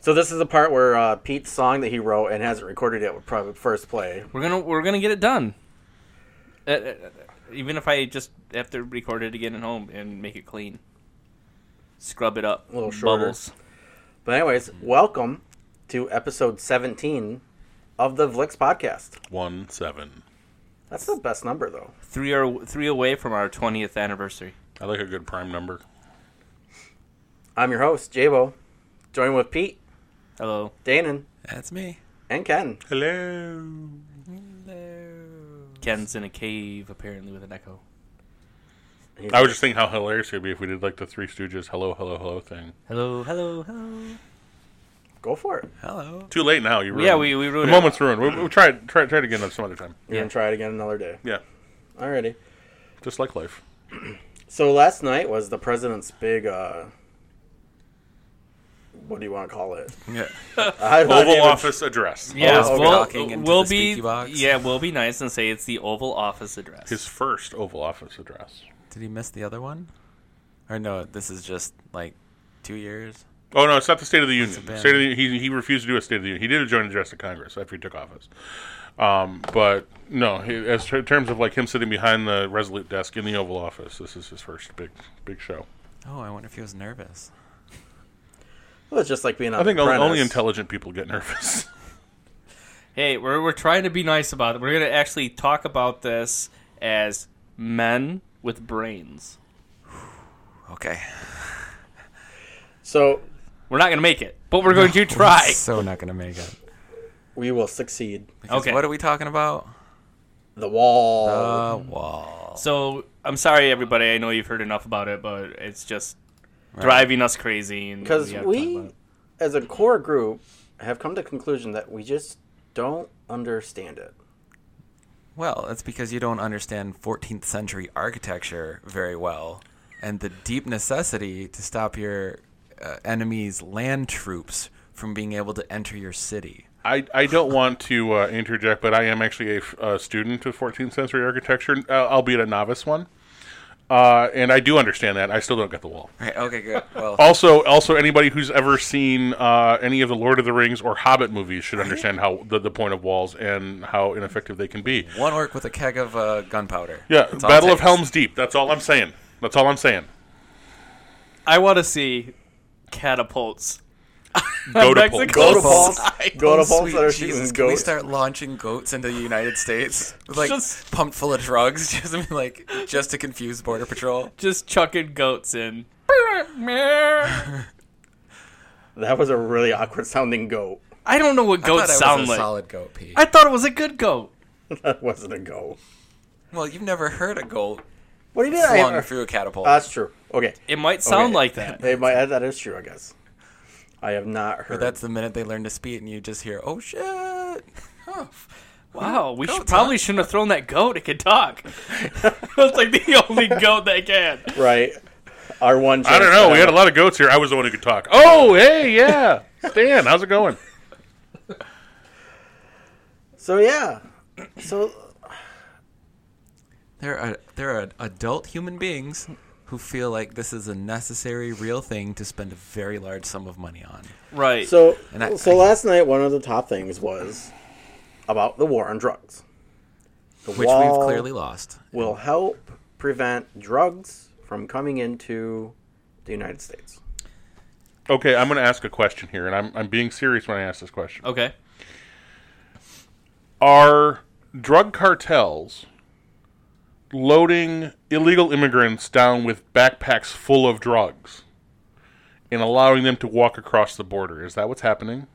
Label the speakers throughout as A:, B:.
A: So this is the part where uh, Pete's song that he wrote and hasn't recorded yet would probably first play.
B: We're gonna we're gonna get it done. Uh, uh, even if I just have to record it again at home and make it clean, scrub it up,
A: A little shorter.
B: bubbles.
A: But anyways, welcome to episode 17 of the Vlix podcast.
C: One seven.
A: That's the best number though.
B: Three or three away from our twentieth anniversary.
C: I like a good prime number.
A: I'm your host, Jabo, joined with Pete,
B: Hello.
A: Danon,
C: That's me.
A: and Ken.
C: Hello.
B: Ken's in a cave apparently with an echo.
A: He's-
C: I was just thinking how hilarious it would be if we did like the Three Stooges hello, hello, hello thing.
B: Hello, hello, hello.
A: go for it.
D: Hello.
C: Too late now. You ruined
B: Yeah, we we
C: the
B: ruined it.
C: moment's ruined. We'll, we'll try try try it again some other time.
A: We're
B: Yeah.
A: gonna try it again another day.
C: Yeah,
A: Alrighty.
C: just like life.
A: So last night was the president's big. uh What do you want to call it?
D: Yeah.
A: I don't
C: Oval
A: even-
C: Office address.
B: Yes,
A: Oh, okay.
D: Talking
B: we'll,
D: into
B: we'll
D: the
B: be
D: squeaky box.
B: yeah, we'll be nice and say it's the Oval Office address.
C: His first Oval Office address.
D: Did he miss the other one? Or no, this is just like two years.
C: Oh no, it's not the State of the
D: That's
C: Union.
D: a bad
C: State of the, he he refused to do a State of the Union. He did a joint address to Congress after he took office. Um, but no, he, as ter- in terms of like him sitting behind the Resolute desk in the Oval Office, this is his first big big show.
D: Oh, I wonder if he was nervous.
A: Well, it's just like being. On
C: I think only,
A: Apprentice.
C: only intelligent people get nervous.
B: Hey, we're we're trying to be nice about it. We're gonna actually talk about this as men with brains.
D: Okay.
A: So
B: We're not gonna make it, but we're going to try.
D: So not gonna make it.
A: we will succeed.
D: Because
B: Okay.
D: What are we talking about? Um,
A: The wall.
D: The wall.
B: So I'm sorry, everybody. I know you've heard enough about it, but it's just driving us crazy. and
A: because
B: have to talk about
A: we
B: it.
A: as a core group have come to conclusion that we just don't understand it
D: Well, that's because you don't understand 14th century architecture very well, and the deep necessity to stop your uh, enemy's land troops from being able to enter your city.
C: I, I don't want to uh, interject, but I am actually a f- uh, student of 14th century architecture, uh, albeit a novice one. Uh, and I do understand that. I still don't get the wall.
D: Right. Okay. Good. Well.
C: Also, also anybody who's ever seen uh, any of the Lord of the Rings or Hobbit movies should understand how the, the point of walls and how ineffective they can be.
D: One orc with a keg of uh, gunpowder.
C: Yeah,
D: That's all it
C: Battle of
D: takes.
C: Helm's Deep. That's all I'm saying. That's all I'm saying.
B: I want to see catapults.
C: Go to
A: go
B: Mexico.
C: Pol-
A: to
D: Goatballs.
A: balls go to balls
D: Oh, Sweet
A: that are
D: Jesus,
A: shooting
D: can we
A: goats
D: start launching goats into the United States, With, like
B: Just-
D: pumped full of drugs, just I mean, like just to confuse border patrol?
B: Just chucking goats in.
A: that was a really awkward sounding goat
B: I don't know what
D: I thought
B: goats
D: I was
B: sound
D: a
B: like.
D: solid goat pee.
B: I thought it was a good goat.
A: that wasn't a goat
D: Well, you've never heard a goat
A: what do you mean I
D: flung
A: ever-
D: through a catapult.
A: that's true okay
B: It might sound
A: Okay.
B: like that.
A: they might that is true i guess i have not heard
D: That's the minute they learn to speak, and you just hear, "Oh shit!" Huh.
B: Wow, we should,
D: Goats,
B: probably
D: huh?
B: shouldn't have thrown that goat. It could talk. That's like the only goat that can.
A: right our one
C: I don't
A: chance
C: know.
A: to
C: We had a
A: have-
C: lot of goats here. I was the one who could talk. Oh, hey, yeah. Stan, how's it going?
A: so yeah so
D: There are there are adult human beings who feel like this is a necessary, real thing to spend a very large sum of money on.
B: Right.
A: so
D: And I-
A: so last night one of the top things was about the war on drugs the
D: which
A: wall-
D: we've clearly lost.
A: will help prevent drugs from coming into the United States.
C: Okay, I'm going to ask a question here, and I'm, I'm being serious when I ask this question.
B: okay.
C: are drug cartels loading illegal immigrants down with backpacks full of drugs and allowing them to walk across the border. Is that what's happening?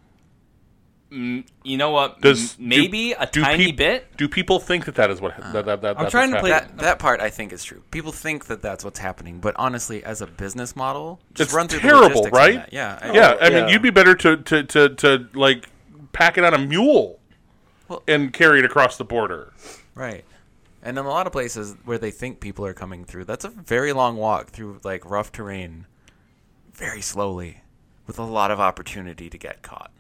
B: You know what?
C: Does
B: M- maybe
C: do-
B: a
C: do
B: tiny
C: peop-
B: bit.
C: Do people think that that is what that, that, that that's
B: trying
C: what's
B: to play-
C: happening?
D: That that part I think is true. People think that that's what's happening, but honestly, as a business model, just
C: It's
D: run through the
C: terrible,
D: logistics on
C: right?
D: that. Yeah, I-
C: yeah, I
A: yeah.
C: mean, you'd be better to to to, to like pack it on a mule
D: Well-
C: and carry it across the border.
D: right. And in a lot of places where they think people are coming through, that's a very long walk through like rough terrain, very slowly, with a lot of opportunity to get caught.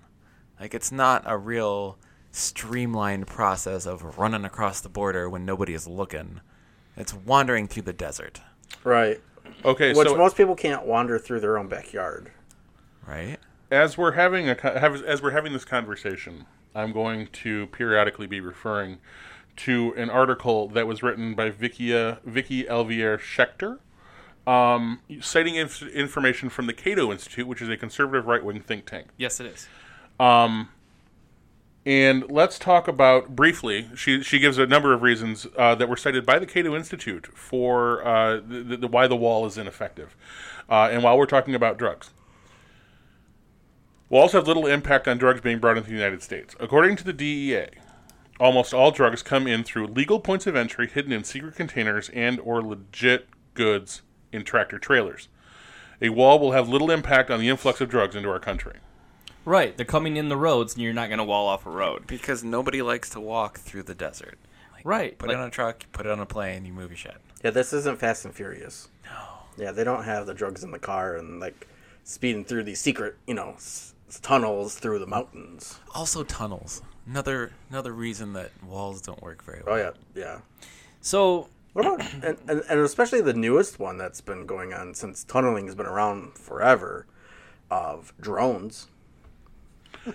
D: Like it's not a real streamlined process of running across the border when nobody is looking. It's wandering through the desert,
A: Right.
C: Okay,
A: Which
C: so
A: most people can't wander through their own backyard.
D: right?
C: as we're having a co- have- as we're having this conversation, I'm going to periodically be referring to an article that was written by Vicky uh, Vicky Elvier Schechter, um, citing inf- information from the Cato Institute, which is a conservative right wing think tank.
B: Yes, it is.
C: And let's talk about briefly. She she gives a number of reasons uh, that were cited by the Cato Institute for uh, the, the, why the wall is ineffective. Uh, and while we're talking about drugs, walls have little impact on drugs being brought into the United States, according to the DEA. Almost all drugs come in through legal points of entry, hidden in secret containers and or legit goods in tractor trailers. A wall will have little impact on the influx of drugs into our country.
B: Right, they're coming in the roads, and you're not going to wall off a road.
D: because nobody likes to walk through the desert. Like,
B: Right,
D: Put
B: like-
D: it on a truck, put it on a plane, you move your shit.
A: Yeah, this isn't Fast and Furious. No. Yeah, they don't have the drugs in the car and like speeding through these secret, you know, s- tunnels through the mountains.
D: Also tunnels. Another another reason that walls don't work very well.
A: Oh yeah, yeah.
B: So
A: What about and, and, and especially the newest one that's been going on since tunneling has been around forever, of drones.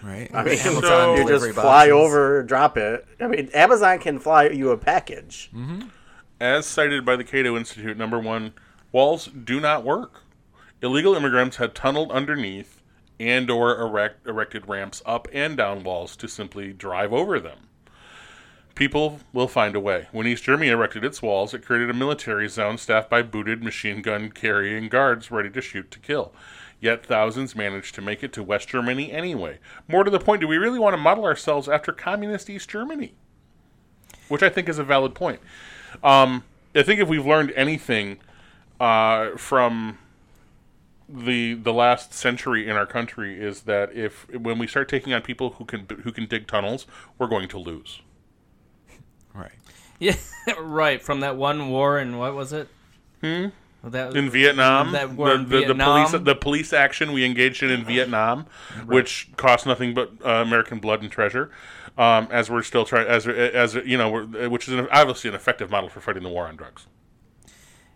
D: Right?
A: I mean,
C: Amazon
A: you just
D: delivery
A: fly
D: boxes.
A: over, drop it. I mean, Amazon can fly you a package.
C: as cited by the Cato Institute, number one, walls do not work. Illegal immigrants had tunneled underneath and or erect, erected ramps up and down walls to simply drive over them. People will find a way. When East Germany erected its walls, it created a military zone staffed by booted machine gun carrying guards ready to shoot to kill. Yet thousands managed to make it to West Germany anyway. More to the point, do we really want to model ourselves after communist East Germany? Which I think is a valid point. Um, I think if we've learned anything uh, from the the last century in our country is that if when we start taking on people who can who can dig tunnels, we're going to lose.
D: Right.
B: yeah, right from that one war and what was it? Hmm. That
C: In Vietnam,
B: That war
C: the,
B: in
C: the, the police
B: Vietnam. Uh-huh.
C: the police action we engaged in in Vietnam, which cost nothing but uh, American blood and treasure, um, as we're still trying as as you know, we're, which is an, obviously an effective model for fighting the war on drugs.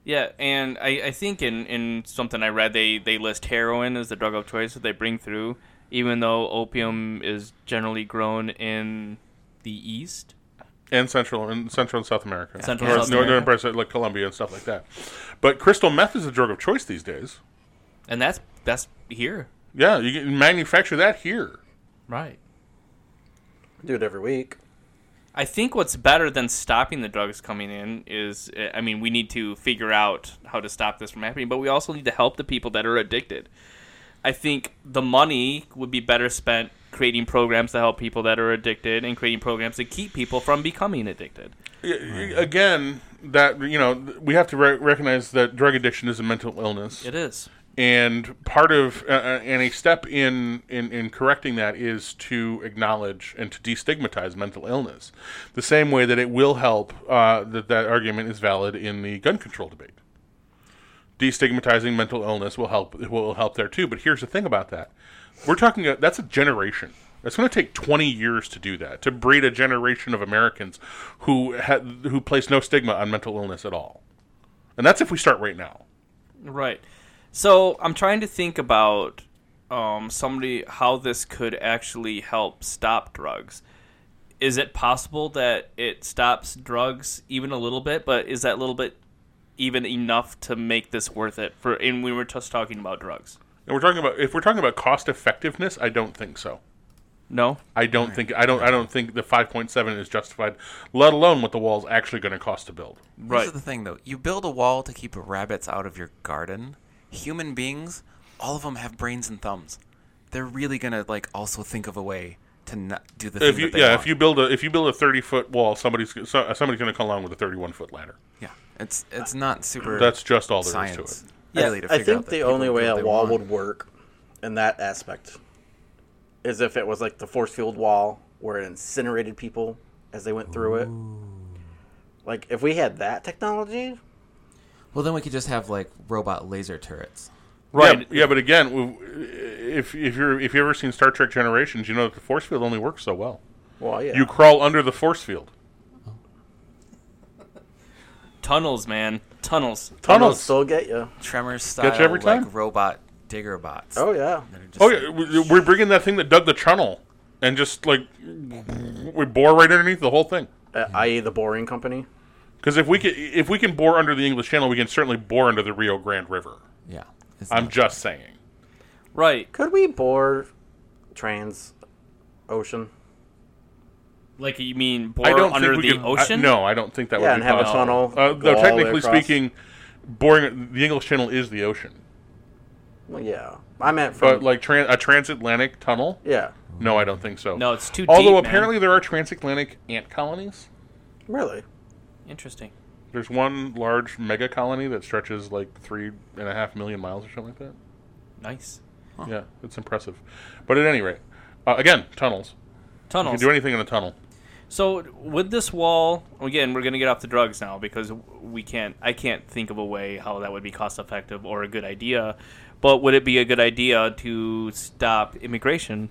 B: Yeah, and I, I think in, in something I read, they, they list heroin as the drug of choice that they bring through, even though opium is generally grown in the East.
C: and Central and Central and South America,
B: Central
C: North,
B: and South
C: North-
B: America.
C: northern parts of, like Colombia and stuff like that. But crystal meth is a drug of choice these days.
B: And that's that's here.
C: Yeah, you can manufacture that here.
B: Right.
A: Do it every week.
B: I think what's better than stopping the drugs coming in is, uh, I mean, we need to figure out how to stop this from happening, but we also need to help the people that are addicted. I think the money would be better spent creating programs to help people that are addicted and creating programs to keep people from becoming addicted.
C: Y- y- Again, that you know th- we have to re- recognize that drug addiction is a mental illness,
B: It is.
C: and part of uh, uh, and a step in, in in correcting that is to acknowledge and to destigmatize mental illness. The same way that it will help uh, that that argument is valid in the gun control debate. destigmatizing mental illness will help will help there too. But here's the thing about that: we're talking a, that's a generation. It's going to take 20 years to do that to breed a generation of Americans who ha- who place no stigma on mental illness at all. And that's if we start right now.
B: Right. So I'm trying to think about um, somebody how this could actually help stop drugs. Is it possible that it stops drugs even a little bit? But is that little bit even enough to make this worth it? For and we were just talking about drugs.
C: And we're talking about if we're talking about cost effectiveness, I don't think so.
B: No.
C: I don't think I don't I don't think the 5.7 is justified, let alone what the wall's actually going to cost to build.
B: Right.
D: This is the thing, though. You build a wall to keep rabbits out of your garden. Human beings, all of them have brains and thumbs. They're really gonna like also think of a way to not do the thing
C: If you
D: that they
C: yeah,
D: want.
C: if you build a if you build a 30 foot wall, somebody's so- somebody's going to come along with a 31 foot ladder.
D: yeah, it's it's not super.
C: That's just all there is
D: science.
C: to it.
A: Yeah,
D: really, to
A: I
D: figure out
A: think
D: that
A: the
D: people
A: only
D: do
A: way
D: what
A: a
D: they
A: wall
D: want.
A: would work in that aspect is if it was like the force field wall where it incinerated people as they went through it. Like if we had that technology,
E: Well, then we could just have like robot laser turrets.
C: Right.
B: Right.
C: Yeah, but again, w- if if you're if you've ever seen Star Trek Generations, you know that the force field only works so well.
A: well, yeah,
C: You crawl under the force field.
B: Tunnels, man. Tunnels.
A: tunnels
C: tunnels.
A: still get you.
D: Tremors style
C: Get you every time?
D: like robot digger bots.
A: Oh yeah.
D: that are just
C: Oh
D: like-
C: yeah, we- we're bringing that thing that dug the tunnel and just like we bore right underneath the whole thing.
A: Uh, I.e. the Boring Company.
C: Because if we can if we can bore under the English Channel, we can certainly bore under the Rio Grande River.
E: Yeah. It's
C: I'm
E: not-
C: just saying.
B: Right.
A: Could we bore trans ocean?
B: Like you mean bore
C: I don't
B: under
C: think we
B: the
C: could, I-
B: ocean?
C: no, I don't think that
A: Yeah,
C: would
A: and
C: be
A: have a
C: possible.
A: tunnel go
C: Uh, though
A: all the way
C: technically
A: across.
C: speaking, boring the English Channel is the ocean,
A: Well, yeah. I meant from
C: but like tran- a transatlantic tunnel.
A: yeah.
C: No, I don't think so.
B: No, it's too
C: Although
B: deep, man.
C: apparently there are transatlantic ant colonies.
A: Really?
B: Interesting.
C: There's one large mega colony that stretches like three and a half million miles or something like that.
B: Nice.
C: Yeah, it's impressive. But at any rate, uh, again, tunnels. You
B: Tunnels.
C: can do anything in a tunnel.
B: So with this wall, again, we're gonna get off the drugs now because we can't. I can't think of a way how that would be cost effective or a good idea. But would it be a good idea to stop immigration?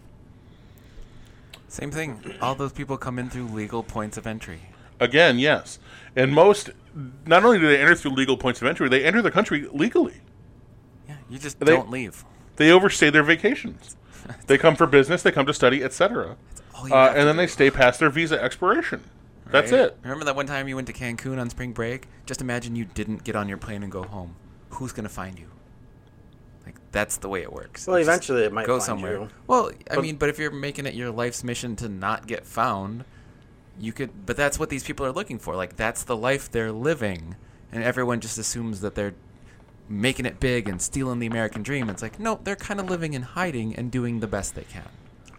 D: Same thing. All those people come in through legal points of entry.
C: Again, yes. And most, not only do they enter through legal points of entry, they enter the country legally.
D: Yeah, you just
C: They-
D: don't leave.
C: They overstay their vacations. They come for business, they come to study, etc.
D: all you
C: Uh,
D: have to
C: and then they stay past their visa expiration. That's
D: Right?
C: it.
D: Remember that one time you went to Cancun on spring break? Just imagine you didn't get on your plane and go home. Who's gonna find you? Like that's the way it works.
A: Well,
D: It's just
A: eventually it might
D: go
A: find
D: somewhere.
A: you.
D: Well, I mean, but if you're making it your life's mission to not get found, you could. But that's what these people are looking for. Like that's the life they're living, and everyone just assumes that they're making it big and stealing the American dream. It's like no, they're kind of living in hiding and doing the best they can.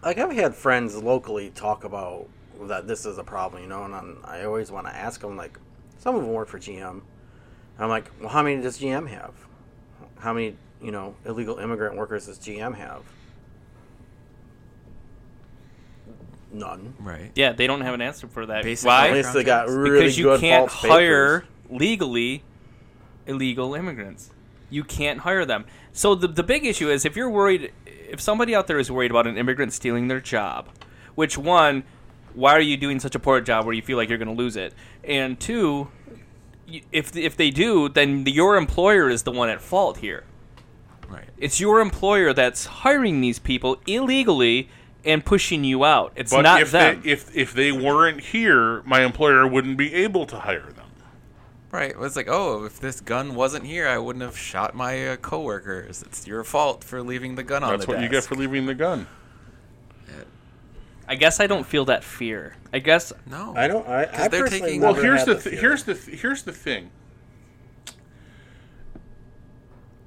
A: Like I've had friends locally talk about that this is a problem, you know, and I'm, I always want to ask them like, some of them work for GM. And I'm like, well, how many does GM have? How many you know illegal immigrant workers does GM have? None.
D: Right.
B: Yeah, they don't have an answer for that.
D: Basically,
B: Why?
A: Unless they got
D: Because
A: really
B: because you
A: good
B: can't
A: false papers.
B: hire legally illegal immigrants. You can't hire them. So the the big issue is if you're worried, if somebody out there is worried about an immigrant stealing their job, which one, why are you doing such a poor job where you feel like you're going to lose it? And two, y- if if they do, then your employer is the one at fault here.
D: Right.
B: It's your employer that's hiring these people illegally and pushing you out. It's
C: But
B: not
C: if,
B: them.
C: They, if, if they weren't here, my employer wouldn't be able to hire them.
D: Right. It was like, oh, if this gun wasn't here, I wouldn't have shot my uh, coworkers. It's your fault for leaving the gun on
C: That's
D: the
C: what you get
D: desk.
C: for leaving the gun.
B: I guess I don't feel that fear. I guess
D: No.
A: I don't. I, I
D: they're
A: personally
D: taking-
A: never
C: well here's
A: had
C: the
A: this
C: th-
A: feeling.
C: here's the th- here's the thing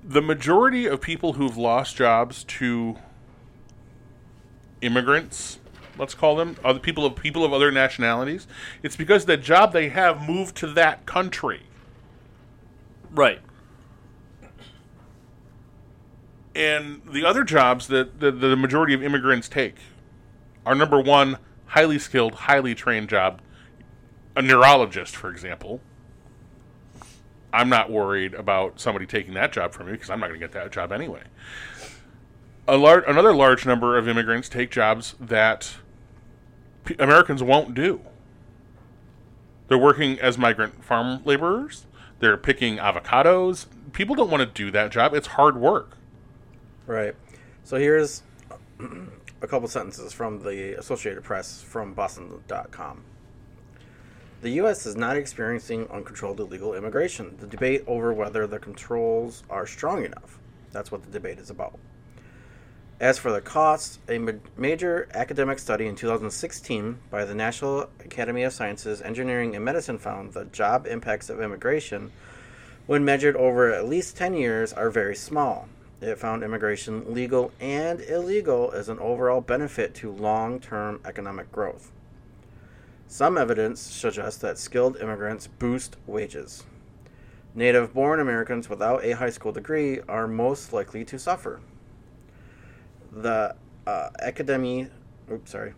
C: the majority of people who've lost jobs to immigrants let's call them other people of people of other nationalities it's because the job they have moved to that country
B: right.
C: and the other jobs that the, the majority of immigrants take are number one highly skilled highly trained job a neurologist for example i'm not worried about somebody taking that job from me because i'm not going to get that job anyway a large another large number of immigrants take jobs that p- americans won't do they're working as migrant farm laborers they're picking avocados people don't want to do that job it's hard work
A: Right. So here's a couple sentences from the Associated Press from Boston.com. The U.S. is not experiencing uncontrolled illegal immigration. The debate over whether the controls are strong enough. That's what the debate is about. As for the costs, a ma- major academic study in 2016 by the National Academy of Sciences, Engineering, and Medicine found that job impacts of immigration when measured over at least 10 years, are very small. It found immigration, legal and illegal, as an overall benefit to long term economic growth. Some evidence suggests that skilled immigrants boost wages. Native born Americans without a high school degree are most likely to suffer. The uh, Academy, oops, sorry,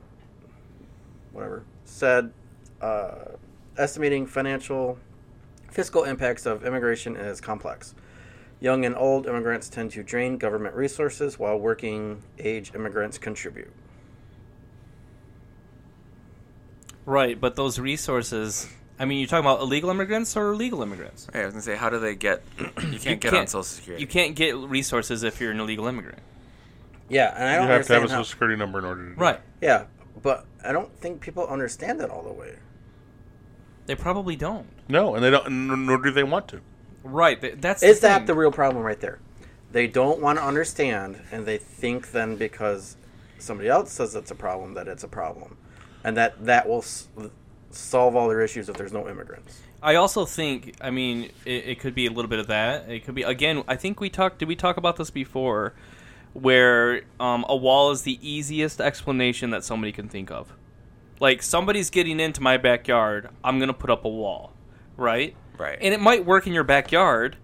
A: whatever, said uh, estimating financial Fiscal impacts of immigration is complex. Young and old immigrants tend to drain government resources while working age immigrants contribute.
B: Right, but those resources I mean, you're talking about illegal immigrants or legal immigrants.
D: Right, I was gonna say, how do they get? You can't get on Social Security.
B: You can't get resources if you're an illegal immigrant.
A: Yeah, and I
C: You
A: don't
C: have to have
A: understand
C: a
A: how-
C: social security number in order to do
B: Right.
A: Yeah, but I don't think people understand that all the way.
B: They probably don't.
C: it. No, and they don't. n- Nor do they want to.
B: Right. th- That's
A: Is
B: the
A: that
B: thing.
A: the real problem right there? They don't want to understand, and they think then because somebody else says it's a problem that it's a problem, and that that will s- solve all their issues if there's no immigrants.
B: I also think, I mean, it, it could be a little bit of that. It could be again. I think we talked. Did we talk about this before? Where um, a wall is the easiest explanation that somebody can think of. Like somebody's getting into my backyard. I'm gonna put up a wall, right?
D: Right.
B: And it might work in your backyard,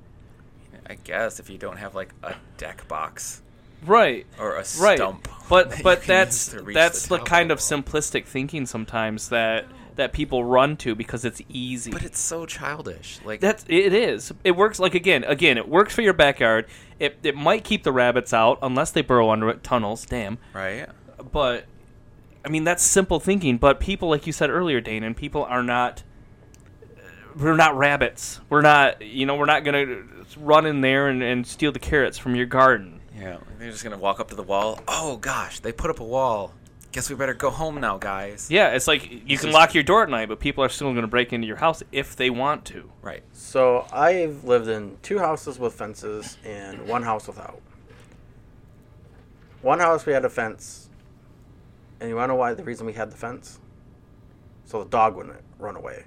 D: I guess if you don't have like a deck box
B: right?
D: or a
B: right.
D: stump. that
B: But
D: you
B: but
D: can
B: that's
D: use to reach
B: that's the,
D: top
B: kind of
D: wall.
B: simplistic thinking sometimes that that people run to because it's easy.
D: But it's so childish. Like
B: That's it is. It works like again, again, it works for your backyard. It it might keep the rabbits out unless they burrow under it- tunnels, damn.
D: right.
B: But I mean that's simple thinking, but people like you said earlier, Dane, and people are not uh, we're not rabbits. We're not, you know, we're not going to run in there and, and steal the carrots from your garden.
D: Yeah, like, they're just gonna walk up to the wall. Oh gosh, they put up a wall. Guess we better go home now, guys.
B: Yeah, it's like you can lock your door at night, but people are still going to break into your house if they want to.
D: Right.
A: So I've lived in two houses with fences and one house without. One house we had a fence, and you want to know why the reason we had the fence? So the dog wouldn't run away.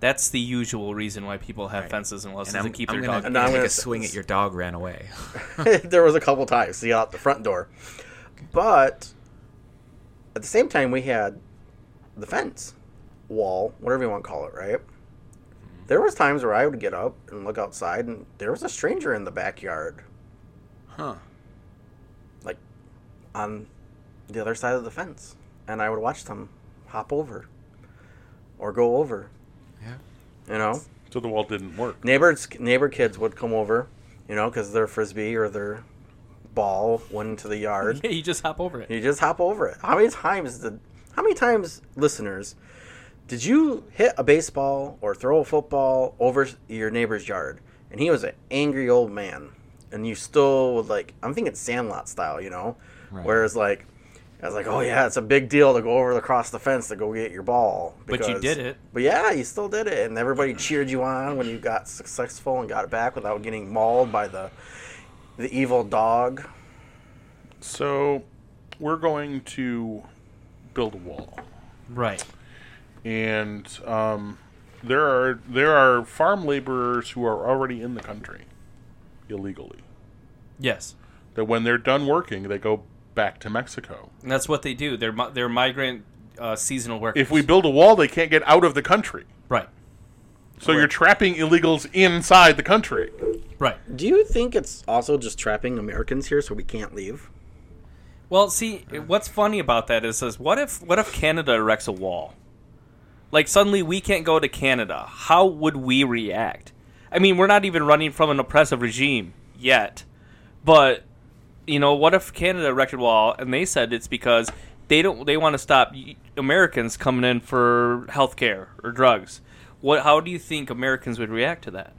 B: That's the usual reason why people have
D: Right.
B: fences unless
D: And
B: they
D: I'm,
B: keep
D: I'm
B: their
D: gonna
B: dog.
A: And now I'm
D: take
A: gonna-
D: a swing at your dog ran away.
A: there was a couple times see out the front door but at the same time we had the fence wall whatever you want to call it right there was times where i would get up and look outside and there was a stranger in the backyard
D: huh.
A: like on the other side of the fence and i would watch them hop over or go over
D: Yeah.
A: you know
C: So the wall didn't work.
A: neighbors neighbor kids would come over you know because their frisbee or their ball went into the yard
B: Yeah, you just hop over it.
A: You just hop over it. How many times did how many times listeners did you hit a baseball or throw a football over your neighbor's yard and he was an angry old man and you still would like I'm thinking Sandlot style, you know?
D: Right.
A: Whereas like I was like, "Oh yeah, it's a big deal to go over across the fence to go get your ball."
B: But you
A: because-
B: did it.
A: But yeah, you still did it, and everybody cheered you on when you got successful and got it back without getting mauled by the the evil dog.
C: So we're going to build a wall,
B: Right.
C: and um, there are there are farm laborers who are already in the country illegally.
B: Yes.
C: That when they're done working, they go back to Mexico.
B: And that's what they do. They're mi- they're migrant uh, seasonal workers.
C: If we build a wall, they can't get out of the country.
B: right,
C: So you're trapping illegals inside the country.
B: right.
A: Do you think it's also just trapping Americans here so we can't leave?
B: Well, see, what's funny about that is, is what if what if Canada erects a wall? Like suddenly we can't go to Canada. How would we react? I mean, we're not even running from an oppressive regime yet, but you know, what if Canada erected a wall and they said it's because they don't they want to stop y- Americans coming in for health care or drugs? What? How do you think Americans would react to that?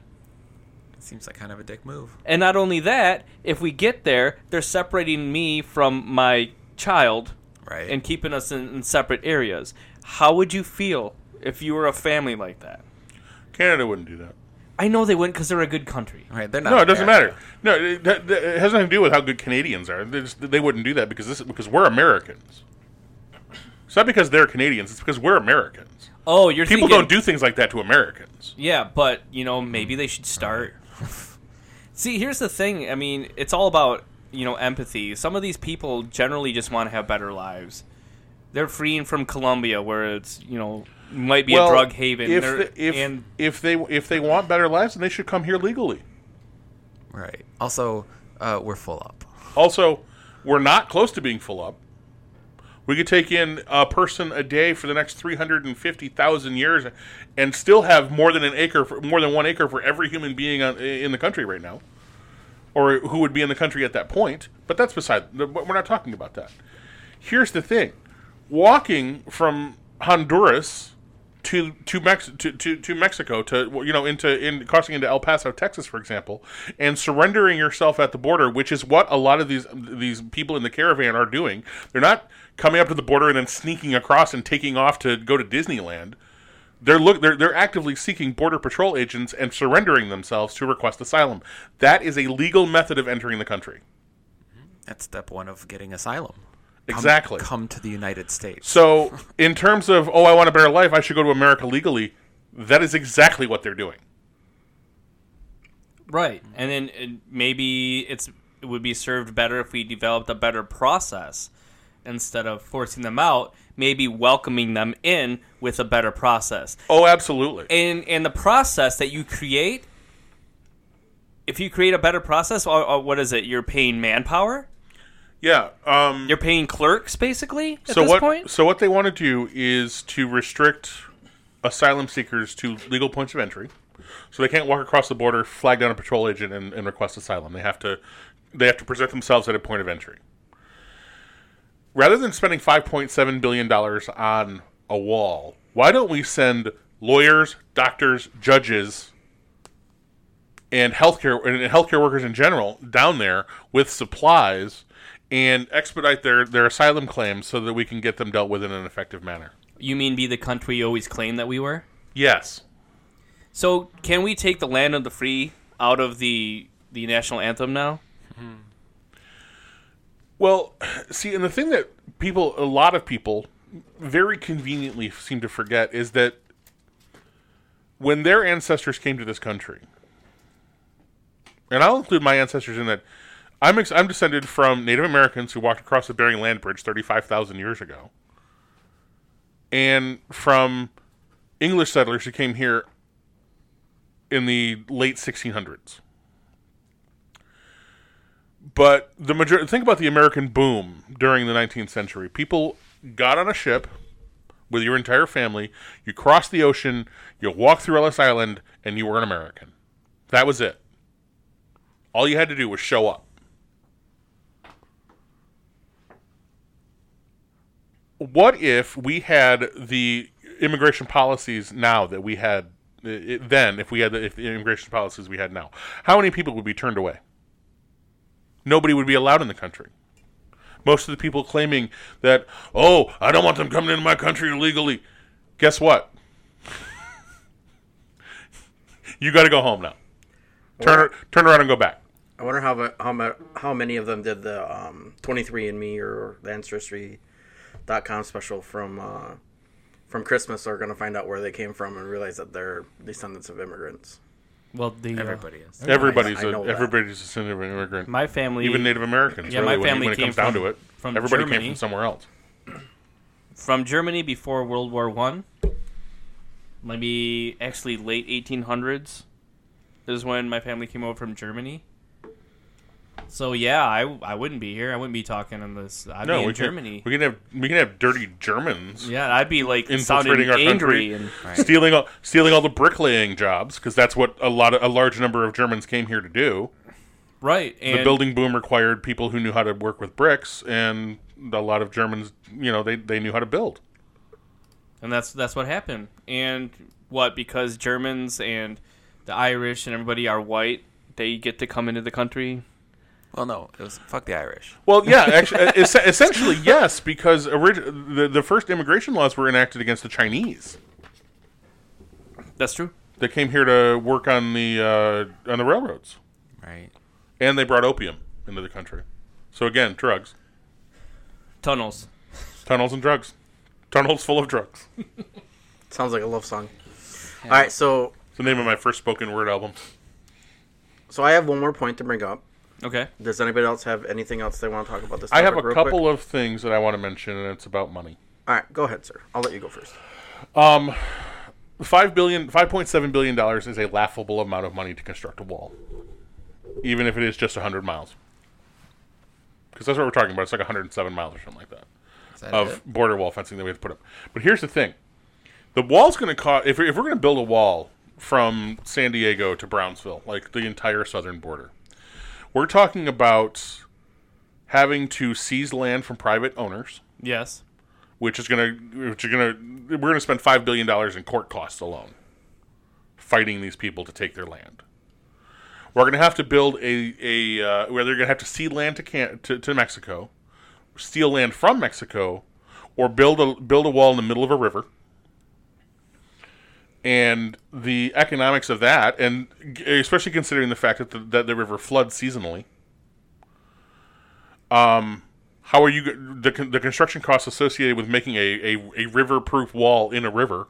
D: It seems like kind of a dick move.
B: And not only that, if we get there, they're separating me from my child
D: Right.
B: and keeping us in, in separate areas. How would you feel if you were a family like that?
C: Canada wouldn't do that.
B: I know they wouldn't because they're a good country.
D: right. They're not.
C: No, it doesn't
D: America.
C: matter. No, it, that- that- it has nothing to do with how good Canadians are. They, just, they wouldn't do that because this because we're Americans. It's not because they're Canadians. It's because we're Americans.
B: Oh, you're
C: People
B: thinking,
C: don't do things like that to Americans.
B: Yeah, but you know, maybe they should start. See, here's the thing. I mean, it's all about you know empathy. Some of these people generally just want to have better lives. They're fleeing from Colombia, where it's you know might be a drug haven.
C: If,
B: They're-
C: the- if,
B: and
C: if they if they want better lives, then they should come here legally.
D: Right. Also, uh, we're full up.
C: Also, we're not close to being full up. We could take in a person a day for the next three hundred and fifty thousand years, and still have more than an acre, for, more than one acre for every human being on, in the country right now, or who would be in the country at that point. But that's beside. We're not talking about that. Here's the thing: walking from Honduras to to Mex to, to, to Mexico to well, you know into in crossing into El Paso, Texas, for example, and surrendering yourself at the border, which is what a lot of these these people in the caravan are doing. They're not coming up to the border and then sneaking across and taking off to go to Disneyland. They're look they're they're actively seeking border patrol agents and surrendering themselves to request asylum. That is a legal method of entering the country.
D: That's step one of getting asylum. Come-
C: Exactly.
D: Come to the United States.
C: So, in terms of, oh, I want a better life, I should go to America legally, that is exactly what they're doing.
B: Right. And then it, maybe it's it would be served better if we developed a better process instead of forcing them out, maybe welcoming them in with a better process.
C: Oh, absolutely.
B: And and the process that you create if you create a better process, or, or what is it? You're paying manpower?
C: yeah. Um,
B: You're paying clerks basically at
C: so
B: this
C: what?
B: point?
C: So what they want to do is to restrict asylum seekers to legal points of entry, so they can't walk across the border, flag down a patrol agent, and, and request asylum. They have to they have to present themselves at a point of entry. Rather than spending five point seven billion dollars on a wall, why don't we send lawyers, doctors, judges, and healthcare and healthcare workers in general down there with supplies and expedite their, their asylum claims so that we can get them dealt with in an effective manner.
B: You mean be the country you always claimed that we were?
C: Yes.
B: So can we take the land of the free out of the the national anthem now?
C: Well, see, and the thing that people, a lot of people, very conveniently seem to forget is that when their ancestors came to this country, and I'll include my ancestors in that, I'm, ex- I'm descended from Native Americans who walked across the Bering Land Bridge 35,000 years ago, and from English settlers who came here in the late 1600s. But the majority think about the American boom during the 19th century. People got on a ship with your entire family, you crossed the ocean, you walked through Ellis Island, and you were an American. That was it. All you had to do was show up. What if we had the immigration policies now that we had i- i then? If we had the, if the immigration policies we had now, how many people would be turned away? nobody would be allowed in the country. Most of the people claiming that, oh, I don't want them coming into my country illegally. Guess what? you got to go home now. Turn turn around and go back.
A: I wonder how mu- how mu- how many of them did the um, 23andMe or the Ancestry.com special from uh, from Christmas are going to find out where they came from and realize that they're descendants of immigrants.
B: Well, the uh,
E: Everybody is.
C: Everybody's
A: I know
C: a,
A: that.
C: everybody's a descendant of an immigrant,
B: my family
C: even Native Americans.
B: Yeah,
C: really,
B: my
C: when, it-
B: family
C: when it
B: came
C: comes down
B: from-
C: to it,
B: from
C: everybody
B: Germany.
C: came from somewhere else.
B: from Germany before World War One. Maybe actually late 1800s is when my family came over from Germany. So yeah, I, I wouldn't be here. I wouldn't be talking in this. I'd be
C: No, we
B: in
C: can,
B: Germany.
C: We can have we can have dirty Germans
B: yeah, I'd be like sounding
C: infiltrating our
B: angry
C: country,
B: and
C: stealing all, stealing all the bricklaying jobs because that's what a lot of, a large number of Germans came here to do.
B: right. And
C: the building boom required people who knew how to work with bricks, and a lot of Germans, you know, they, they knew how to build.
B: and that's that's what happened. And what because Germans and the Irish and everybody are white, they get to come into the country.
D: Well, no, it was fuck the Irish.
C: Well, yeah, actually, es- essentially, yes, because orig- the, the first immigration laws were enacted against the Chinese
B: That's true.
C: that came here to work on the uh, on the railroads,
D: Right.
C: and they brought opium into the country. So again, drugs,
B: Tunnels.
C: tunnels, and drugs, tunnels full of drugs. It's
A: Sounds like a love song. All right, so
C: the name of my first spoken word album.
A: so I have one more point to bring up.
B: Okay.
A: Does anybody else have anything else they want to talk about this?
C: I have
A: topic
C: a
A: real quick?
C: couple of things that I want to mention, and it's about money.
A: All right, go ahead, sir. I'll let you go first.
C: Um, five billion, five point seven billion dollars is a laughable amount of money to construct a wall, even if it is just hundred miles. Because that's what we're talking about. It's like 107 miles or something like that
E: Is that
C: of
E: it?
C: border wall fencing that we have to put up. But here's the thing: the wall's going to cost. If, if we're going to build a wall from San Diego to Brownsville, like the entire southern border, we're talking about having to seize land from private owners
B: Yes.
C: which is gonna which are gonna we're gonna spend five billion dollars in court costs alone fighting these people to take their land. We're gonna have to build a a uh, where they're gonna have to cede land to can to, to Mexico, steal land from Mexico, or build a build a wall in the middle of a river. And the economics of that, and g- especially considering the fact that the, that the river floods seasonally, how are you g- the, con- the construction costs associated with making a, a, a river proof wall in a river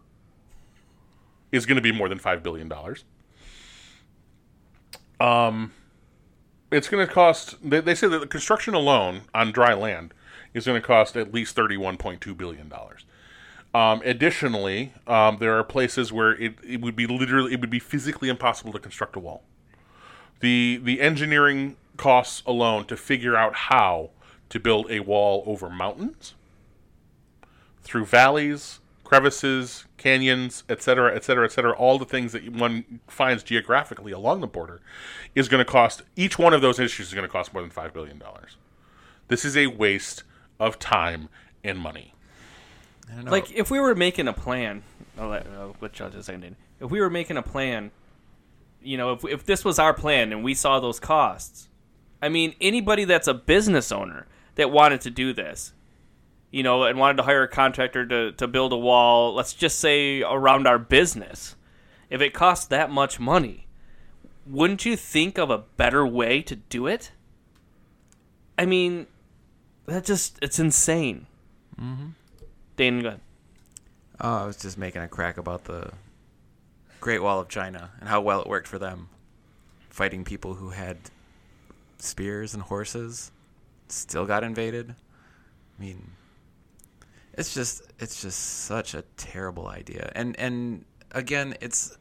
C: is going to be more than five billion dollars um it's going to cost they, they say that the construction alone on dry land is going to cost at least 31.2 billion dollars um, additionally um, there are places where it, it would be literally it would be physically impossible to construct a wall the the engineering costs alone to figure out how to build a wall over mountains through valleys crevices canyons etc etc etc all the things that one finds geographically along the border is going to cost each one of those issues is going to cost more than 5 billion dollars this is a waste of time and money
D: I don't know.
B: Like if we were making a plan, I'll let, I'll let y'all just end it. If we were making a plan, you know, if if this was our plan and we saw those costs, I mean, anybody that's a business owner that wanted to do this, you know, and wanted to hire a contractor to to build a wall, let's just say around our business, if it costs that much money, wouldn't you think of a better way to do it? I mean, that just it's insane. Mm-hmm. Dan, go ahead.
D: oh, I was just making a crack about the Great Wall of China and how well it worked for them, fighting people who had spears and horses, still got invaded. I mean, it's just it's just such a terrible idea, and and again, it's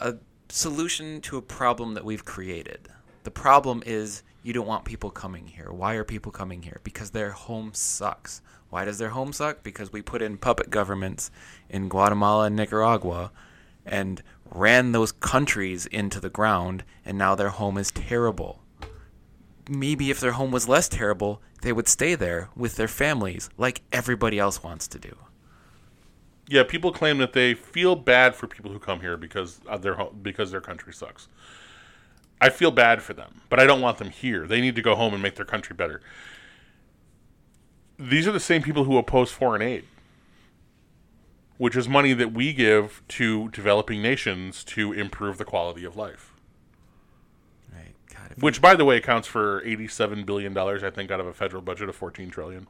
D: a solution to a problem that we've created. The problem is you don't want people coming here. Why are people coming here? Because their home sucks. Why does their home suck? Because we put in puppet governments in Guatemala and Nicaragua and ran those countries into the ground, and now their home is terrible. Maybe if their home was less terrible, they would stay there with their families like everybody else wants to do.
C: Yeah, people claim that they feel bad for people who come here because of their ho- because their country sucks. I feel bad for them, but I don't want them here. They need to go home and make their country better. These are the same people who oppose foreign aid, which is money that we give to developing nations to improve the quality of life.
D: Right. God, if
C: Which, by the way, accounts for eighty-seven billion dollars, I think, out of a federal budget of fourteen trillion.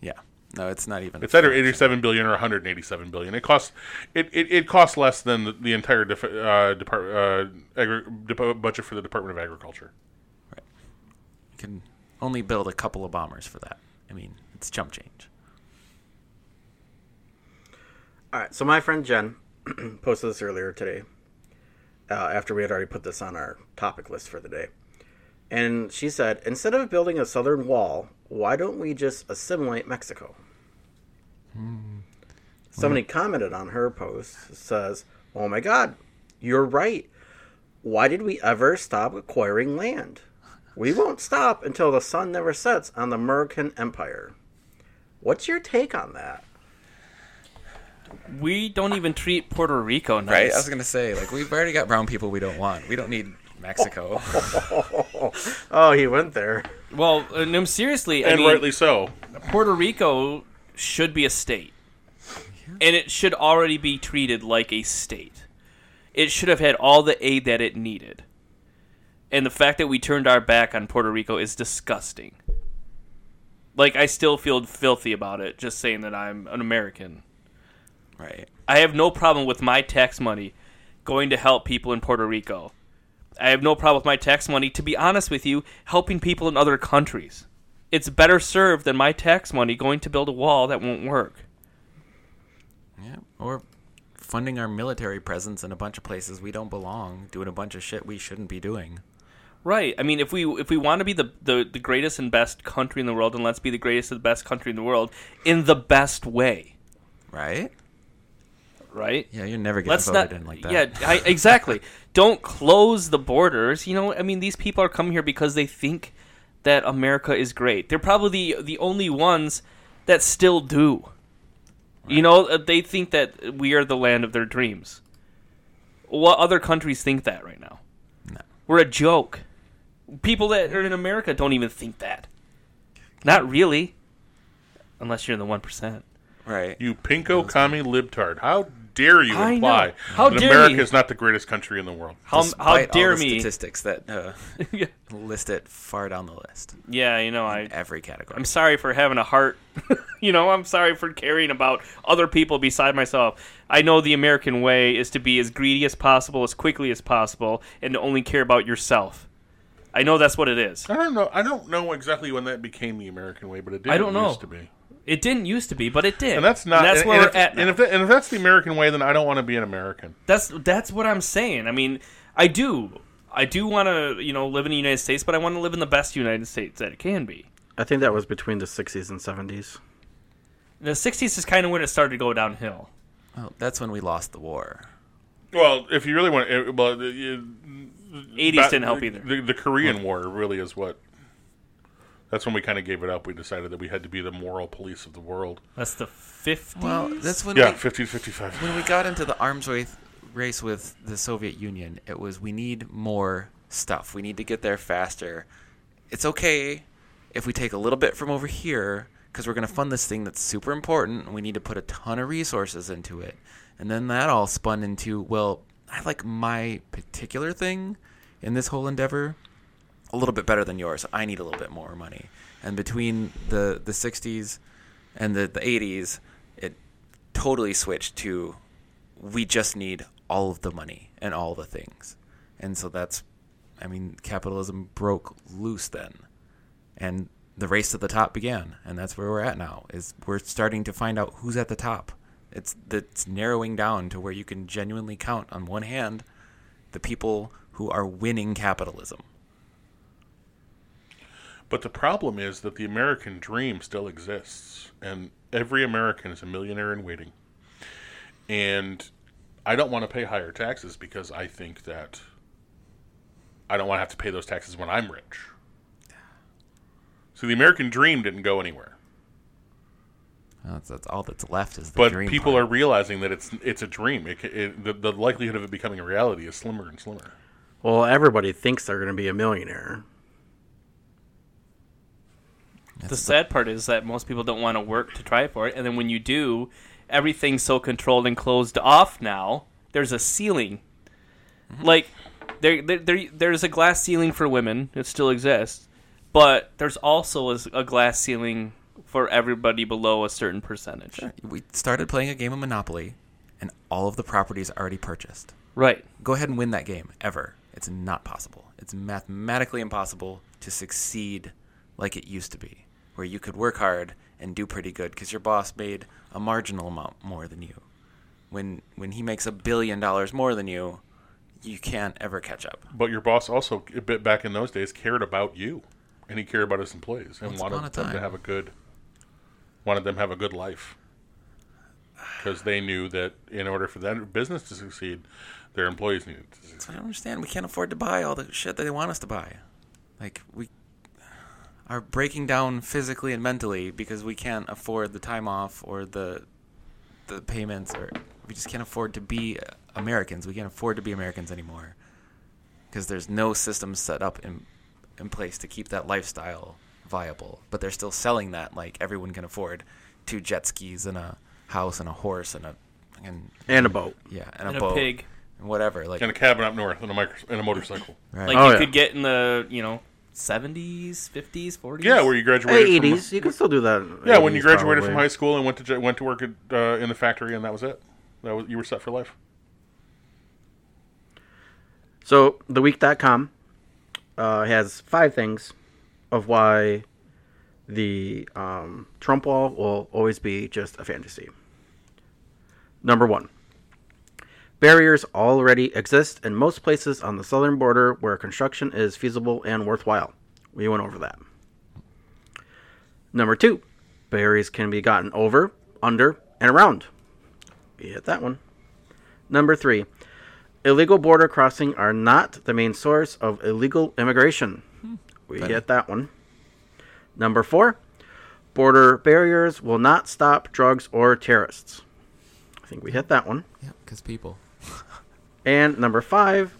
D: Yeah. No, it's not even.
C: It's either 87 billion or 187 billion. It costs it, it, it costs less than the, the entire def, uh, depart, uh, agri- dep- budget for the Department of Agriculture.
D: Right. You can only build a couple of bombers for that. I mean, it's chump change.
A: All right, so my friend Jen posted this earlier today uh, after we had already put this on our topic list for the day. And she said, instead of building a southern wall, why don't we just assimilate Mexico? Somebody commented on her post, says, Oh my God, you're right. Why did we ever stop acquiring land? We won't stop until the sun never sets on the American Empire. What's your take on that?
B: We don't even treat Puerto Rico nice.
D: I was gonna say, like, we've already got brown people we don't want. We don't need Mexico.
A: Oh, he went there.
B: well, uh, no, seriously, I
C: And
B: mean,
C: rightly so.
B: Puerto Rico should be a state, and it should already be treated like a state. It should have had all the aid that it needed, and the fact that we turned our back on Puerto Rico is disgusting. Like, I still feel filthy about it. Just saying that I'm an American.
D: right.
B: I have no problem with my tax money going to help people in Puerto Rico. I have no problem with my tax money, to be honest with you, helping people in other countries. It's better served than my tax money going to build a wall that won't work.
D: Yeah. Or funding our military presence in a bunch of places we don't belong, doing a bunch of shit we shouldn't be doing.
B: Right. I mean, if we if we want to be the, the, the greatest and best country in the world, then let's be the greatest and best country in the world in the best way.
D: Right?
B: Right.
D: Yeah, you're never getting
B: let's not
D: voted in like that.
B: yeah I, exactly don't close the borders you know i mean these people are coming here because they think that america is great they're probably the, the only ones that still do You know, uh, they think that we are the land of their dreams. What other countries think that right now?
D: No.
B: We're a joke. People that are in America don't even think that. Not really. Unless you're in the 1%.
D: Right.
C: You pinko commie libtard. How dare you
B: I know.
C: imply
B: How
C: that
B: dare
C: America
B: you.
C: is not the greatest country in the
B: Um,
C: world?
B: How, how
D: Despite all
B: dare
D: the
B: me?
D: Statistics that uh,
B: Yeah.
D: list it far down the list.
B: yeah, you know, I,
D: Every category.
B: I'm sorry for having a heart. you know, I'm sorry for caring about other people beside myself. I know the American way is to be as greedy as possible, as quickly as possible, and to only care about yourself. I know that's what it is.
C: I don't know. I don't know exactly when that became the American way, but it did.
B: I don't know.
C: used to be.
B: It didn't used to be, but it did.
C: And that's not.
B: that's
C: and,
B: where
C: and
B: we're
C: if,
B: at. now.
C: And if, that, and if that's the American way, then I don't want to be an American.
B: that's that's what I'm saying. I mean, I do, I do want to, you know, live in the United States, but I want to live in the best United States that it can be.
A: I think that was between the 60s and 70s.
B: The '60s is kind of when it started to go downhill.
D: Well, that's when we lost the war.
C: Well, if you really want, it, well, the- you-
B: '80s
C: about-
B: didn't help
C: the-
B: either.
C: The, the Korean War really is what. That's when we kind of gave it up. We decided that we had to be the moral police of the world.
B: that's the '50s.
D: Well, that's when
C: Yeah,
D: we,
C: fifty to fifty-five.
D: when we got into the arms race, race with the Soviet Union, it was we need more stuff. We need to get there faster. It's okay if we take a little bit from over here because we're going to fund this thing that's super important. And we need to put a ton of resources into it. And then that all spun into, well, I like my particular thing in this whole endeavor a little bit better than yours. I need a little bit more money. And between the, the 60s and the, the 80s, it totally switched to we just need all of the money and all the things. And so that's, I mean, capitalism broke loose then. And the race to the top began. And that's where we're at now is we're starting to find out who's at the top. It's that's narrowing down to where you can genuinely count on one hand the people who are winning capitalism.
C: But the problem is that the American dream still exists, and every American is a millionaire in waiting. And I don't want to pay higher taxes because I think that I don't want to have to pay those taxes when I'm rich. So the American dream didn't go anywhere.
D: That's, that's all that's left is the
C: But
D: dream
C: people
D: part.
C: are realizing that it's it's a dream. It, ca- it, the, the likelihood of it becoming a reality is slimmer and slimmer.
A: Well, everybody thinks they're going to be a millionaire.
B: The sad part is that most people don't want to work to try for it, and then when you do, everything's so controlled and closed off now. There's a ceiling, like there, there, there, there's a glass ceiling for women. It still exists, but there's also a, a glass ceiling for everybody below a certain percentage.
D: we started playing a game of Monopoly and all of the properties are already purchased.
B: Right.
D: go ahead and win that game ever. It's not possible. It's mathematically impossible to succeed like it used to be, where you could work hard and do pretty good because your boss made a marginal amount more than you. When when he makes a billion dollars more than you, you can't ever catch up.
C: But your boss also, a bit back in those days, cared about you, and he cared about his employees and
D: Once upon a
C: wanted them to
D: time.
C: have a good, wanted them to have a good life, because they knew that in order for that business to succeed, their employees needed to succeed.
D: I don't understand. We can't afford to buy all the shit that they want us to buy. Like we are breaking down physically and mentally because we can't afford the time off or the the payments or we just can't afford to be uh, Americans. We can't afford to be Americans anymore because there's no system set up in in place to keep that lifestyle viable. But they're still selling that like everyone can afford two jet skis and a house and a horse and a and
A: And a boat.
D: yeah and a,
B: And a
D: boat
B: pig.
D: and whatever like
C: And a cabin up north and a micro, and a motorcycle.
D: right.
B: Like
A: Oh,
B: you
A: yeah.
B: could get in the you know 70s, 50s, 40s.
C: Yeah, where you graduated. from-
A: Eighties, you can still do that. in
C: yeah, when
A: 80s
C: you graduated from
A: probably.
C: high school and went to j- went to work at, uh, in the factory, and that was it. That was you were set for life.
A: So theweek.com uh, has five things of why the um, Trump wall will always be just a fantasy. Number one, barriers already exist in most places on the southern border where construction is feasible and worthwhile. We went over that. Number two, barriers can be gotten over, under, and around. We hit that one. Number three, illegal border crossing are not the main source of illegal immigration. We get that one. Number four, Border barriers will not stop drugs or terrorists. I think we hit that one.
D: Yeah, because people.
A: And number five,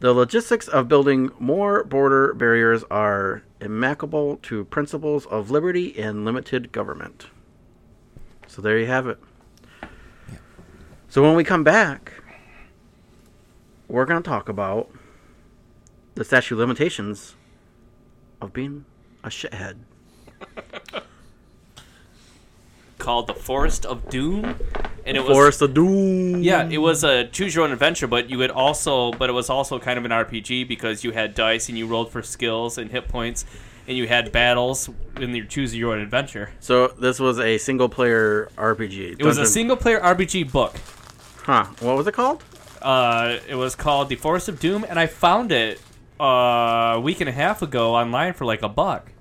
A: the logistics of building more border barriers are immaculable to principles of liberty and limited government. So there you have it. So when we come back, we're going to talk about the statute of limitations of being a shithead.
B: called the Forest of Doom, and it was
A: Forest of Doom.
B: yeah, it was a choose your own adventure, but you had also but it was also kind of an RPG because you had dice and you rolled for skills and hit points, and you had battles in your choose your own adventure.
A: So this was a single player RPG.
B: It was a single player RPG book.
A: Huh. What was it called?
B: Uh, it was called The Forest of Doom, and I found it uh, a week and a half ago online for like a buck.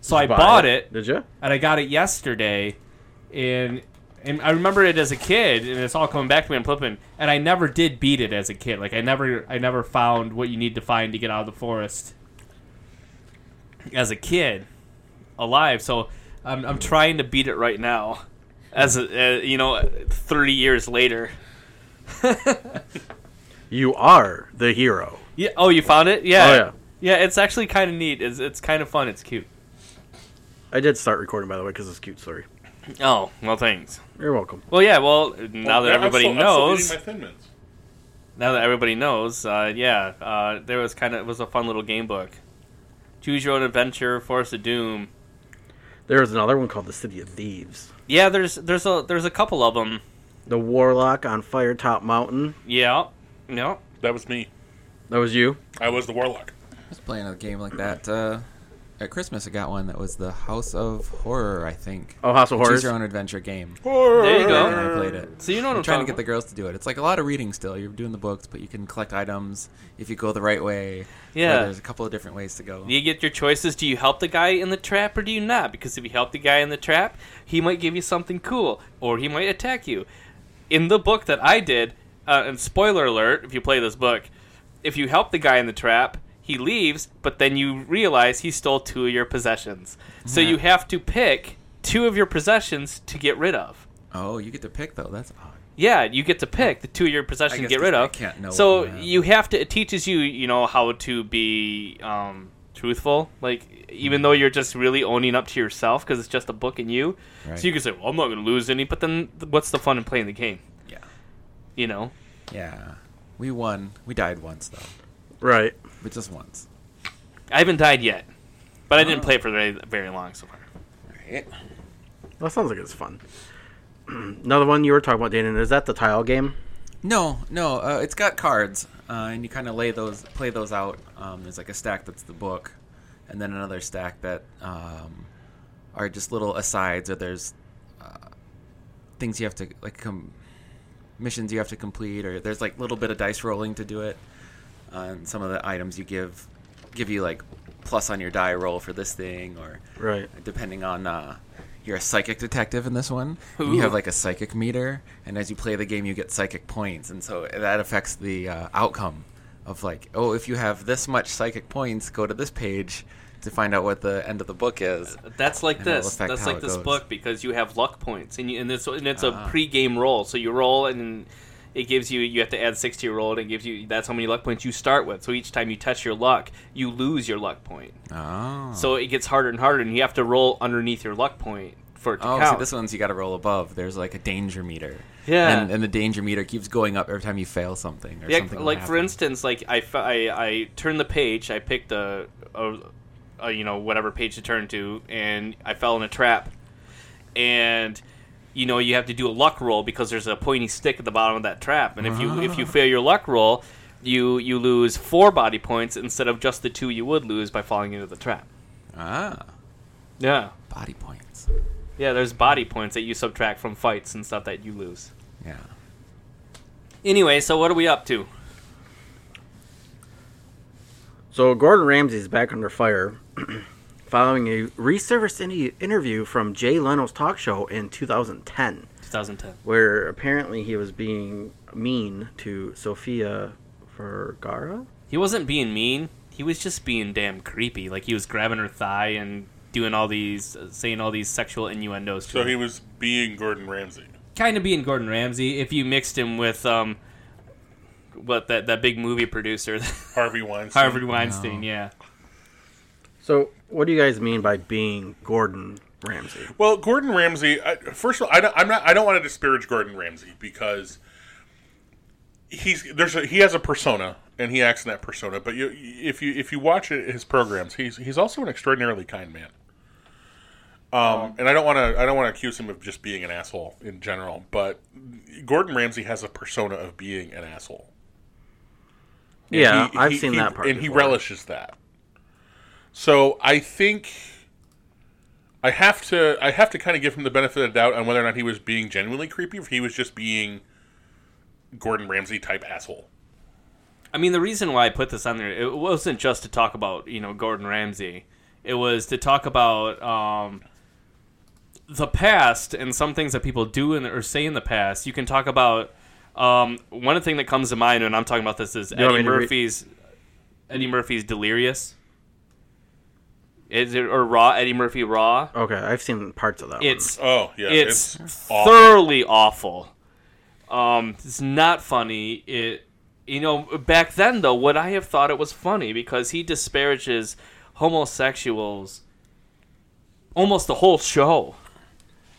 B: So I
A: Buy
B: bought it.
A: Did you?
B: and I got it yesterday, and and I remember it as a kid, and it's all coming back to me and flipping. And I never did beat it as a kid. Like I never, I never found what you need to find to get out of the forest as a kid, alive. So I'm I'm trying to beat it right now, as a, uh, you know, 30 years later.
A: You are the hero.
B: Yeah. Oh, you found it? Yeah.
A: Oh, yeah.
B: Yeah, it's actually kind of neat. It's, it's kind of fun. It's cute.
A: I did start recording by the way because it's a cute story.
B: Oh, well, thanks.
A: You're welcome.
B: Well, yeah. Well, now that
C: Yeah, I'm
B: everybody
C: still- I'm
B: knows,
C: still eating my Thin Mints.
B: now that everybody knows, uh, yeah, uh, there was kind of it was a fun little game book. Choose your own adventure, Forest of Doom.
A: There was another one called the City of Thieves.
B: Yeah, there's there's a there's a couple of them.
A: The Warlock on Firetop Mountain.
B: Yeah, no,
C: That was me.
A: That was you.
C: I was the warlock.
D: I was playing a game like that uh, at Christmas. I got one that was the House of Horror, I think.
A: Oh, House of
D: Choose
A: Horrors.
D: your own adventure game.
B: there you
D: And I
B: go.
D: played it.
B: So you know what
D: I'm
B: I'm
D: trying to
B: talking
D: get the girls to do it. It's like a lot of reading still. You're doing the books, but you can collect items if you go the right way. or
B: Yeah.
D: there's a couple of different ways to go.
B: You get your choices. Do you help the guy in the trap or do you not? Because if you help the guy in the trap, he might give you something cool or he might attack you. In the book that I did, uh, and spoiler alert if you play this book, if you help the guy in the trap, he leaves, but then you realize he stole two of your possessions. So you have to pick two of your possessions to get rid of.
D: Oh, you get to pick though. That's odd.
B: Yeah, you get to pick the two of your
D: I
B: possessions to
D: guess
B: get
D: 'cause
B: rid
D: I
B: of.
D: can't know
B: so
D: what you have.
B: you have to. It teaches you, you know, how to be um, truthful. Like even though you're just really owning up to yourself because it's just a book and you.
D: Right.
B: So you can say, "Well, I'm not going to lose any," but then th- what's the fun in playing the game?
D: Yeah.
B: You know.
D: Yeah. We won. We died once though,
A: Right.
D: but just once.
B: I haven't died yet, but I didn't play it for very, very long so far.
A: That sounds like it's fun. another one you were talking about, Dana. Is that the tile game?
D: No, no. Uh, it's got cards, uh, and you kind of lay those, play those out. Um, there's like a stack that's the book, and then another stack that um, are just little asides, or there's uh, things you have to like com- missions you have to complete, or there's like little bit of dice rolling to do it. Uh, and some of the items you give give you like plus on your die roll for this thing, or
A: Right.
D: depending on uh, you're a psychic detective in this one. and You have like a psychic meter, and as you play the game, you get psychic points, and so that affects the uh, outcome of like, oh, if you have this much psychic points, go to this page to find out what the end of the book is.
B: That's like
D: And it'll
B: this.
D: affect
B: That's
D: how
B: like
D: it
B: this
D: goes. Ah.
B: book because you have luck points and you, and it's and it's a pre-game roll. So you roll and it gives you you have to add six to your roll and it gives you that's how many luck points you start with. So each time you touch your luck, you lose your luck point.
D: Oh,
B: So it gets harder and harder, and you have to roll underneath your luck point for it to
D: oh,
B: count.
D: so this one's you got to roll above. There's like a danger meter.
B: Yeah.
D: and, and the danger meter keeps going up every time you fail something or
B: yeah,
D: something. will
B: like for
D: happen.
B: instance, like I, f- I, I turned the page, I picked a, a, a, you know, whatever page to turn to, and I fell in a trap, and you know you have to do a luck roll because there's a pointy stick at the bottom of that trap, and if you if you fail your luck roll, you you lose four body points instead of just the two you would lose by falling into the trap.
D: ah,
B: Yeah,
D: body points.
B: yeah. There's body points that you subtract from fights and stuff that you lose.
D: Yeah,
B: Anyway, so what are we up to?
A: So Gordon Ramsay's back under fire following a resurfaced in- interview from Jay Leno's talk show in 2010,
B: 2010.
A: where apparently he was being mean to Sofia Vergara.
B: He wasn't being mean. He was just being damn creepy. Like he was grabbing her thigh and doing all these, uh, saying all these sexual innuendos. To
C: So
B: him.
C: he was being Gordon Ramsay.
B: kind of being Gordon Ramsay if you mixed him with um, what that that big movie producer,
C: Harvey Weinstein.
B: Harvey Weinstein. Yeah,
A: So, what do you guys mean by being Gordon Ramsay?
C: Well, Gordon Ramsay. I, first of all, I don't, I'm not. I don't want to disparage Gordon Ramsay because he's there's a, he has a persona and he acts in that persona. But you, if you if you watch it, his programs, he's he's also an extraordinarily kind man. Um, and I don't want to I don't want to accuse him of just being an asshole in general. But Gordon Ramsay has a persona of being an asshole. And
A: yeah,
C: he-
A: I've
C: he-
A: seen
C: he-
A: that part.
C: and he
A: before.
C: relishes that. So I think I have to I have to kind of give him the benefit of the doubt on whether or not he was being genuinely creepy, if he was just being Gordon Ramsay type asshole.
B: I mean the reason why I put this on there, it wasn't just to talk about you know Gordon Ramsay. It was to talk about um, the past and some things that people do in, or say in the past. You can talk about um, one thing that comes to mind when I'm talking about this is
A: You want me
B: Eddie
A: to re-
B: Murphy's Eddie Murphy's Delirious. Is it or Raw Eddie Murphy Raw?
A: Okay, I've seen parts of that. one.
B: It's
C: Oh yeah,
B: it's,
C: awful.
B: thoroughly awful. Um, it's not funny. It, you know, back then though, would I have thought it was funny because he disparages homosexuals almost the whole show,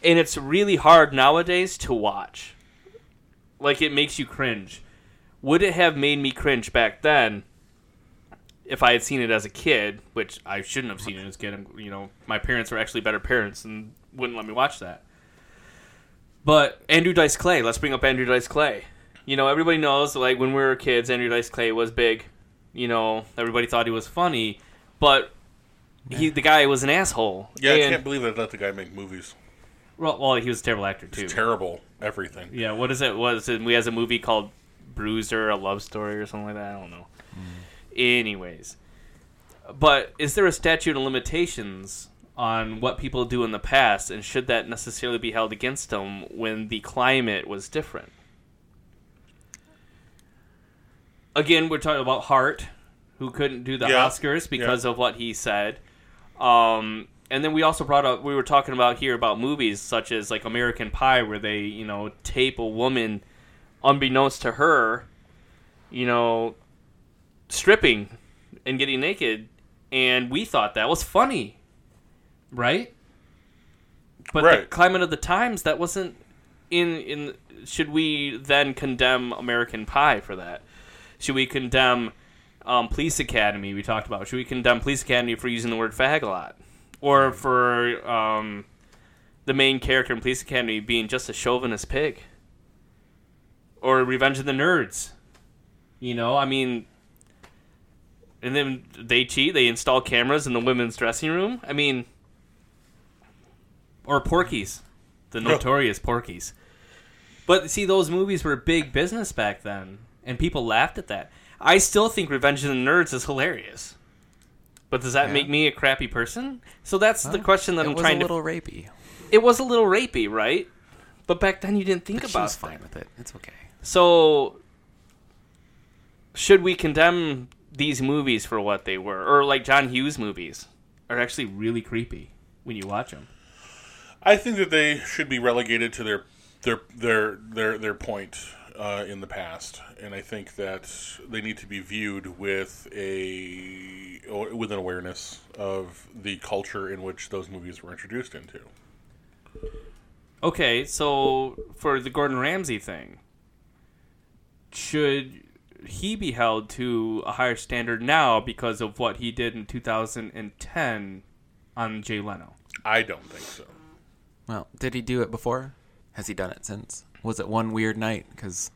B: and it's really hard nowadays to watch. Like it makes you cringe. Would it have made me cringe back then? If I had seen it as a kid, which I shouldn't have seen it as a kid, I'm- you know, my parents were actually better parents and wouldn't let me watch that. But Andrew Dice Clay, let's bring up Andrew Dice Clay. You know, everybody knows, like, when we were kids, Andrew Dice Clay was big. You know, everybody thought he was funny, but he, the guy was an asshole.
C: Yeah, I
B: And-
C: can't believe they let the guy make movies.
B: well, well, he was a terrible actor, too.
C: Terrible everything.
B: yeah, what is it? Was it? We has a movie called Bruiser, a love story, or something like that. I don't know. Anyways, but is there a statute of limitations on what people do in the past, and should that necessarily be held against them when the climate was different? Again, we're talking about Hart, who couldn't do the
C: Yeah.
B: Oscars because of what he said. Um, and then we also brought up we were talking about here about movies such as like American Pie, where they you know tape a woman unbeknownst to her, you know, stripping and getting naked, and we thought that was funny, right? But the
C: Right.
B: climate of the times that wasn't in in. Should we then condemn American Pie for that? Should we condemn um, Police Academy? We talked about. Should we condemn Police Academy for using the word fag a lot, or for um, the main character in Police Academy being just a chauvinist pig? Or Revenge of the Nerds. You know, I mean, and then they cheat. They install cameras in the women's dressing room. I mean, or Porkies, the notorious Porkies. But see, those movies were big business back then, and people laughed at that. I still think Revenge of the Nerds is hilarious. But does that
D: Yeah.
B: make me a crappy person? So that's the question that
D: it
B: I'm
D: was
B: trying
D: a
B: to.
D: little rapey.
B: It was a little rapey, right? But back then you didn't think
D: But she
B: about
D: was
B: that.
D: fine with it. It's okay.
B: So, should we condemn these movies for what they were, or like John Hughes movies are actually really creepy when you watch them?
C: I think that they should be relegated to their their their their their point uh, in the past, and I think that they need to be viewed with a or with an awareness of the culture in which those movies were introduced into.
B: Okay, so for the Gordon Ramsay thing, should he be held to a higher standard now because of what he did in 2010 on Jay
D: Oh,
B: Leno?
C: I don't think so.
D: Well, did he do it before?
E: Has he done it since? Was it one weird night? Because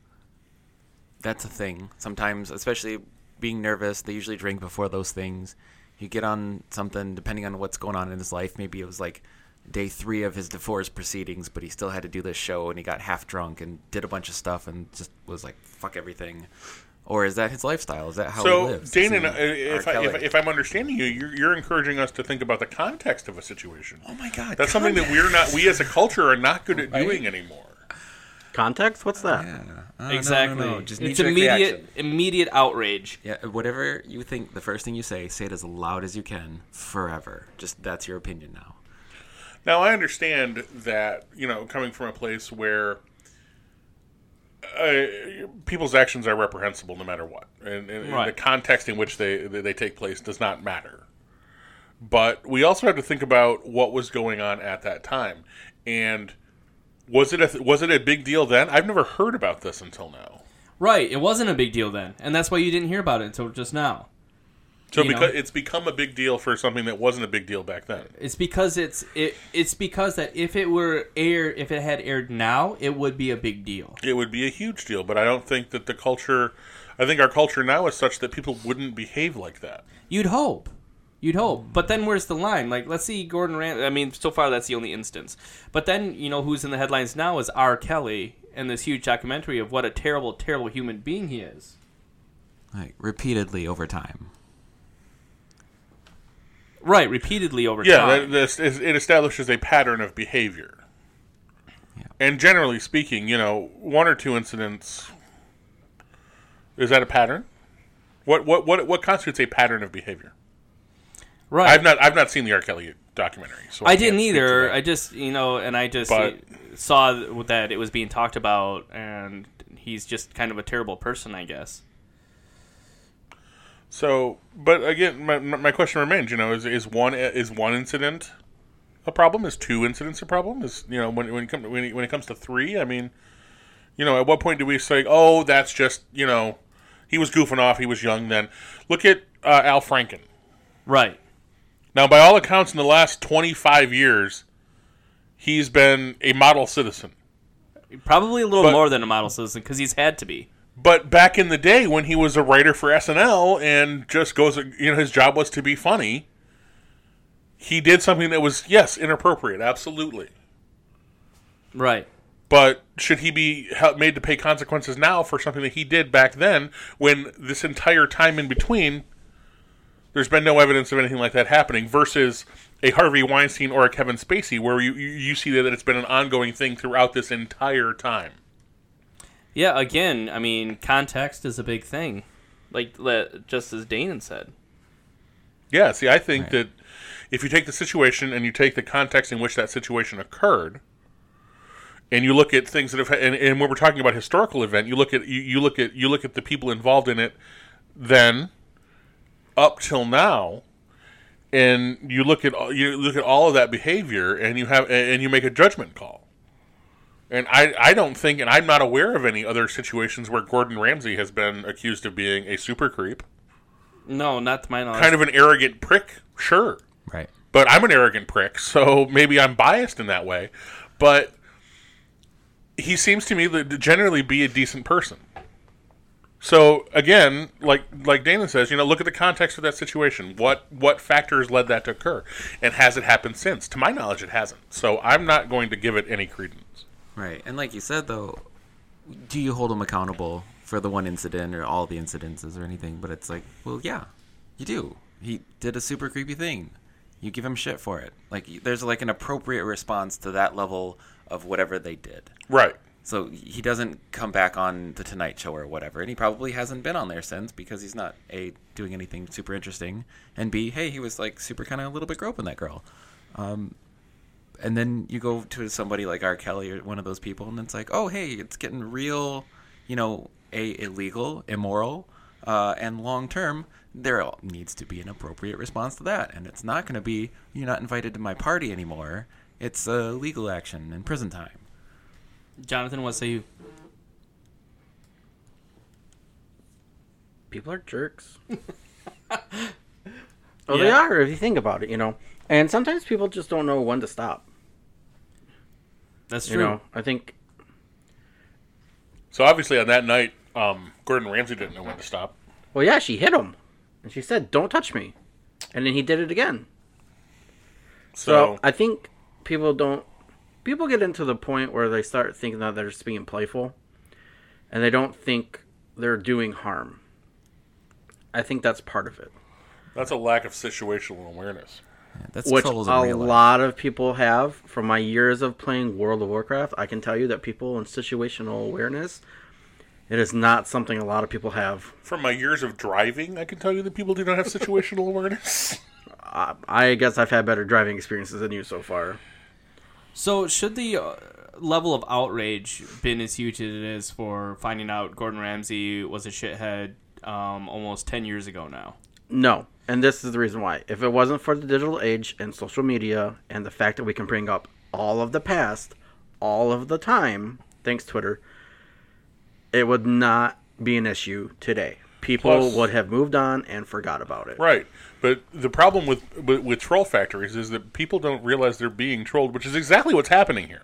E: that's a thing. Sometimes, especially being nervous, they usually drink before those things. You get on something, depending on what's going on in his life. Maybe it was like day three of his divorce proceedings, but he still had to do this show and he got half drunk and did a bunch of stuff and just was like, fuck everything. Or is that his lifestyle? Is that how he
C: So,
E: lives?
C: Dana,
E: Is he
C: and I- if,
E: R.
C: I, if,
E: Kelly?
C: if I'm understanding you, you're, you're encouraging us to think about the context of a situation.
E: oh my God.
C: That's something that we're not, we as a culture, are not good at doing anymore.
A: Context? What's that?
D: Yeah. Oh, no, no,
B: Exactly.
D: no, Just
B: it's
D: knee-jerk
B: immediate
D: reaction.
B: immediate outrage.
D: Yeah, uh, whatever you think, the first thing you say, say it as loud as you can forever. Just that's your opinion now.
C: Now I understand that you know coming from a place where uh, people's actions are reprehensible no matter what, and, and, and
B: Right.
C: the context in which they they take place does not matter. But we also have to think about what was going on at that time, and was it a was it a big deal then? I've never heard about this until now.
B: Right. It wasn't a big deal then, and that's why you didn't hear about it until just now.
C: So
B: You know.
C: because it's become a big deal for something that wasn't a big deal back then.
B: It's because it's it, it's because that if it were aired if it had aired now, it would be a big deal.
C: it would be a huge deal. But I don't think that the culture, I think our culture now is such that people wouldn't behave like that.
B: You'd hope. You'd hope. But then where's the line? Like, let's see Gordon Ramsay. I mean, so far that's the only instance. But then, you know, who's in the headlines now is R. Kelly and this huge documentary of what a terrible, terrible human being he is.
D: Like repeatedly over time.
B: Right, repeatedly over
C: Yeah, that,
B: time.
C: this is, it establishes a pattern of behavior. And generally speaking, you know, one or two incidents is that a pattern? What what what what constitutes a pattern of behavior?
B: right.
C: I've not I've not seen the R. Kelly documentary. So
B: I
C: can't
B: didn't
C: speak to
B: either.
C: that.
B: I just, you know, and I just
C: But-
B: saw that it was being talked about, and he's just kind of a terrible person, I guess.
C: So, but again, my, my my question remains. You know, is, is one is one incident a problem? Is two incidents a problem? Is you know when when it, come, when it when it comes to three? I mean, you know, at what point do we say, oh, that's just you know, he was goofing off. He was young then. Look at uh, Al Franken.
B: Right.
C: Now, by all accounts, in the last twenty five years, he's been a model citizen.
B: Probably a little
C: But-
B: more than a model citizen because he's had to be.
C: But back in the day when he was a writer for SNL and just goes, you know, his job was to be funny, he did something that was, yes, inappropriate, absolutely.
B: Right.
C: But should he be hel- made to pay consequences now for something that he did back then when this entire time in between there's been no evidence of anything like that happening versus a Harvey Weinstein or a Kevin Spacey where you, you you see that it's been an ongoing thing throughout this entire time?
B: Yeah, again, I mean, context is a big thing. Like le- just as Danon said.
C: Yeah, see, I think that if you take the situation and you take the context in which that situation occurred, and you look at things that have, and, and when we're talking about historical event, you look at you, you look at you look at the people involved in it, then up till now, and you look at all- you look at all of that behavior, and you have and you make a judgment call. And I, I don't think, and I'm not aware of any other situations where Gordon Ramsay has been accused of being a super creep,
B: No, not to my knowledge.
C: kind of an arrogant prick, sure
D: Right.
C: but I'm an arrogant prick, so maybe I'm biased in that way. But he seems to me to generally be a decent person. So again, like like Dana says, you know, look at the context of that situation. What what factors led that to occur, and has it happened since? To my knowledge, it hasn't. So I'm not going to give it any credence.
D: Right. And like you said though, do you hold them accountable for the one incident or all the incidences or anything? But it's like, well, yeah, you do. He did a super creepy thing. You give him shit for it. Like y- there's like an appropriate response to that level of whatever they did.
C: Right.
D: So he doesn't come back on the Tonight Show or whatever, and he probably hasn't been on there since because he's not a doing anything super interesting, and b hey he was like super kind of a little bit groping that girl, um, and then you go to somebody like R. Kelly or one of those people, and it's like oh hey it's getting real, you know a illegal, immoral, uh, and long term there needs to be an appropriate response to that, and it's not going to be you're not invited to my party anymore. It's uh, legal action and prison time.
B: Jonathan, what say you?
A: people are jerks.
C: Oh,
A: well, they are if you think about it, you know. And sometimes people just don't know when to stop.
B: That's
A: You
B: true.
A: know, I think
C: So obviously, on that night, um, Gordon Ramsay didn't know when to stop.
A: Well, yeah, she hit him, and she said, "Don't touch me," and then he did it again. So,
C: So
A: I think people don't. People get into the point where they start thinking that they're just being playful, and they don't think they're doing harm. I think that's part of it.
C: that's a lack of situational awareness.
E: That's
A: which
E: trolls
A: a
E: in real life.
A: lot of people have from my years of playing World of Warcraft. I can tell you that people in situational awareness, it is not something a lot of people have.
C: From my years of driving, I can tell you that people do not have situational awareness.
A: I, I guess I've had better driving experiences than you so far.
B: So should the uh, level of outrage been as huge as it is for finding out Gordon Ramsay was a shithead um, almost ten years ago now?
A: No. And this is the reason why. If it wasn't for the digital age and social media and the fact that we can bring up all of the past all of the time, thanks Twitter, it would not be an issue today. People
C: Plus-
A: would have moved on and forgot about it.
C: right. But the problem with, with with troll factories is that people don't realize they're being trolled, which is exactly what's happening here.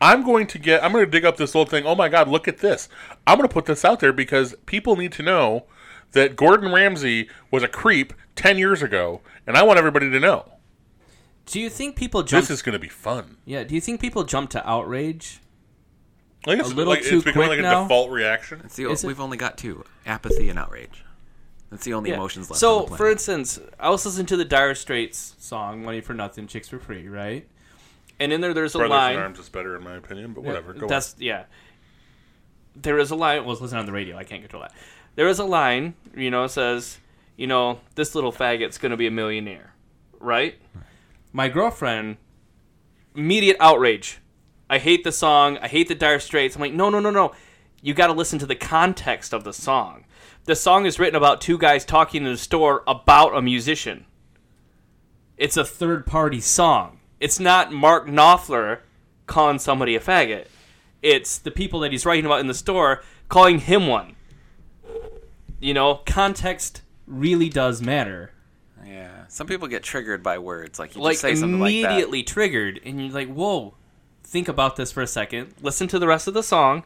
C: I'm going to get I'm going to dig up this old thing. Oh my god, look at this. I'm going to put this out there because people need to know that Gordon Ramsay was a creep 10 years ago and I want everybody to know.
B: Do you think people jump?
C: This is going to be fun.
B: yeah. Do you think people jump to outrage?
C: I think it's,
B: little
C: like,
B: too
C: it's becoming
B: quick
C: like a
B: now?
C: default reaction.
D: It's the,
B: Is it-
D: we've only got two apathy and outrage. That's the only
B: Yeah.
D: emotions left.
B: So,
D: on the
B: for
D: planet.
B: instance, I was listening to the Dire Straits song "Money for Nothing, Chicks for Free," right? And in there, there's a
C: Brothers
B: line.
C: in Arms is better in my opinion, but whatever. Go
B: That's yeah. There is a line. Was listening on the radio. I can't control that. There is a line. You know, it says, you know, this little faggot's going to be a millionaire, right? My girlfriend, immediate outrage. I hate the song. I hate the Dire Straits. I'm like, no, no, no, no. You got to listen to the context of the song. The song is written about two guys talking in a store about a musician. It's a third party song. It's not Mark Knopfler calling somebody a faggot. It's the people that he's writing about in the store calling him one. You know, context really does matter.
D: yeah, some people get triggered by words like you
B: like
D: just say something like that.
B: immediately triggered, and you're like, "Whoa!" Think about this for a second. Listen to the rest of the song.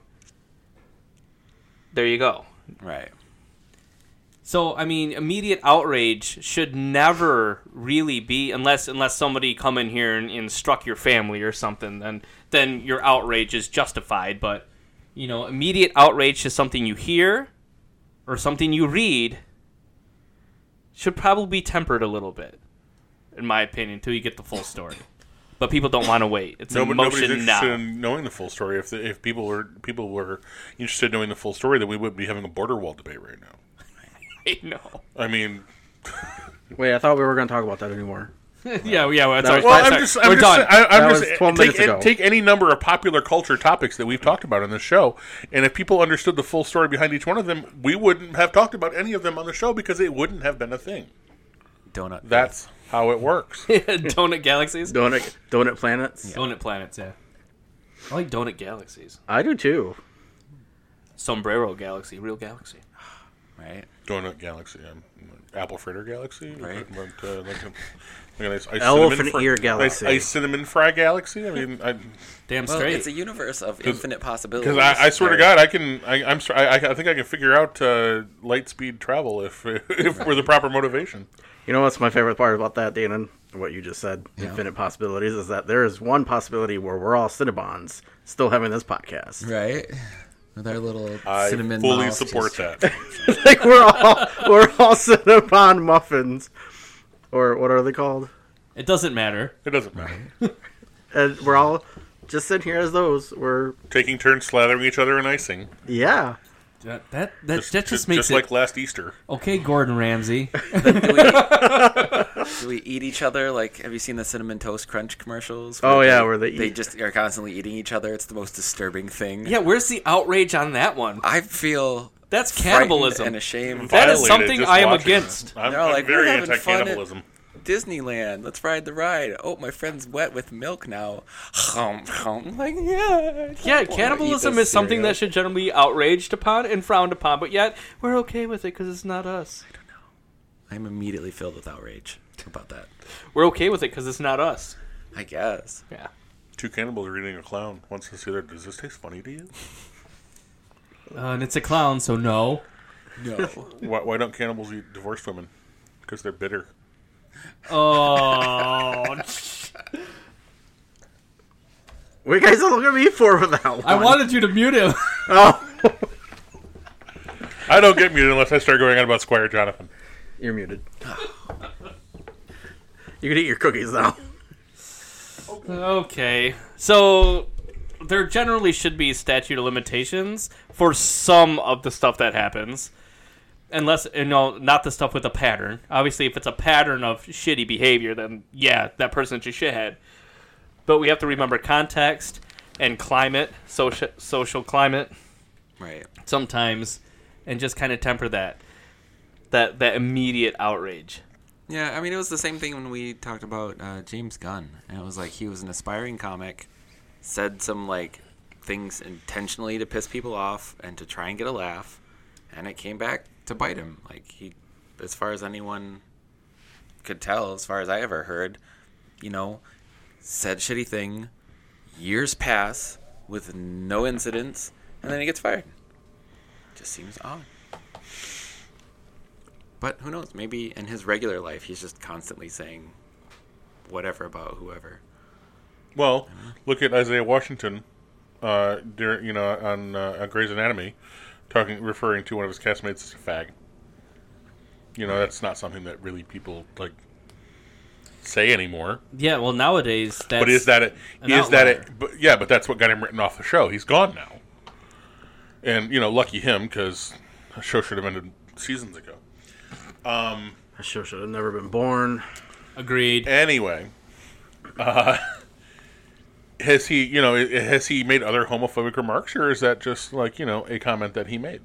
B: There you go.
D: Right.
B: So I mean, immediate outrage should never really be unless unless somebody come in here and, and struck your family or something. Then then your outrage is justified. But you know, immediate outrage to something you hear or something you read should probably be tempered a little bit, in my opinion, until you get the full story. But people don't want to wait. It's
C: No,
B: an
C: but nobody's
B: emotion
C: interested
B: now.
C: in knowing the full story. If the, if people were people were interested in knowing the full story, then we would be having a border wall debate right now.
B: I know.
C: I mean,
A: Wait, I thought we were going to talk about that anymore.
B: yeah, yeah. Well,
A: That
B: sorry,
A: was-
C: well,
B: sorry,
C: I'm
B: sorry.
C: just, I'm
B: We're
C: just,
B: done.
C: I, I'm
A: That
C: just
A: was 12
C: take,
A: minutes ago.
C: take any number of popular culture topics that we've talked about on this show, and if people understood the full story behind each one of them, we wouldn't have talked about any of them on the show because it wouldn't have been a thing.
D: Donut.
C: That's how it works.
B: donut galaxies.
A: Donut, donut planets.
B: Donut planets, yeah. I like donut galaxies.
A: I do too.
B: Sombrero galaxy, real galaxy.
D: right.
C: Donut Galaxy, um, Apple Fritter Galaxy,
D: Right.
C: Like, uh, like a, like a nice ice
A: Elephant
C: cinnamon fry-
A: ear
C: nice
A: galaxy.
C: ice cinnamon fry galaxy. I mean, I.
B: Damn
D: Well,
B: straight.
D: it's a universe of infinite possibilities.
C: Because I, I swear to
D: There-
C: God, I can. I, I'm. Sorry, I, I think I can figure out uh, light speed travel if if we're the proper motivation.
A: You know what's my favorite part about that, Danon? What you just said, infinite possibilities, is that there is one possibility where we're all Cinnabons still having this podcast.
E: right? With our little
C: I
E: cinnamon
C: fully
E: mouse,
C: support
E: just-
C: that.
A: like we're all we're all Cinnabon muffins, or what are they called?
B: it doesn't matter.
C: It doesn't matter.
A: And we're all just sitting here as those. We're
C: Taking turns slathering each other in icing,
A: yeah.
B: That that that that just makes it
C: like last Easter.
B: okay, Gordon Ramsay.
D: Do we, do we eat each other? Like, have you seen the cinnamon toast crunch commercials?
A: Oh, yeah,
D: they,
A: where they eat-
D: just are constantly eating each other. It's the most disturbing thing.
B: yeah, where's the outrage on that one?
D: I feel
B: That's
D: frightened
B: cannibalism.
D: and ashamed.
B: That is
C: Violated
B: something
C: just
B: I am
C: watching
B: against.
C: that. I'm,
D: They're
C: I'm
D: like,
C: very
D: "We're having fun at-
C: anti-cannibalism.
D: Disneyland. Let's ride the ride. Oh, my friend's wet with milk now. Hum, hum. Like, yeah.
B: Yeah, cannibalism is something that should generally be outraged upon and frowned upon, but yet we're okay with it because it's not us.
D: I'm immediately filled with outrage about that.
B: We're okay with it because it's not us.
D: I guess.
B: Yeah.
C: Two cannibals are eating a clown. Wants to see that. Does this taste funny to you?
B: Uh, and it's a clown, so no.
D: No.
C: Why, why don't cannibals eat divorced women? Because they're bitter.
B: Oh,
A: What you guys are looking at me for with that one?
B: I wanted you to mute him.
A: Oh,
C: I don't get muted unless I start going on about Squire Jonathan.
A: you're muted. You can eat your cookies now.
B: Okay. So there generally should be statute of limitations for some of the stuff that happens. Unless you know, not the stuff with a pattern. Obviously if it's a pattern of shitty behavior, then yeah, that person's a shithead. But we have to remember context and climate, social social climate
D: Right.
B: sometimes and just kind of temper that that that immediate outrage.
D: Yeah, I mean, it was the same thing when we talked about uh, James Gunn, and it was like he was an aspiring comic, said some like things intentionally to piss people off and to try and get a laugh, and it came back to bite him. Like he, as far as anyone could tell, as far as I ever heard, you know, said shitty thing, years pass with no incidents, and then he gets fired. Just seems odd. But who knows? Maybe in his regular life, he's just constantly saying whatever about whoever.
C: Well, look at Isaiah Washington, uh, during, you know, on, uh, on Grey's Anatomy, talking referring to one of his castmates as a fag. You know, that's not something that really people like say anymore.
B: Yeah, well nowadays that's
C: but is that it?
B: an
C: Is that
B: outlier.
C: it? But yeah, but that's what got him written off the show. He's gone now, and you know, lucky him because the show should have ended seasons ago.
A: That show should have never been born.
B: agreed.
C: Anyway, uh, has he, you know, i- has he made other homophobic remarks, or is that just like you know a comment that he made?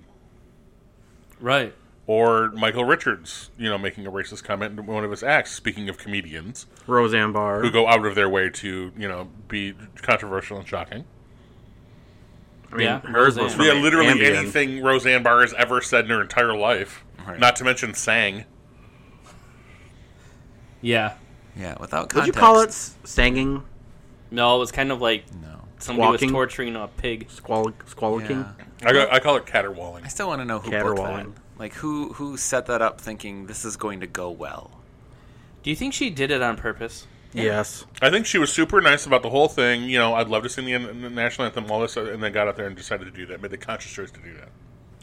B: Right.
C: Or Michael Richards, you know, making a racist comment in one of his acts. Speaking of comedians
A: Roseanne Barr.
C: who go out of their way to, you know, be controversial and shocking.
A: I mean,
B: Yeah,
A: hers was
B: Roseanne.
A: from
C: yeah, literally
A: Ambien.
C: anything Roseanne Barr has ever said in her entire life.
D: Right.
C: Not to mention sang.
B: Yeah.
D: Yeah, without
A: Would you
D: context.
A: call it s- singing?
B: No, it was kind of like
D: No.
B: somebody
A: Squawking.
B: was torturing a pig.
A: Squall- squawking?
D: Yeah.
C: I, got, I call it
D: I
C: caterwauling.
D: still want to know who booked that.
A: Caterwauling.
D: Like who who set that up, thinking this is going to go well.
B: Do you think she did it on purpose?
A: Yes.
C: I think she was super nice about the whole thing. You know, I'd love to sing the, an- the national anthem, all this, and then got out there and decided to do that. Made the conscious choice to do that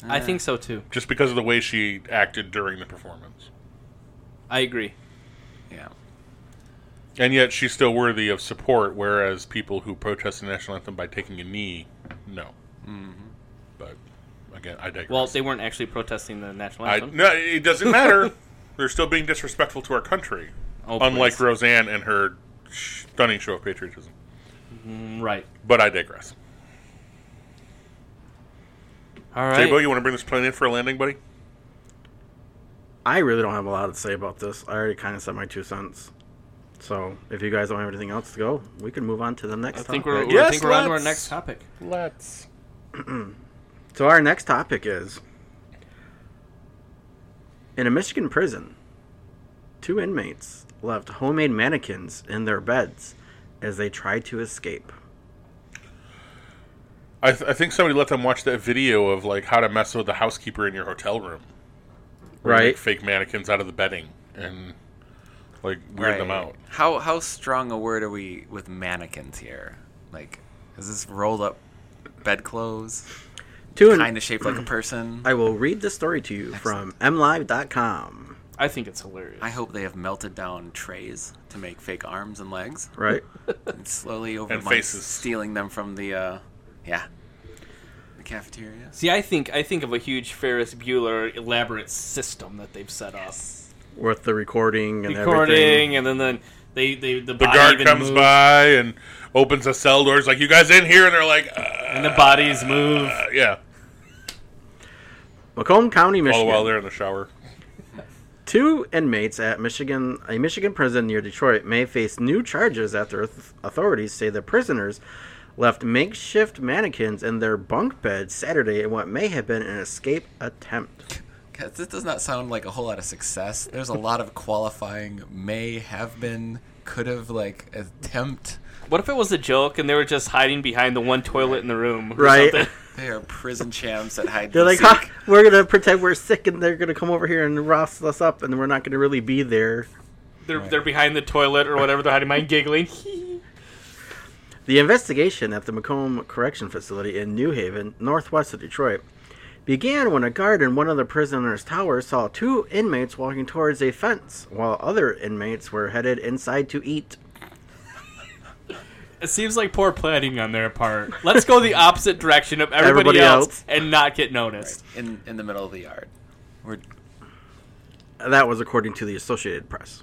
B: I think so too.
C: just because of the way she acted during the performance.
B: I agree.
D: Yeah.
C: And yet, she's still worthy of support. Whereas people who protest the national anthem by taking a knee, no. But again, I digress.
B: Mm-hmm. Well, they weren't actually protesting the national
C: I,
B: anthem.
C: no, it doesn't matter. They're still being disrespectful to our country,
B: Oh,
C: unlike
B: please.
C: Roseanne and her stunning show of patriotism.
B: Mm, right.
C: But I digress.
B: All
C: Jaybo,
B: right.
C: you want to bring this plane in for a landing, buddy?
A: I really don't have a lot to say about this. I already kind of said my two cents. So, if you guys don't have anything else to go, we can move on to the next
B: I
A: topic.
B: think we're, I
C: Yes,
B: think we're on to our
C: let's-
B: next topic.
C: Let's.
A: So our next topic is in a Michigan prison, two inmates left homemade mannequins in their beds as they tried to escape.
C: I, th- I think somebody let them watch that video of like how to mess with the housekeeper in your hotel room. Where you make
A: Right?
C: fake mannequins out of the bedding and like weird them
D: Right.
C: out.
D: How how strong a word are we with mannequins here? Like, is this rolled up bedclothes,
A: Two in-
D: kind of shaped like a person?
A: I will read this story to you from mlive.com,
B: I think it's hilarious.
D: I hope they have melted down trays to make fake arms and legs.
A: right?
D: and slowly over
C: And
D: months
C: faces.
D: stealing them from the uh yeah the cafeteria
B: See, I think I think of a huge Ferris Bueller elaborate system that they've set up.
A: With the recording and
B: Recording,
A: everything.
B: and then, then they, they the,
C: The
B: body
C: guard
B: even
C: comes
B: moves,
C: by and opens the cell doors like you guys in here and they're like uh,
B: and the bodies move.
C: yeah.
A: Macomb County,
C: All
A: Michigan.
C: the while they're in the shower.
A: Two inmates at Michigan, a Michigan prison near Detroit, may face new charges after auth- authorities say the prisoners left makeshift mannequins in their bunk beds Saturday in what may have been an escape attempt.
D: Guys, this does not sound like a whole lot of success there's a lot of qualifying may have been could have like attempt
B: What if it was a joke and they were just hiding behind the one toilet in the room? or
A: Right?
B: something?
D: they are prison champs that hide
A: They're like,
D: and
A: "Huh,
D: seek."
A: we're gonna pretend we're sick, and they're gonna come over here and rustle us up, and we're not gonna really be there.
B: They're they're behind the toilet or whatever. They're hiding behind giggling.
A: The investigation at the Macomb Correction Facility in New Haven, northwest of Detroit, began when a guard in one of the prisoner's towers saw two inmates walking towards a fence while other inmates were headed inside to eat.
B: It seems like poor planning on their part. Let's go the opposite direction of everybody,
A: Everybody
B: else,
A: else.
B: and not get noticed.
D: in in the middle of the yard. We're
A: That was according to the Associated Press.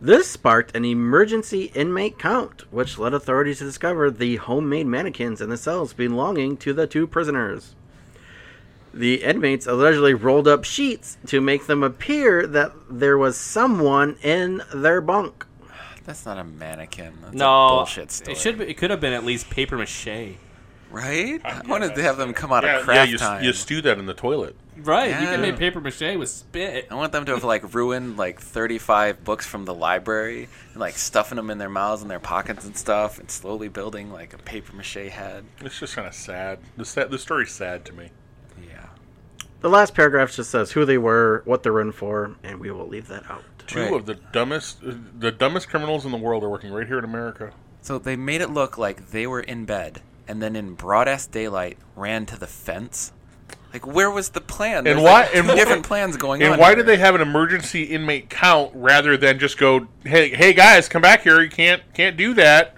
A: This sparked an emergency inmate count, which led authorities to discover the homemade mannequins in the cells belonging to the two prisoners. The inmates allegedly rolled up sheets to make them appear that there was someone in their bunk.
D: that's not a mannequin. That's
B: No,
D: a bullshit story.
B: it should. Be, it could have been at least paper mache.
D: right? I wanted to have them come out of
C: Yeah, yeah
D: craft
C: you, s-
D: time.
C: you stew that in the toilet.
B: Right, you
D: Yeah.
B: can make paper mache with spit.
D: I want them to have like ruined like 35 books from the library and like stuffing them in their mouths and their pockets and stuff and slowly building like a paper mache head.
C: It's just kind of sad. The sa- the story's sad to me.
D: Yeah.
A: The last paragraph just says who they were, what they're in for, and we will leave that out.
C: Two
D: Right.
C: of the dumbest uh, the dumbest criminals in the world are working right here in America.
D: So they made it look like they were in bed and then in broad ass daylight ran to the fence. Like where was the plan? There's,
C: why-
D: like,
C: and-
D: two different plans going on?
C: And why did they
D: here.
C: have an emergency inmate count rather than just go, "Hey, hey guys, come back here. You can't can't do that."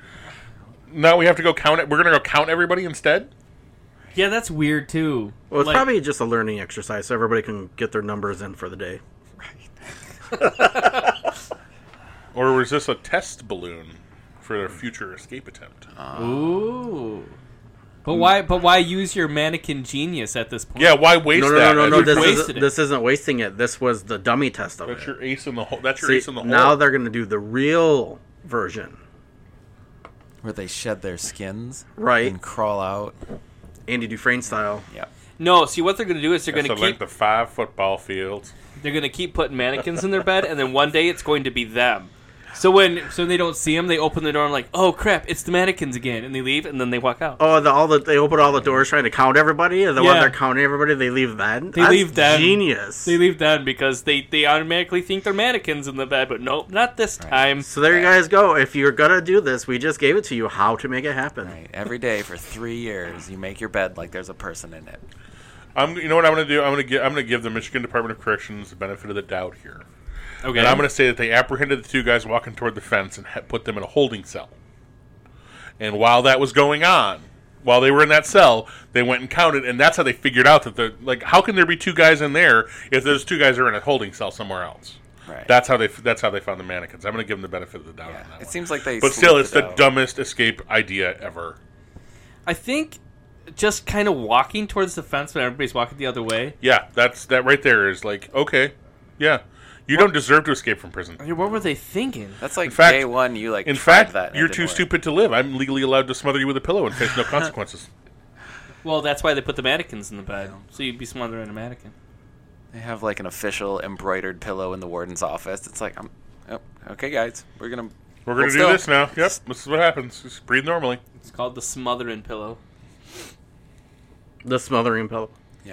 C: Now we have to go count it. We're going to go count everybody instead.
B: Yeah, that's weird too.
A: Well, it's
B: Like,
A: probably just a learning exercise so everybody can get their numbers in for the day.
C: Or was this a test balloon for their future escape attempt?
D: Oh.
B: Ooh. But why? But why use your mannequin genius at this point?
C: yeah, why waste
A: No, no,
C: that?
A: no, no, no.
C: That's
A: This,
C: your-
B: wasted
A: isn't,
B: it.
A: this isn't wasting it. This was the dummy test of
C: that's
A: it.
C: your ace in the hole. That's your
A: See,
C: ace in the hole.
A: now they're going to do the real version,
D: where they shed their skins
A: Right.
D: and crawl out?
A: Andy Dufresne style.
D: Yep.
B: No. See, what they're gonna do is they're
C: That's
B: gonna
C: a length
B: keep
C: of five football fields.
B: they're gonna keep putting mannequins in their bed, and then one day it's going to be them. So when so they don't see them, they open the door and like, oh crap, it's the mannequins again, and they leave, and then they walk out.
A: Oh, the, all the they open all the doors trying to count everybody, and then
B: Yeah.
A: while they're counting everybody, they leave then.
B: They leave then.
A: Genius.
B: They leave then because they they automatically think they're mannequins in the bed, but nope, not this time.
A: so there you guys go. If you're gonna do this, we just gave it to you how to make it happen.
D: Right. Every day for three years, you make your bed like there's a person in it.
C: I'm, you know what I'm going to do? I'm going to give I'm going to give the Michigan Department of Corrections the benefit of the doubt here,
B: Okay,
C: and I'm going to say that they apprehended the two guys walking toward the fence and ha- put them in a holding cell. And while that was going on, while they were in that cell, they went and counted, and that's how they figured out that the like how can there be two guys in there if those two guys are in a holding cell somewhere else?
D: Right.
C: That's how they f- that's how they found the mannequins. I'm going to give them the benefit of the doubt on that
D: It
C: one.
D: seems like they.
C: but still,
D: sleeved
C: it's
D: it
C: the
D: out.
C: dumbest escape idea ever.
B: I think just kind of walking towards the fence when everybody's walking the other way.
C: Yeah, that's that right there is like okay, yeah, you don't deserve to escape from prison.
B: I mean, what were they thinking?
D: That's like
C: In fact-
D: day one. You like.
C: In
D: tried
C: fact,
D: that and it
C: you're
D: didn't
C: too
D: work.
C: stupid to live. I'm legally allowed to smother you with a pillow and face no consequences.
B: Well, that's why they put the mannequins in the bed, so you'd be smothering a mannequin.
D: They have like an official embroidered pillow in the warden's office. It's like, I'm, oh, okay, guys, we're gonna.
C: We're gonna
D: Well,
C: do
D: still-
C: this now. Yep, this is what happens. Just breathe normally.
B: It's called the smothering pillow.
A: The smothering pillow.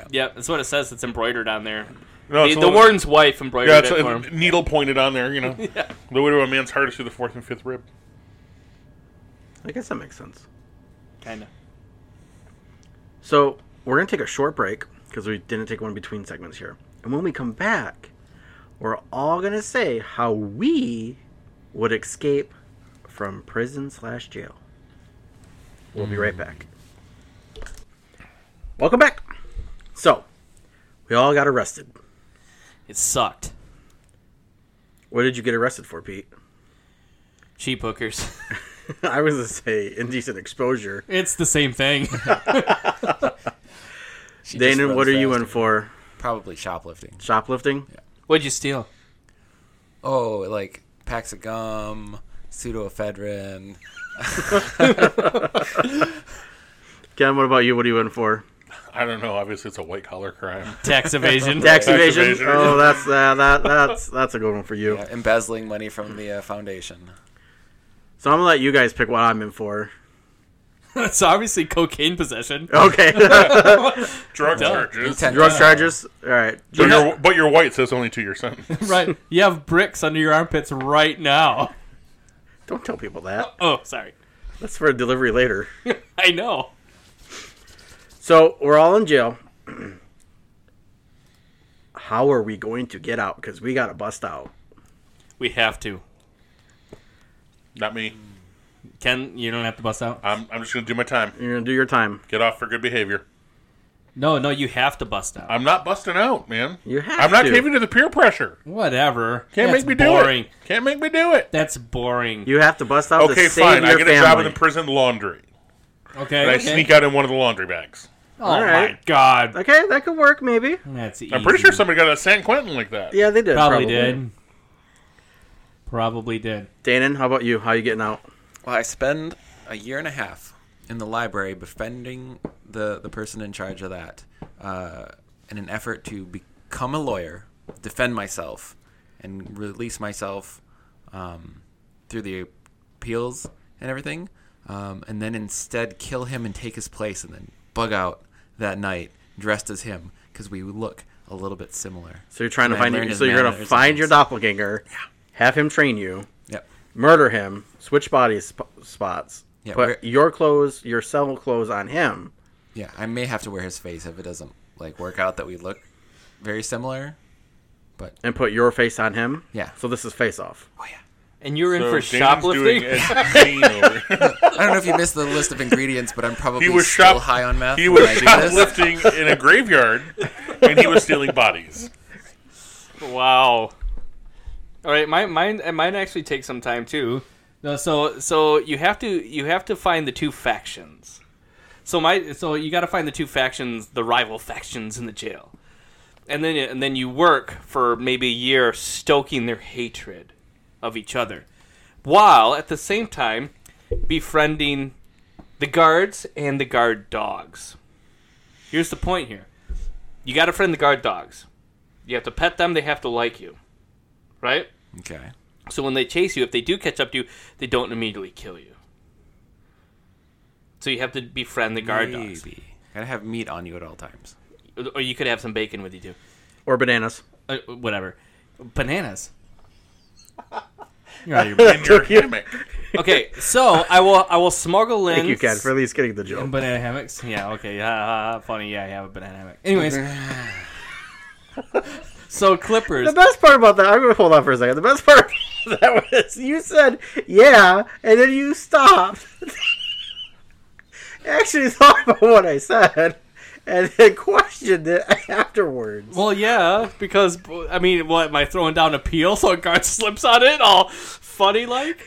B: Yeah, that's what it says. It's embroidered on there.
C: No,
B: the
C: a
B: the
C: little-
B: warden's wife embroidered
C: Yeah, it's
B: it
C: a
B: for him.
C: needle pointed on there. You know,
B: Yeah.
C: the way to a man's heart is through the fourth and fifth rib.
A: I guess that makes sense.
B: Kind of.
A: So we're going to take a short break because we didn't take one between segments here. And when we come back, we're all going to say how we would escape from prison slash jail. We'll be right back. Welcome back. So we all got arrested.
B: It sucked.
A: What did you get arrested for, Pete?
B: Cheap hookers.
A: I was going to say indecent exposure.
B: it's the same thing.
D: She just
A: Dana,
D: runs
A: what are you
D: fast.
A: in for?
D: Probably shoplifting.
A: Shoplifting?
B: What'd you steal?
D: Oh, like packs of gum, pseudoephedrine.
A: Ken, what about you? What are you in for?
C: I don't know. Obviously, it's a white collar crime.
B: Tax evasion.
A: Tax evasion.
C: evasion.
A: Oh, that's uh, that that's that's a good one for you.
D: Yeah, embezzling money from the uh, foundation.
A: So I'm gonna let you guys pick what I'm in for.
B: it's obviously cocaine possession.
A: Okay,
C: Drug
B: Duh.
C: charges.
D: Intent-
A: drug charges. All right.
C: But you're, but you're white, so it's only two year sentence.
B: right. You have bricks under your armpits right now.
A: Don't tell people that.
B: Oh, sorry.
A: That's for a delivery later.
B: I know.
A: So we're all in jail. How are we going to get out? Because we got to bust out.
B: We have to.
C: Not me.
B: Ken, you don't have to bust out.
C: I'm, I'm just going to do my time.
A: You're gonna do your time.
C: Get off for good behavior.
B: No, no, you have to bust out.
C: I'm not busting out, man.
A: You have
C: I'm not
A: to.
C: caving to the peer pressure.
B: Whatever.
C: Can't
B: That's
C: make me
B: boring.
C: do it. Can't make me do it.
B: That's boring.
A: You have to bust out.
C: Okay,
A: to save
C: fine. I
A: Your
C: get
A: family.
C: a job in the prison laundry.
B: okay.
C: And I
B: okay.
C: sneak out in one of the laundry bags.
B: Oh
A: All
B: my
A: right.
B: god.
A: Okay, that could work maybe.
B: That's easy.
C: I'm pretty sure somebody got a San Quentin like that.
A: Yeah, they did.
B: probably, did. Probably did.
A: Danon, how about you? How you getting out?
D: Well, I spend a year and a half in the library befriending the, the person in charge of that uh, in an effort to become a lawyer, defend myself, and release myself um, through the appeals and everything, um, and then instead kill him and take his place and then bug out that night dressed as him because we look a little bit similar.
A: So you're trying to
D: And I
A: find.
D: learned
A: Your,
D: his
A: so you're gonna
D: manners
A: find
D: and
A: your doppelganger. Have him train you.
D: Yep.
A: Murder him. Switch body sp- spots.
D: Yeah, we're-
A: put your clothes, your cell clothes on him.
D: Yeah, I may have to wear his face if it doesn't like work out that we look very similar.
A: and put your face on him.
D: Yeah.
A: So this is face off.
D: Oh yeah.
B: And you're in
C: So
B: for
C: Dan's
B: shoplifting?
C: doing Ed Gein over-
D: I don't know if you missed the list of ingredients, but I'm probably
C: he was
D: still
C: shop-
D: high on meth.
C: He
D: when
C: was
D: I do this.
C: shoplifting in a graveyard, and he was stealing bodies.
B: Wow. All right, mine mine and mine actually takes some time too. No, so so you have to you have to find the two factions. So my so you got to find the two factions, the rival factions in the jail, and then and then you work for maybe a year stoking their hatred of each other, while at the same time befriending the guards and the guard dogs. Here's the point here: you got to friend the guard dogs. You have to pet them, they have to like you. Right?
D: Okay.
B: So when they chase you, if they do catch up to you, they don't immediately kill you. So you have to befriend the guard dogs.
D: Maybe. Gotta have meat on you at all times.
B: Or you could have some bacon with you too.
A: Or bananas.
B: Uh, whatever. Bananas.
C: In your hammock.
B: Okay, so I will I will smuggle in
A: Thank you, Ken, for at least getting the
B: And
A: joke.
B: banana hammocks. Yeah. Okay. Yeah. funny. Yeah, I have a banana hammock. Anyways. so clippers.
A: The best part about that, I'm going to hold on for a second. The best part about that was you said, yeah, and then you stopped. Actually thought about what I said and then questioned it afterwards.
B: Well, yeah, because I mean, what am I throwing down a peel so a guard slips on it, all funny like?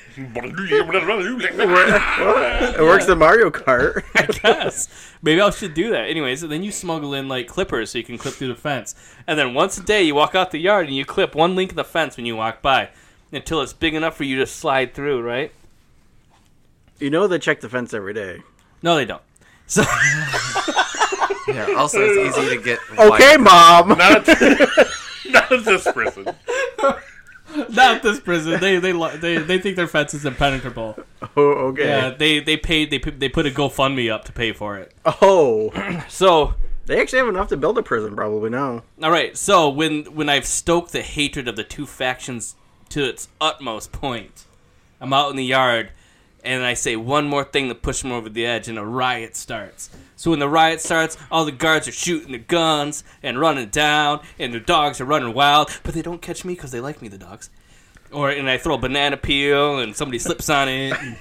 A: It works in Mario Kart.
B: I guess maybe I should do that. Anyways, and then you smuggle in like clippers so you can clip through the fence, and then once a day you walk out the yard and you clip one link of the fence when you walk by until it's big enough for you to slide through, right?
A: you know they check the fence every day.
B: No, they don't. So
D: Yeah. Also, it's easy to get.
A: Okay,
D: white.
A: Mom.
C: Not at, not at this prison.
B: not this prison. They they lo- they they think their fence is impenetrable.
A: Oh, okay.
B: Yeah, they they paid they pu- they put a GoFundMe up to pay for it.
A: Oh.
B: So
A: They actually have enough to build a prison probably now.
B: All right. So when when I've stoked the hatred of the two factions to its utmost point, I'm out in the yard and I say one more thing to push them over the edge, and a riot starts. So when the riot starts, all the guards are shooting their guns and running down, and their dogs are running wild, but they don't catch me because they like me, the dogs. Or and I throw a banana peel, and somebody slips on it. And,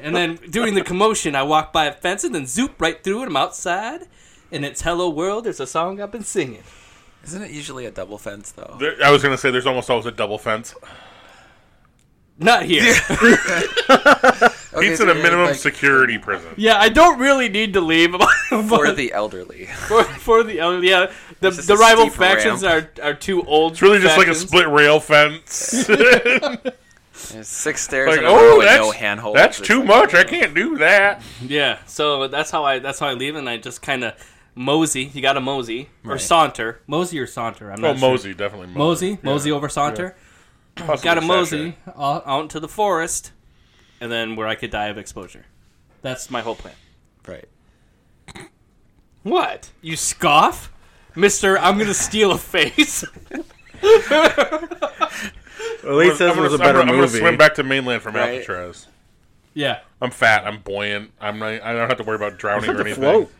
B: and then during the commotion, I walk by a fence and then zoop right through, and I'm outside. And it's "Hello World." There's a song I've been singing.
D: Isn't it usually a double fence though?
C: There, I was going to say there's almost always a double fence.
B: Not here.
D: Okay,
C: It's
D: so
C: in a
D: you're,
C: minimum
D: like,
C: security prison.
B: yeah, I don't really need to leave but-
D: for the elderly.
B: for, for the other. Yeah, the,
D: just
B: the
D: a
B: rival
D: steep
B: factions are are two old.
C: It's really just like a
B: factions.
C: split rail fence. like,
D: There's six stairs and a door
C: oh,
D: with
C: that's,
D: no handhold.
C: that's too much. I can't do that.
B: Yeah, so that's how I that's how I leave, and I just kind of mosey. You got to mosey or
D: Right.
B: saunter, mosey or saunter. I'm
C: Oh,
B: not sure.
C: Mosey, definitely
B: mosey,
C: Mosey.
B: mosey over saunter. Got to mosey out, out into the forest, and then where I could die of exposure. That's my whole plan.
D: Right.
B: What you scoff, Mister? I'm gonna steal a face.
A: At least this
C: I'm
A: was a
C: gonna,
A: better
C: I'm gonna, I'm gonna
A: movie.
C: swim back to mainland from
D: Right.
C: Alcatraz.
B: yeah.
C: I'm fat. I'm buoyant. I'm not, I don't have to worry about drowning or anything.
A: Float.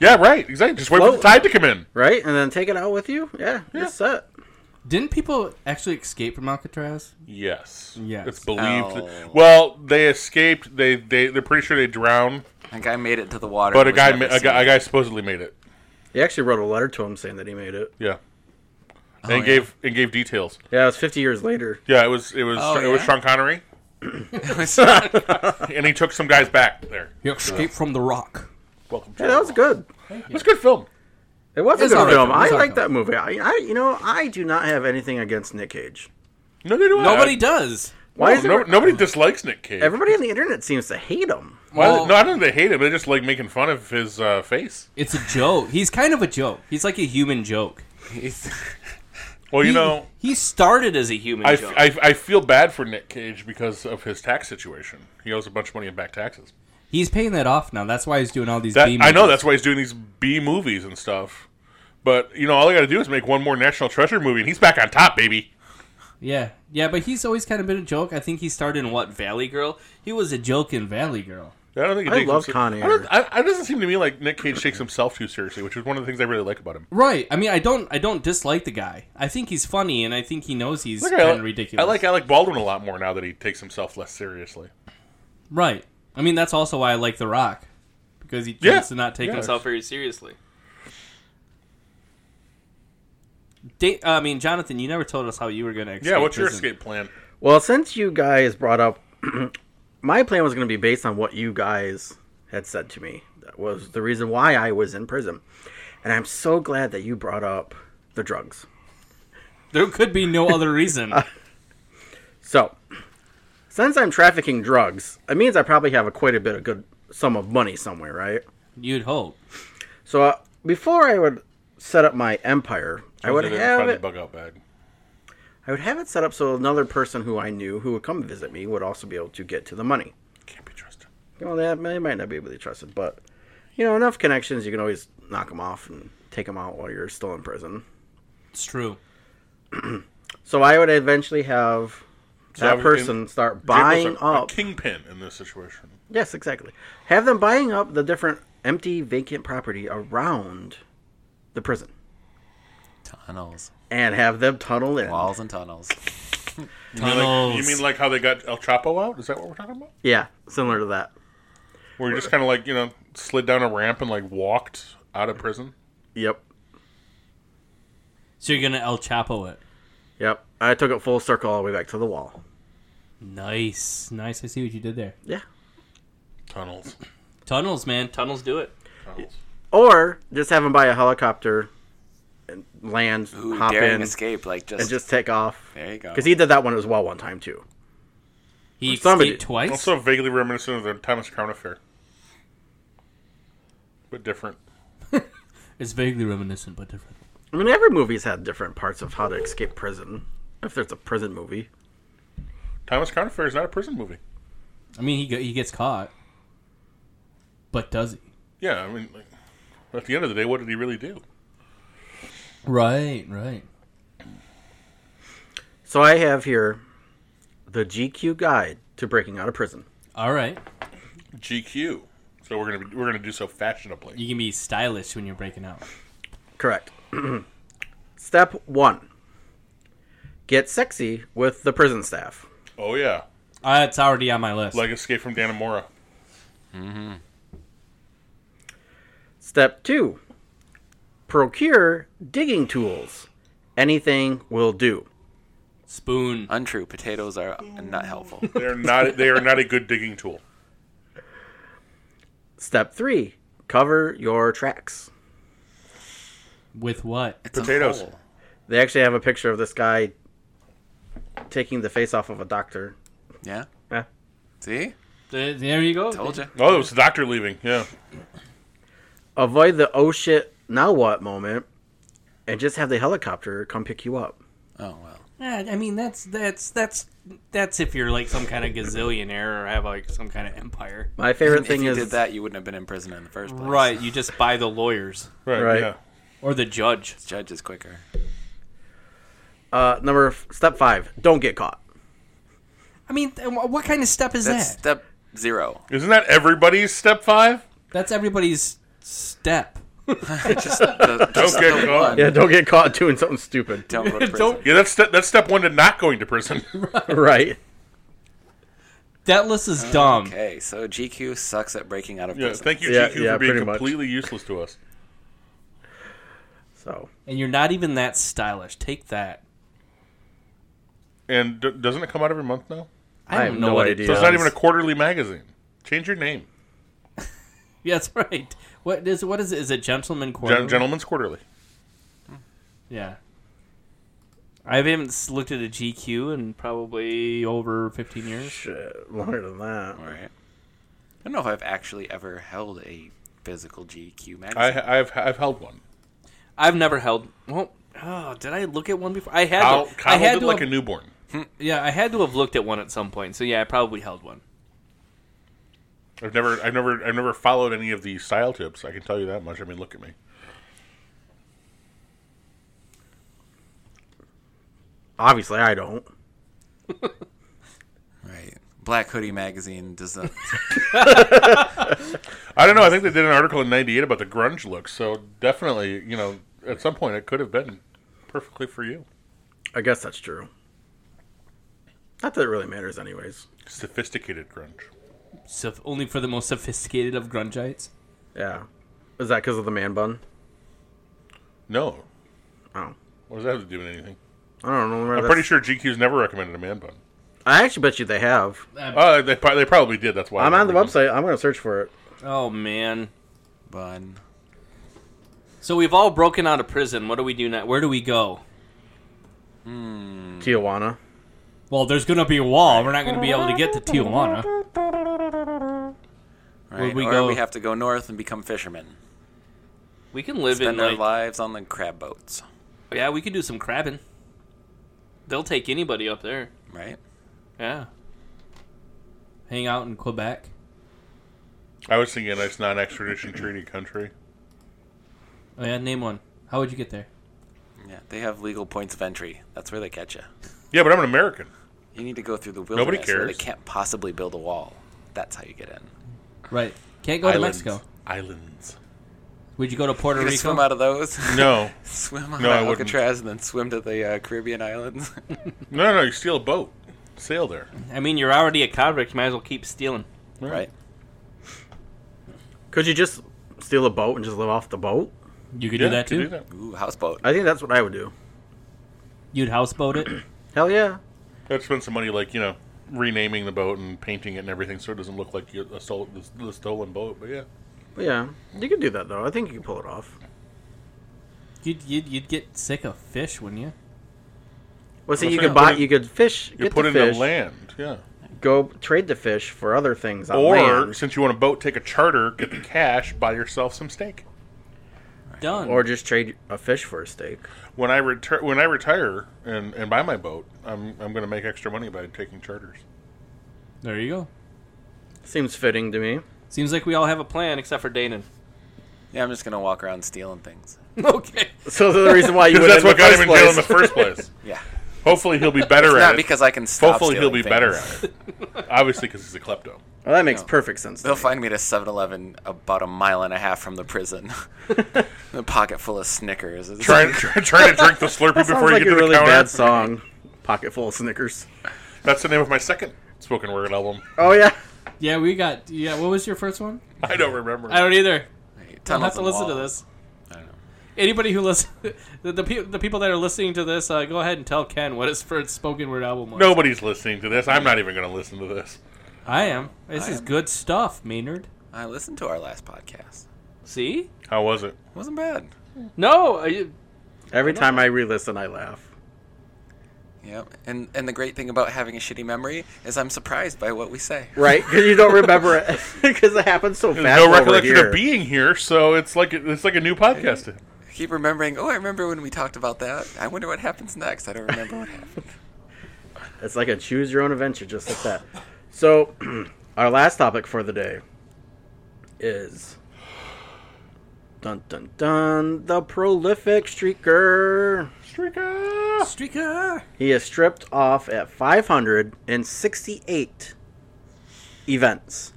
C: Yeah, right. Exactly. Just wait for the
A: Float.
C: tide to come in.
A: right? And then take it out with you. Yeah,
C: Yeah.
A: you're set.
B: Didn't people actually escape from Alcatraz?
C: Yes.
B: Yes.
C: It's believed.
D: Oh.
C: Well, they escaped. They they they're pretty sure they drowned,
D: A guy made it to the water.
C: but a
D: and was
C: guy,
D: never
C: ma- a
D: seen.
C: guy a guy supposedly made it.
A: He actually wrote a letter to him saying that he made it.
C: Yeah. And gave and gave details.
A: Yeah, it was 50 years later.
C: Yeah, it was it was it was
D: yeah?
C: Sean Connery, and he took some guys back there.
B: You escape from the rock.
C: Welcome. To
A: Yeah, that was good.
C: It was a good film.
A: It was a
B: It's
A: good
B: alright,
A: film.
B: it's
A: I
B: alright.
A: like that movie. I, I, you know, I do not have anything against Nick Cage.
C: No, they do
F: Nobody does.
A: Why is it?
C: no, nobody dislikes Nick Cage.
A: Everybody on the internet seems to hate him.
C: Why-
B: Well-
C: no, I don't think they hate him. They just like making fun of his uh, face.
B: It's a joke. He's kind of a joke. He's like a human joke.
C: Well, you
B: He-
C: know,
F: He started as a human
C: I,
F: joke.
C: I, I feel bad for Nick Cage because of his tax situation. He owes a bunch of money in back taxes.
B: He's paying that off now. That's why he's doing all these.
C: That
B: B-movies.
C: I know that's why he's doing these B movies and stuff. But you know, all I got to do is make one more National Treasure movie, and he's back on top, baby.
B: Yeah, yeah, but he's always kind of been a joke. I think he started in what Valley Girl. He was a joke in Valley Girl.
C: I don't think he
A: I
C: takes
A: love
C: himself-
A: Con
C: I don't,
A: Air.
C: I, I- it doesn't seem to me like Nick Cage takes himself too seriously, which is one of the things I really like about him.
B: Right. I mean, I don't, I don't dislike the guy. I think he's funny, and I think he knows he's
C: Like,
B: kind
C: I,
B: of ridiculous.
C: I like Alec Baldwin a lot more now that he takes himself less seriously.
B: Right. I mean, that's also why I like The Rock because he
C: Yeah.
B: tends to not take
C: Yeah.
F: himself
B: himself.
F: very seriously.
B: Da- I mean, Jonathan, you never told us how you were going to escape.
C: Yeah, what's your
B: prison.
C: escape plan?
A: Well, since you guys brought up, my plan was going to be based on what you guys had said to me. That was the reason why I was in prison. And I'm so glad that you brought up the drugs.
B: There could be no other reason.
A: So, since I'm trafficking drugs, it means I probably have a quite a bit of good sum of money somewhere, right?
B: You'd hope.
A: So, uh, before I would set up my empire, I would
C: Other than
A: have
C: find the
A: it,
C: bug out bag.
A: I would have it set up so another person who I knew who would come visit me would also be able to get to the money.
C: Can't be trusted.
A: Well, that may, might not be able to be trusted, but you know, enough connections, you can always knock them off and take them out while you're still in prison.
B: It's true.
A: So I would eventually have
C: I
A: that
C: would-
A: person start
C: Jacob's
A: buying
C: a,
A: up.
C: a kingpin in this situation.
A: Yes, exactly. Have them buying up the different empty, vacant property around the prison,
D: tunnels,
A: and have them tunnel in.
D: walls, and tunnels.
C: You mean, like, you mean like how they got El Chapo out? Is that what we're talking about?
A: Yeah, similar to that.
C: Where you just kind of like you know slid down a ramp and like walked out of prison.
A: Yep,
B: So you're going to El Chapo it.
A: yep. I took it full circle all the way back to the wall.
B: Nice, nice. I see what you did there.
A: Yeah.
C: Tunnels.
B: Tunnels, man.
F: Tunnels
B: Tunnels.
F: do it.
C: Tunnels.
A: Or just have them buy a helicopter and land,
D: Ooh,
A: hop
D: daring
A: in,
D: escape, like just,
A: and just take off.
D: there you go.
A: Because he did that one as well one time too.
B: He
A: Somebody-
B: escaped twice.
C: Also vaguely reminiscent of the Thomas Crown affair, but different.
B: it's vaguely reminiscent, but different.
A: I mean, every movie's had different parts of how to escape prison. If there's a prison movie,
C: Thomas Crown affair is not a prison movie.
B: I mean, he go- he gets caught, but does he?
C: Yeah, I mean, like, at the end of the day, what did he really do?
B: Right, right.
A: so I have here the GQ guide to breaking out of prison.
B: All right,
C: GQ. So we're gonna be, we're gonna do so fashionably.
B: you can be stylish when you're breaking out.
A: Correct. Step one: get sexy with the prison staff.
C: Oh yeah,
B: Uh, it's already on my list.
C: like Escape from Dannemora.
A: Step two: procure digging tools. Anything will do.
B: Spoon.
D: Untrue. Potatoes are not helpful.
C: They are not they are not a good digging tool.
A: Step three: cover your tracks.
B: With what?
D: It's a
C: Potatoes.
D: hole.
A: They actually have a picture of this guy taking the face off of a doctor.
D: Yeah.
A: Yeah.
D: See,
B: There, there you go.
D: told you.
C: Oh, it was the doctor leaving. Yeah,
A: Avoid the oh shit now what moment, and just have the helicopter come pick you up.
D: Oh well.
B: Yeah, I mean, that's that's that's that's if you're like some kind of gazillionaire or have like some kind of empire.
A: My favorite
D: if
A: thing
D: you
A: is
D: did that, you wouldn't have been in prison in the first place.
F: Right, you just buy the lawyers
C: right.
A: Right.
C: Yeah.
F: or the judge.
D: Judge is quicker.
A: uh, number f- step five. Don't get caught.
B: I mean, th- wh- what kind of step is
D: That's
B: that?
D: step zero.
C: Isn't that everybody's step five?
B: That's everybody's step.
C: Don't get caught.
A: Yeah, don't get caught doing something stupid.
D: Don't go to prison.
B: Don't-
C: Yeah, that's ste- that's step one to not going to prison.
A: right.
B: That list is
F: Oh,
B: dumb.
D: Okay, so GQ sucks at breaking out of
C: yeah,
D: prison.
C: thank you,
A: Yeah,
C: GQ,
A: yeah,
C: for being
A: pretty much.
C: completely useless to us.
A: So
B: And you're not even that stylish. Take that.
C: And d- doesn't it come out every month now?
B: I, don't
A: have
B: know
A: no
B: what
A: idea.
B: It
A: So
C: So
B: does.
C: it's not even a quarterly magazine. Change your name,
B: Yeah, that's right. What is what is it? Is it Gentleman
C: Gen-
B: Quarterly?
C: Gentleman's Quarterly.
B: yeah. I haven't s- looked at a GQ in probably over 15 years.
A: shit, longer than that.
D: All right. I don't know if I've actually ever held a physical GQ
C: I,
D: magazine.
C: ha- I've I've held one.
B: I've never held. Well, oh, did I look at one before? I had.
C: I'll
B: to, I
C: coddled
B: had
C: it
B: to
C: like
B: have,
C: a newborn.
B: Yeah, I had to have looked at one at some point. So yeah, I probably held one.
C: I've never I've never I've never followed any of the style tips. I can tell you that much. I mean, look at me.
A: Obviously, I don't.
D: right. Black Hoodie magazine does not.
C: I don't know. I think they did an article in '98 about the grunge look. So definitely, you know, at some point it could have been perfectly for you.
A: I guess that's true. Not that it really matters, anyways.
C: Sophisticated grunge.
B: So only for the most sophisticated of grungites.
A: Yeah. Is that because of the man bun?
C: No,
A: Oh,
C: what does that have to do with anything?
A: I don't know.
C: I'm pretty sure GQ's never recommended a man bun.
A: I actually bet you they have.
C: Oh, they, pro- they probably did. That's why
A: I'm
C: I
A: on the
C: remember.
A: website. I'm gonna search for it.
B: Oh man.
D: Bun.
B: So we've all broken out of prison. What do we do now? Where do we go?
A: Hmm. Tijuana.
B: Well, there's gonna be a wall. We're not gonna be able to get to Tijuana.
D: Right.
B: we
D: or
B: go?
D: we have to go north and become fishermen.
B: We can live in
D: Spend our
B: like,
D: lives on the crab boats.
B: yeah, we can do some crabbing. They'll take anybody up there.
D: Right.
B: Yeah. Hang out in Quebec.
C: I was thinking a nice non-extradition treaty country.
B: Oh yeah, name one. How would you get there?
D: Yeah. They have legal points of entry. That's where they catch you.
C: Yeah, but I'm an American.
D: You need to go through the wilderness where they
C: cares.
D: can't possibly build a wall. That's how you get in.
B: Right. Can't go
C: Islands.
B: to Mexico.
C: Islands.
B: Would you go to Puerto
D: You gonna
B: Rico?
D: swim out of those?
C: No,
D: swim out
C: No, I
D: of
C: wouldn't.
D: Alcatraz and then swim to the uh, Caribbean islands.
C: no, no. You steal a boat, sail there.
B: I mean, you're already a convict. Might as well keep stealing.
D: right.
A: Could you just steal a boat and just live off the boat?
B: You could
C: Yeah,
B: do that
C: could
B: too.
C: that.
D: Ooh, houseboat.
A: I think that's what I would do.
B: You'd houseboat it.
A: Hell yeah.
C: I'd spend some money, like you know, renaming the boat and painting it and everything, so it doesn't look like you- a, stole, a stolen boat. But yeah,
A: But yeah, you could do that though. I think you can pull it off.
B: You'd, you'd you'd get sick of fish, wouldn't you?
A: Well, see,
C: Well,
A: you
C: so
A: could
C: you
A: buy,
C: put it-
A: you could fish,
C: you
A: get
C: put
A: the
C: it in
A: fish,
C: land. Yeah,
A: go trade the fish for other things on
C: or
A: land,
C: since you want a boat, take a charter, get the cash, buy yourself some steak.
B: Done.
A: or just trade a fish for a steak.
C: When I retire, when I retire and, and buy my boat, I'm I'm going to make extra money by taking charters.
B: there you go.
A: Seems fitting to me.
B: Seems like we all have a plan except for Danon.
D: Yeah, I'm just gonna walk around stealing things.
B: Okay.
A: So the reason why you
C: Because
A: would
C: that's
A: in
C: what
A: the first
C: got him in jail
A: place.
C: in the first place.
D: Yeah.
C: Hopefully, he'll be better
D: Not
C: at it.
D: because I can stop.
C: Hopefully, he'll be
D: stealing
C: better
D: things.
C: at it. Obviously, because he's a klepto.
A: Well, that makes perfect sense. to
D: They'll
A: me.
D: find me at a 7-Eleven about a mile and a half from the prison. a pocket full of Snickers. It's-
C: Trying try, trying to drink the Slurpee
A: Sounds
C: before
A: like
C: you get
A: a
C: to the
A: really
C: counter.
A: bad song. Pocket full of Snickers.
C: That's the name of my second spoken word album.
A: Oh yeah,
B: Yeah, we got. Yeah, what was your first one?
C: I don't remember.
B: I don't either.
D: Right,
B: I'll
D: tunnels
B: have to
D: and
B: listen to
D: walls.
B: this. Anybody who listen, the the, pe- the people that are listening to this, uh, go ahead and tell Ken what his first spoken word album was.
C: Nobody's listening to this. I'm not even going to listen to this.
B: I am. This
D: I
B: is
D: am.
B: good stuff, Maynard.
D: I listened to our last podcast.
B: See?
C: How was it?
D: wasn't bad.
B: No, I,
A: every time I re-listen, I laugh.
D: Yep. And and the great thing about having a shitty memory is I'm surprised by what we say.
A: Right, because you don't remember it because it happened so fast.
C: There's no
A: over
C: recollection
A: here.
C: of being here, so it's like it's like a new podcast.
D: I keep remembering, "Oh, I remember when we talked about that. I wonder what happens next. I don't remember what happened."
A: It's like a choose your own adventure, just like that. So, our last topic for the day is dun dun dun the prolific streaker.
C: Streaker.
B: streaker.
A: He is stripped off at 568 events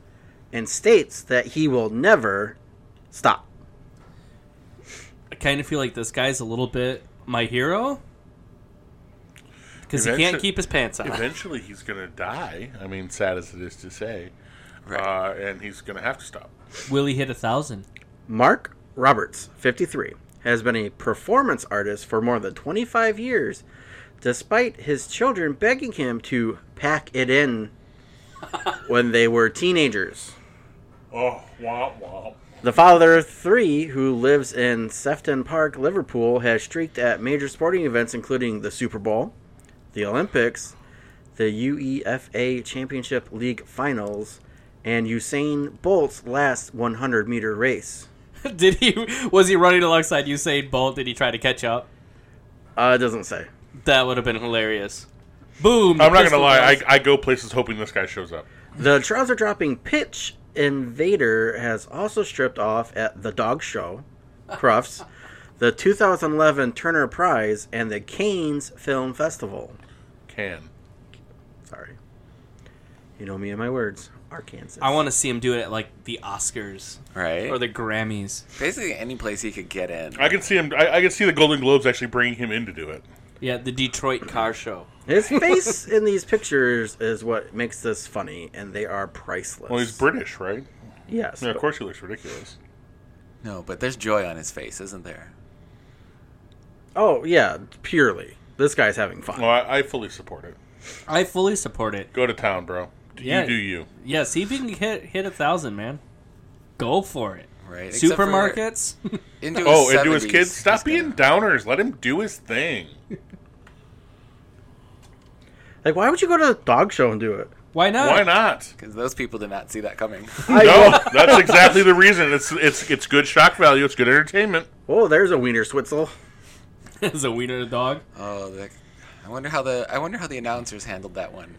A: and states that he will never stop.
B: I kind of feel like this guy's a little bit my hero because he can't
C: Eventually-
B: keep his pants on.
C: Eventually, he's going to die. I mean, sad as it is to say, uh, and he's going to have to stop.
B: Will he hit a thousand?
A: Mark Roberts, 53, has been a performance artist for more than 25 years, despite his children begging him to pack it in when they were teenagers.
C: Oh, womp womp.
A: The father of three, who lives in Sefton Park, Liverpool, has streaked at major sporting events including the Super Bowl, the Olympics, the UEFA Championship League Finals, and Usain Bolt's last 100 meter race.
B: Did he? Was he running alongside Usain Bolt? Did he try to catch up?
A: Uh, it doesn't say.
B: That would have been hilarious. Boom!
C: I'm not going to
B: pistol
C: lie.
B: blast.
C: I, I go places hoping this guy shows up.
A: The trouser dropping pitch invader has also stripped off at the dog show, Crufts, the 2011 Turner Prize, and the Cannes Film Festival.
C: Can.
A: Sorry. You know me and my words. Arkansas.
B: I want to see him do it at like the Oscars
D: Right.
B: or the Grammys.
D: Basically, any place he could get in.
C: I can see him. I, I can see the Golden Globes actually bringing him in to do it.
B: Yeah, the Detroit Car Show.
A: His face in these pictures is what makes this funny, and they are priceless.
C: Well, he's British, right?
A: Yes.
C: Yeah, of
A: but-
C: course he looks ridiculous.
D: No, but there's joy on his face, isn't there?
A: Oh, yeah, purely. This guy's having fun.
C: Well, I, I fully support it.
B: I fully support it.
C: Go to town, bro. Do
B: Yeah.
C: You do you.
B: Yeah, see if you can hit hit a thousand, man. Go for it.
D: Right. except for
B: Supermarkets.
D: Into his
C: Oh, and do his
D: 70s,
C: kids
D: he's
C: stop being
D: gonna-
C: downers. Let him do his thing.
A: Like, why would you go to a dog show and do it?
B: Why not?
C: Why not?
D: Because those people did not see that coming.
C: No, that's exactly the reason. It's it's it's good shock value. It's good entertainment.
A: Oh, there's a wiener switzel.
B: Is a wiener dog?
D: Oh, the, I wonder how the I wonder how the announcers handled that one.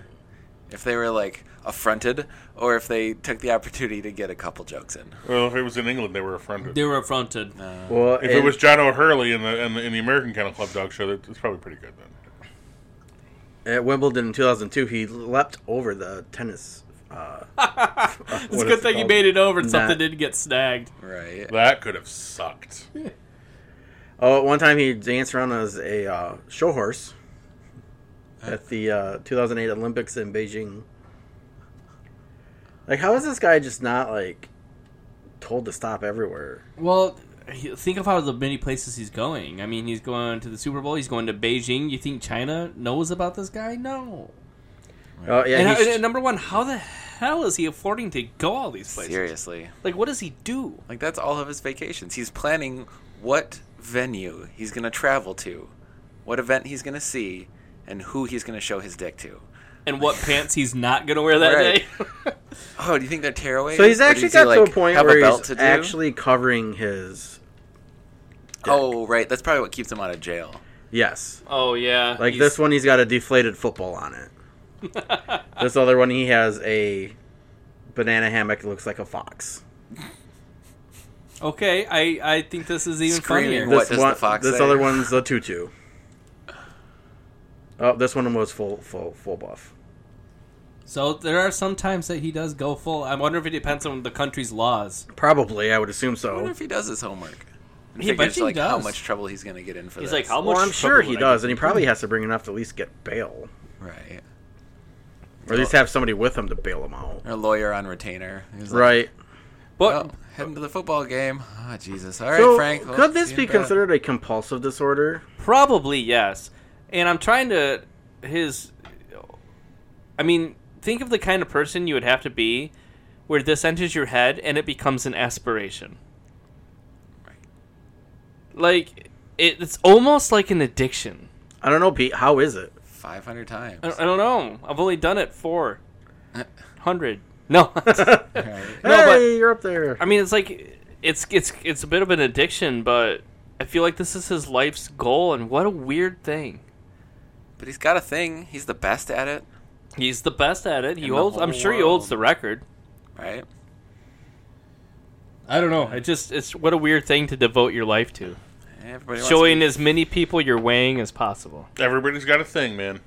D: If they were like affronted, or if they took the opportunity to get a couple jokes in.
C: Well, if it was in England, they were offended.
B: They were affronted.
A: Well,
C: If it was John O'Hurley in the, in the in the American Kennel Club dog show, that- that's probably pretty good then.
A: at Wimbledon in 2002, he leapt over the tennis. Uh,
B: it's a good thing you made it over and something
A: That-
B: didn't get snagged.
D: Right.
C: That could have sucked.
A: Oh, at one time he danced around as a uh, show horse at the uh, 2008 Olympics in Beijing. Like, how is this guy just not like told to stop everywhere?
B: Well, he- think of how the many places he's going. I mean, he's going to the Super Bowl. He's going to Beijing. You think China knows about this guy? No.
A: Oh yeah, he
B: And, and-
D: uh,
A: sh-
B: and number one, how the hell is he affording to go all these places?
D: Seriously.
B: Like, what does he do?
D: Like that's all of his vacations. He's planning what venue he's gonna travel to, what event he's gonna see, and who he's gonna show his dick to.
B: And what pants he's not going to wear that
D: Right.
B: day?
D: Oh, do you think they're tearaways?
A: so he's
D: Or
A: actually
D: does
A: got
D: he,
A: to a
D: like,
A: point
D: have
A: where
D: belt
A: he's
D: to do?
A: actually covering his.
D: Oh, right. That's probably what keeps him out of jail.
A: Yes,
B: oh yeah,
A: like
B: he's-
A: this one, he's got a deflated football on it. this other one, he has a banana hammock that looks like a fox.
B: Okay, I I think this is even
D: Screaming.
B: funnier.
D: What does the fox
A: This
D: say?
A: other one's a tutu. Oh, this one was full, full, full buff.
B: So there are some times that he does go full. I wonder if it depends on the country's laws.
A: Probably, I would assume
D: I wonder
A: so.
D: if he does his homework. And
B: He- but
D: figures
B: he
D: like how
B: does.
D: much trouble he's gonna get in for
B: He's
D: this.
B: like, how much?
A: Well, I'm sure
B: trouble
A: he
B: would I
A: does, and he probably has to bring enough to at least get bail,
D: Right.
A: or at least have somebody with him to bail him out.
D: Or a lawyer on retainer. He's like,
A: Right.
B: get? But
D: Oh, heading to the football game. Ah, Jesus. All right,
A: So,
D: Frank. well,
A: could this
D: see you
A: be
D: in bed.
A: considered a compulsive disorder?
B: Probably yes. And I'm trying to his I mean, think of the kind of person you would have to be where this enters your head and it becomes an aspiration. Like it, it's almost like an addiction.
A: I don't know, Pete. How is it?
D: 500 times?
B: I, I don't know. I've only done it four
D: Uh.
B: hundred. No.
A: hey,
B: but-
A: you're up there.
B: I mean, it's like it's it's it's a bit of an addiction, but I feel like this is his life's goal and what a weird thing.
D: But he's got a thing. He's the best at it,
B: He's the best at it. He
D: In the
B: holds. I'm
D: whole
B: sure he holds
D: world.
B: the record.
D: right?
B: I don't know. It just it's what a weird thing to devote your life to.
D: Everybody wants
B: Showing
D: to
B: as many people you're weighing as possible.
C: Everybody's got a thing, man.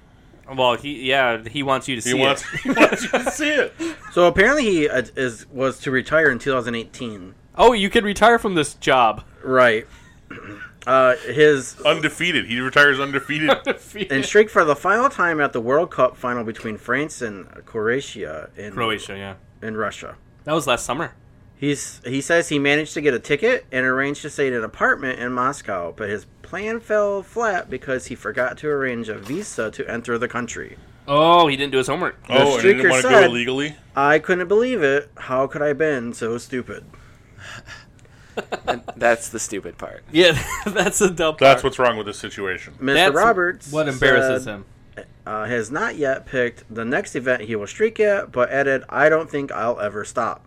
B: Well, he yeah, he wants you to
C: He
B: see
C: wants
B: it.
C: he wants you to see it.
A: So apparently, he uh, is was to retire in 2018.
B: Oh, you could retire from this job.
A: Right. Uh, his
C: Undefeated. He retires undefeated. Oh,
A: and streak for the final time at the World Cup final between France and Croatia in
B: Croatia, yeah.
A: in Russia.
B: That was last summer.
A: He's he says he managed to get a ticket and arranged to stay in an apartment in Moscow, but his plan fell flat because he forgot to arrange a visa to enter the country.
B: Oh, he didn't do his homework.
C: oh, and he didn't
A: streaker
C: want to go
A: said-
C: illegally.
A: I couldn't believe it. How could I have been so stupid?
D: That's the stupid part.
B: Yeah, that's a dumb.
C: That's
B: part.
C: what's wrong with this situation.
A: Mr.
B: That's
A: Roberts
B: What embarrasses
A: said,
B: him?
A: Uh, has not yet picked the next event he will streak at, but added, "I don't think I'll ever stop."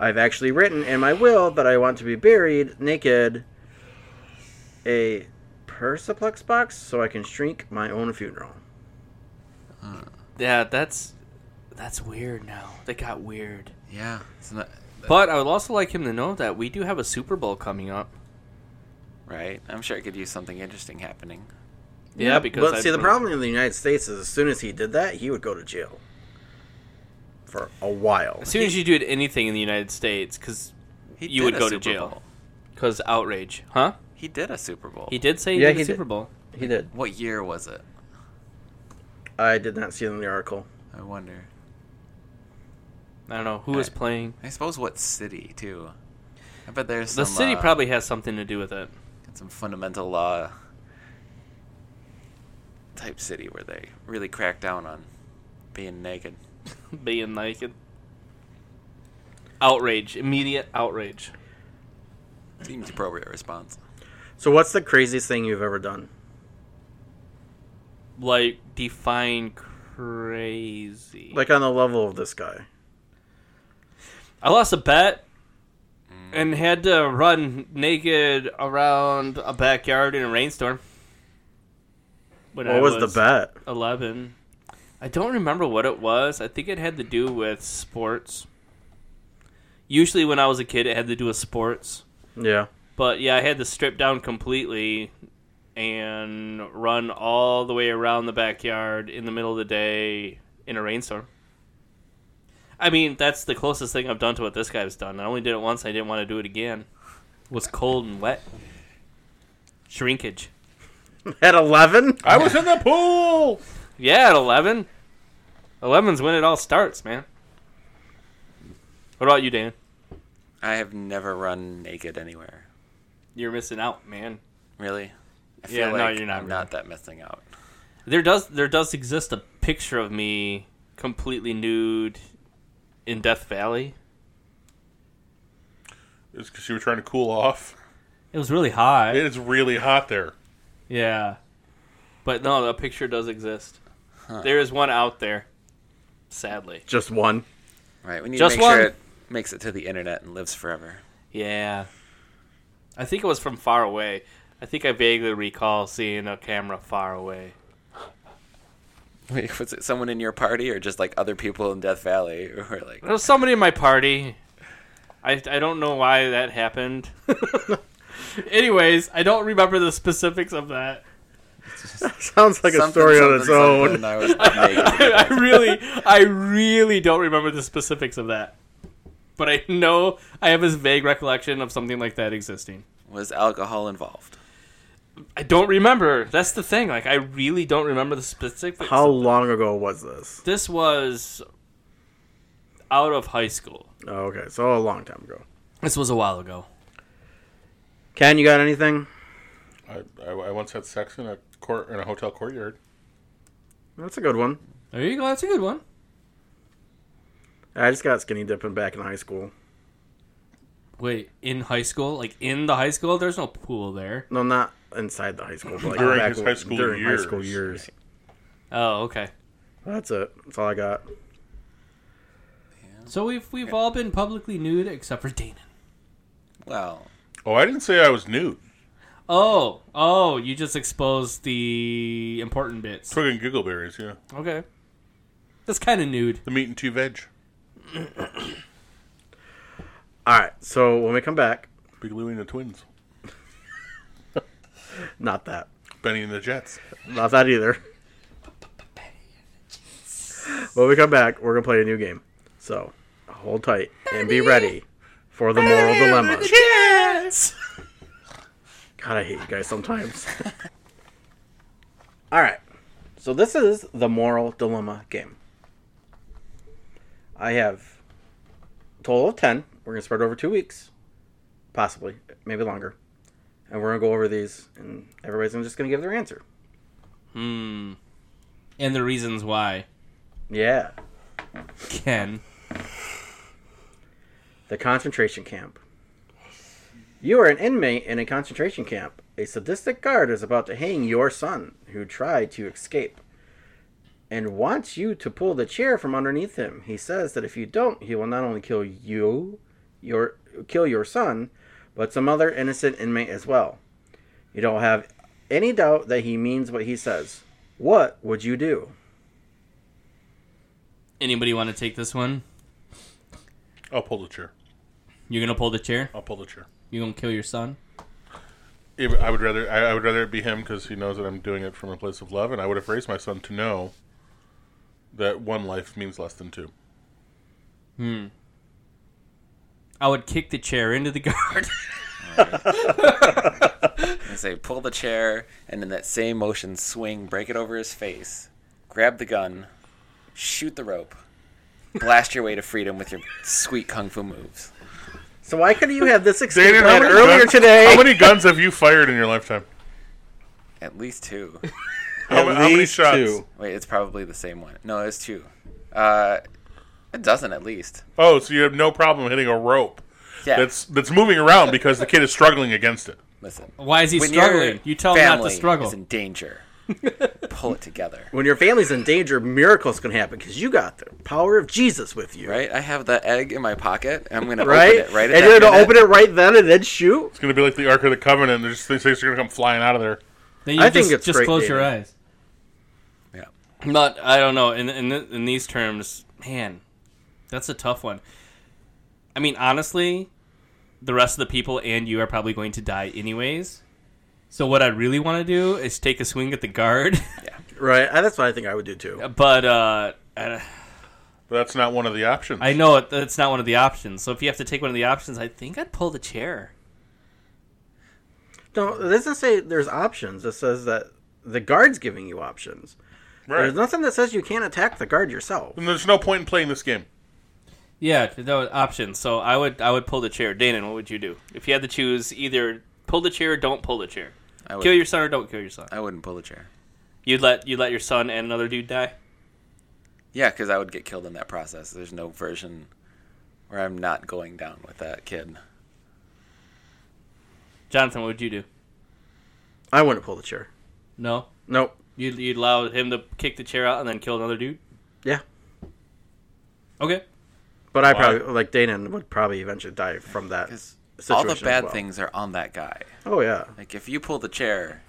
A: I've actually written in my will that I want to be buried naked. A persiplex box so I can shrink my own funeral.
B: Yeah, that's that's weird. Now that got weird.
G: Yeah. It's not,
B: But I would also like him to know that we do have a Super Bowl coming up.
D: Right? I'm sure it could use something interesting happening.
B: Yeah, because
A: but
B: I'd
A: see, the
B: really-
A: problem in the United States is as soon as he did that, he would go to jail for a while.
B: As soon as you did anything in the United States, because
D: He
B: you
D: did
B: would
D: a
B: go to
D: Super
B: jail,
D: Bowl.
B: because outrage, huh?
D: He did a Super Bowl.
B: He did say he
A: Yeah,
B: did
A: he
B: a
A: did.
B: Super Bowl.
A: He did.
D: What year was it?
A: I did not see it in the article.
D: I wonder.
B: I don't know who was
D: Right.
B: playing.
D: I suppose what city too. I bet there's
B: The
D: some,
B: city
D: uh,
B: probably has something to do with it.
D: some fundamental law type city where they really crack down on being naked.
B: Being naked. Outrage, immediate outrage.
D: Seems appropriate response.
A: So, what's the craziest thing you've ever done?
B: Like define crazy.
A: Like on the level of this guy?
B: I lost a bet
A: Mm.
B: and had to run naked around a backyard in a rainstorm. When I
A: What was, the bet?
B: 11. I don't remember what it was. I think it had to do with sports. Usually when I was a kid it had to do with sports.
A: Yeah.
B: But yeah, I had to strip down completely and run all the way around the backyard in the middle of the day in a rainstorm. I mean, that's the closest thing I've done to what this guy's done. I only did it once. I didn't want to do it again. It was cold and wet. Shrinkage.
A: At 11?
C: I was in the pool.
B: Yeah, at 11. 11's when it all starts, man. What about you, Dan?
D: I have never run naked anywhere.
B: You're missing out, man.
D: Really? I feel
B: Yeah, no,
D: like
B: you're not
D: I'm
B: really.
D: not that missing out.
B: There does there does exist a picture of me completely nude in Death Valley.
C: It's because you were trying to cool off.
B: It was really hot.
C: It is really hot there.
B: Yeah. But no, the picture does exist. There is one out there. Sadly.
A: Just one.
D: Right. We need
B: Just
D: to make
B: one.
D: sure it makes it to the internet and lives forever.
B: Yeah. I think it was from far away. I think I vaguely recall seeing a camera far away.
D: Wait, was it someone in your party or just like other people in Death Valley who were like
B: There was somebody in my party. I, I don't know why that happened. Anyways, I don't remember the specifics of that.
A: Sounds like a
D: something,
A: story on
D: something,
A: its own.
D: something, I was naked.
B: I really, I really don't remember the specifics of that. But I know I have this vague recollection of something like that existing.
D: was alcohol involved?
B: I don't remember. That's the thing. Like, I really don't remember the specifics.
A: How long ago was this?
B: This was out of high school.
A: Oh, okay, so a long time ago.
B: This was a while ago.
A: Ken, you got anything?
C: I, I, I once had sex in a court in a hotel courtyard.
A: That's a good one.
B: There you go. That's a good one.
A: I just got skinny dipping back in high school.
B: Wait, in high school? Like in the high school? There's no pool there.
A: No, not inside the high school, but like
C: During
A: back
C: his
A: w-
C: high school
A: during
C: years.
A: high school years.
B: Oh, okay.
A: That's it. That's all I got.
B: So we've we've all been publicly nude except for Dana.
D: Well,
C: Oh, I didn't say I was nude.
B: Oh, oh, you just exposed the important bits.
C: Twig and giggleberries, yeah.
B: Okay. That's kind of nude.
C: The meat and two veg.
A: All right, so when we come back,
C: Big Louie and the twins.
A: not that,
C: Benny and the Jets.
A: not that either. When we come back, we're gonna play a new game. So hold tight and be ready for the moral dilemma.
B: Yes.
A: God, I hate you guys sometimes. All right. So this is the moral dilemma game. I have a total of 10. We're going to spread over 2 weeks, possibly, maybe longer. And we're going to go over these and everybody's gonna- just going to give their answer.
B: Hmm. And the reasons why.
A: Yeah.
B: Ken.
A: The concentration camp. You are an inmate in a concentration camp. A sadistic guard is about to hang your son, who tried to escape, and wants you to pull the chair from underneath him. He says that if you don't, he will not only kill you, your kill your son, but some other innocent inmate as well. You don't have any doubt that he means what he says. What would you do?
B: Anybody want to take this one?
C: I'll pull the chair.
B: You're gonna pull the chair.
C: I'll pull the chair.
B: You gonna kill your son?
C: If- I would rather I, I would rather it be him because he knows that I'm doing it from a place of love, and I would have raised my son to know that one life means less than two.
B: Hmm. I would kick the chair into the guard.
D: I say, pull the chair, and in that same motion, swing, break it over his face, grab the gun, shoot the rope, blast your way to freedom with your sweet kung fu moves.
A: So why couldn't you have this escape
C: Dana,
A: plan
C: many
A: earlier
C: guns-
A: today?
C: How many guns have you fired in your lifetime?
D: At least two.
C: How, ma-
A: At
C: how many
A: least
C: shots?
A: two.
D: Wait, it's probably the same one. No, it's two. Uh, a dozen at least.
C: Oh, so you have no problem hitting a rope
D: Yeah.
C: that's that's moving around because the kid is struggling against it.
D: listen.
B: Why is he
D: When
B: struggling?
D: your
B: You tell him not to
D: family
B: struggle.
D: Is in danger. pull it together,
A: when your family's in danger, miracles can happen because you got the power of Jesus with you,
D: right? I have the egg in my pocket. and I'm gonna
A: Right?
D: open it right. At
A: and
D: that
A: you're gonna
D: minute.
A: open it right then and then shoot.
C: It's gonna be like the Ark of the Covenant. There's things things are gonna come flying out of there.
B: Then you
A: I
B: just,
A: think it's
B: just
A: great
B: close
A: dating.
B: your eyes.
D: Yeah.
B: But I don't know. In in in these terms, man, that's a tough one. I mean, honestly, the rest of the people and you are probably going to die anyways. So what I really want to do is take a swing at the guard,
A: Right? I, that's what I think I would do too.
B: but uh, I
C: But that's not one of the options.
B: I know it, that's not one of the options. So if you have to take one of the options, I think I'd pull the chair.
A: No, it doesn't say there's options. It says that the guard's giving you options.
C: right.
A: There's nothing that says you can't attack the guard yourself.
C: And there's no point in playing this game.
B: Yeah, that was options. So I would I would pull the chair. Danon, what would you do if you had to choose either pull the chair or don't pull the chair?
D: I would,
B: Kill your son or don't kill your son.
D: I wouldn't pull the chair.
B: You'd let you let your son and another dude die.
D: Yeah, because I would get killed in that process. There's no version where I'm not going down with that kid.
B: Jonathan, what would you do?
A: I wouldn't pull the chair.
B: No,
A: Nope.
B: you'd you'd allow him to kick the chair out and then kill another dude.
A: Yeah.
B: Okay.
A: But I
C: Why?
A: probably like Dana would probably eventually die from that.
D: Because
A: Situation
D: all the
A: as
D: bad
A: well.
D: things are on that guy.
A: Oh yeah.
D: Like if you pull the chair,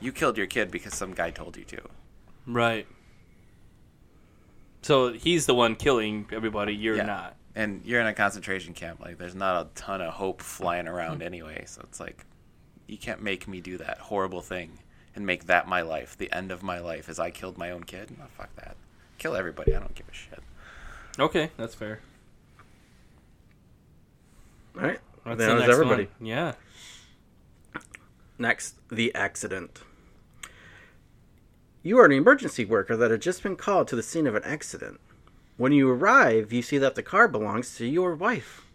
D: you killed your kid because some guy told you to.
B: Right. So he's the one killing everybody. You're
D: Yeah.
B: not.
D: And you're in a concentration camp. Like there's not a ton of hope flying around anyway. So it's like you can't make me do that horrible thing and make that my life. The end of my life is I killed my own kid. No, fuck that. Kill everybody. I don't give a shit.
B: Okay, that's fair.
A: All right.
B: What's
A: That
B: the
A: was
B: next
A: everybody.
B: one? Yeah.
A: Next, the accident. You are an emergency worker that had just been called to the scene of an accident. When you arrive, you see that the car belongs to your wife.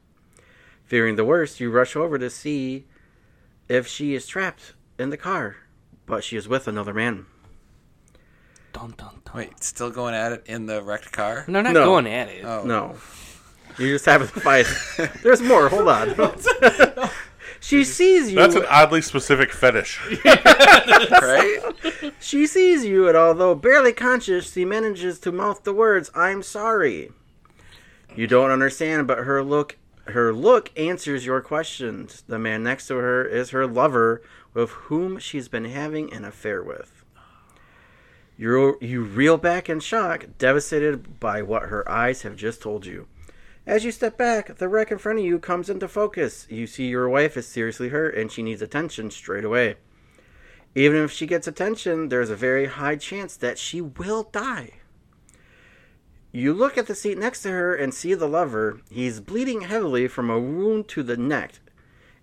A: Fearing the worst, you rush over to see if she is trapped in the car, but she is with another man.
B: Dun dun dun.
D: Wait, still going at it in the wrecked car?
B: No, not
A: No.
B: going at it.
D: Oh.
A: No. You just have to fight. There's more. Hold on. she sees you.
C: That's an oddly specific fetish.
D: Oh, Right?
A: She sees you, and although barely conscious, she manages to mouth the words, I'm sorry. You don't understand, but her look her look answers your questions. The man next to her is her lover, with whom she's been having an affair with. You you reel back in shock, devastated by what her eyes have just told you. As you step back, the wreck in front of you comes into focus. You see your wife is seriously hurt and she needs attention straight away. Even if she gets attention, there's a very high chance that she will die. You look at the seat next to her and see the lover. He's bleeding heavily from a wound to the neck,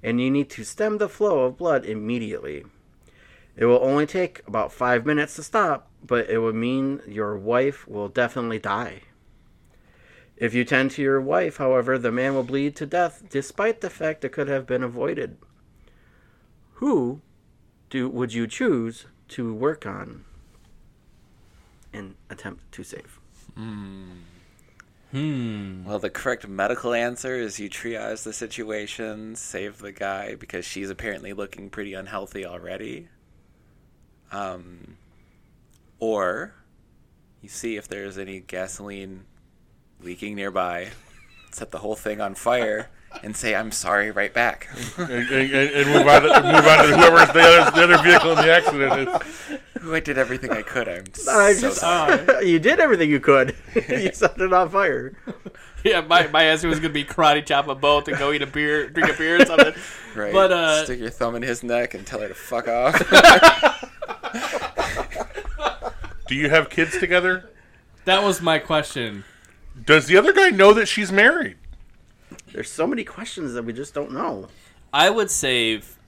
A: and you need to stem the flow of blood immediately. It will only take about five minutes to stop, but it would mean your wife will definitely die. If you tend to your wife, however, the man will bleed to death despite the fact it could have been avoided. Who do would you choose to work on and attempt to save?
D: Well, the correct medical answer is you triage the situation, save the guy because she's apparently looking pretty unhealthy already. Um, or you see if there's any gasoline leaking nearby, set the whole thing on fire, and say, I'm sorry, right back.
C: and, and, and- and move on. To, move on to whoever's the other, the other vehicle in the accident. Is.
D: I did everything I could. I'm
A: I
D: so
A: just-
D: sorry.
A: you did everything you could. you set it on fire.
B: Yeah, my, my answer was gonna be karate chop a boat and go eat a beer, drink a beer or something.
D: Right.
B: But, uh,
D: Stick your thumb in his neck and tell her to fuck off.
C: Do you have kids together?
B: That was my question.
C: Does the other guy know that she's married?
A: There's so many questions that we just don't know.
B: I would save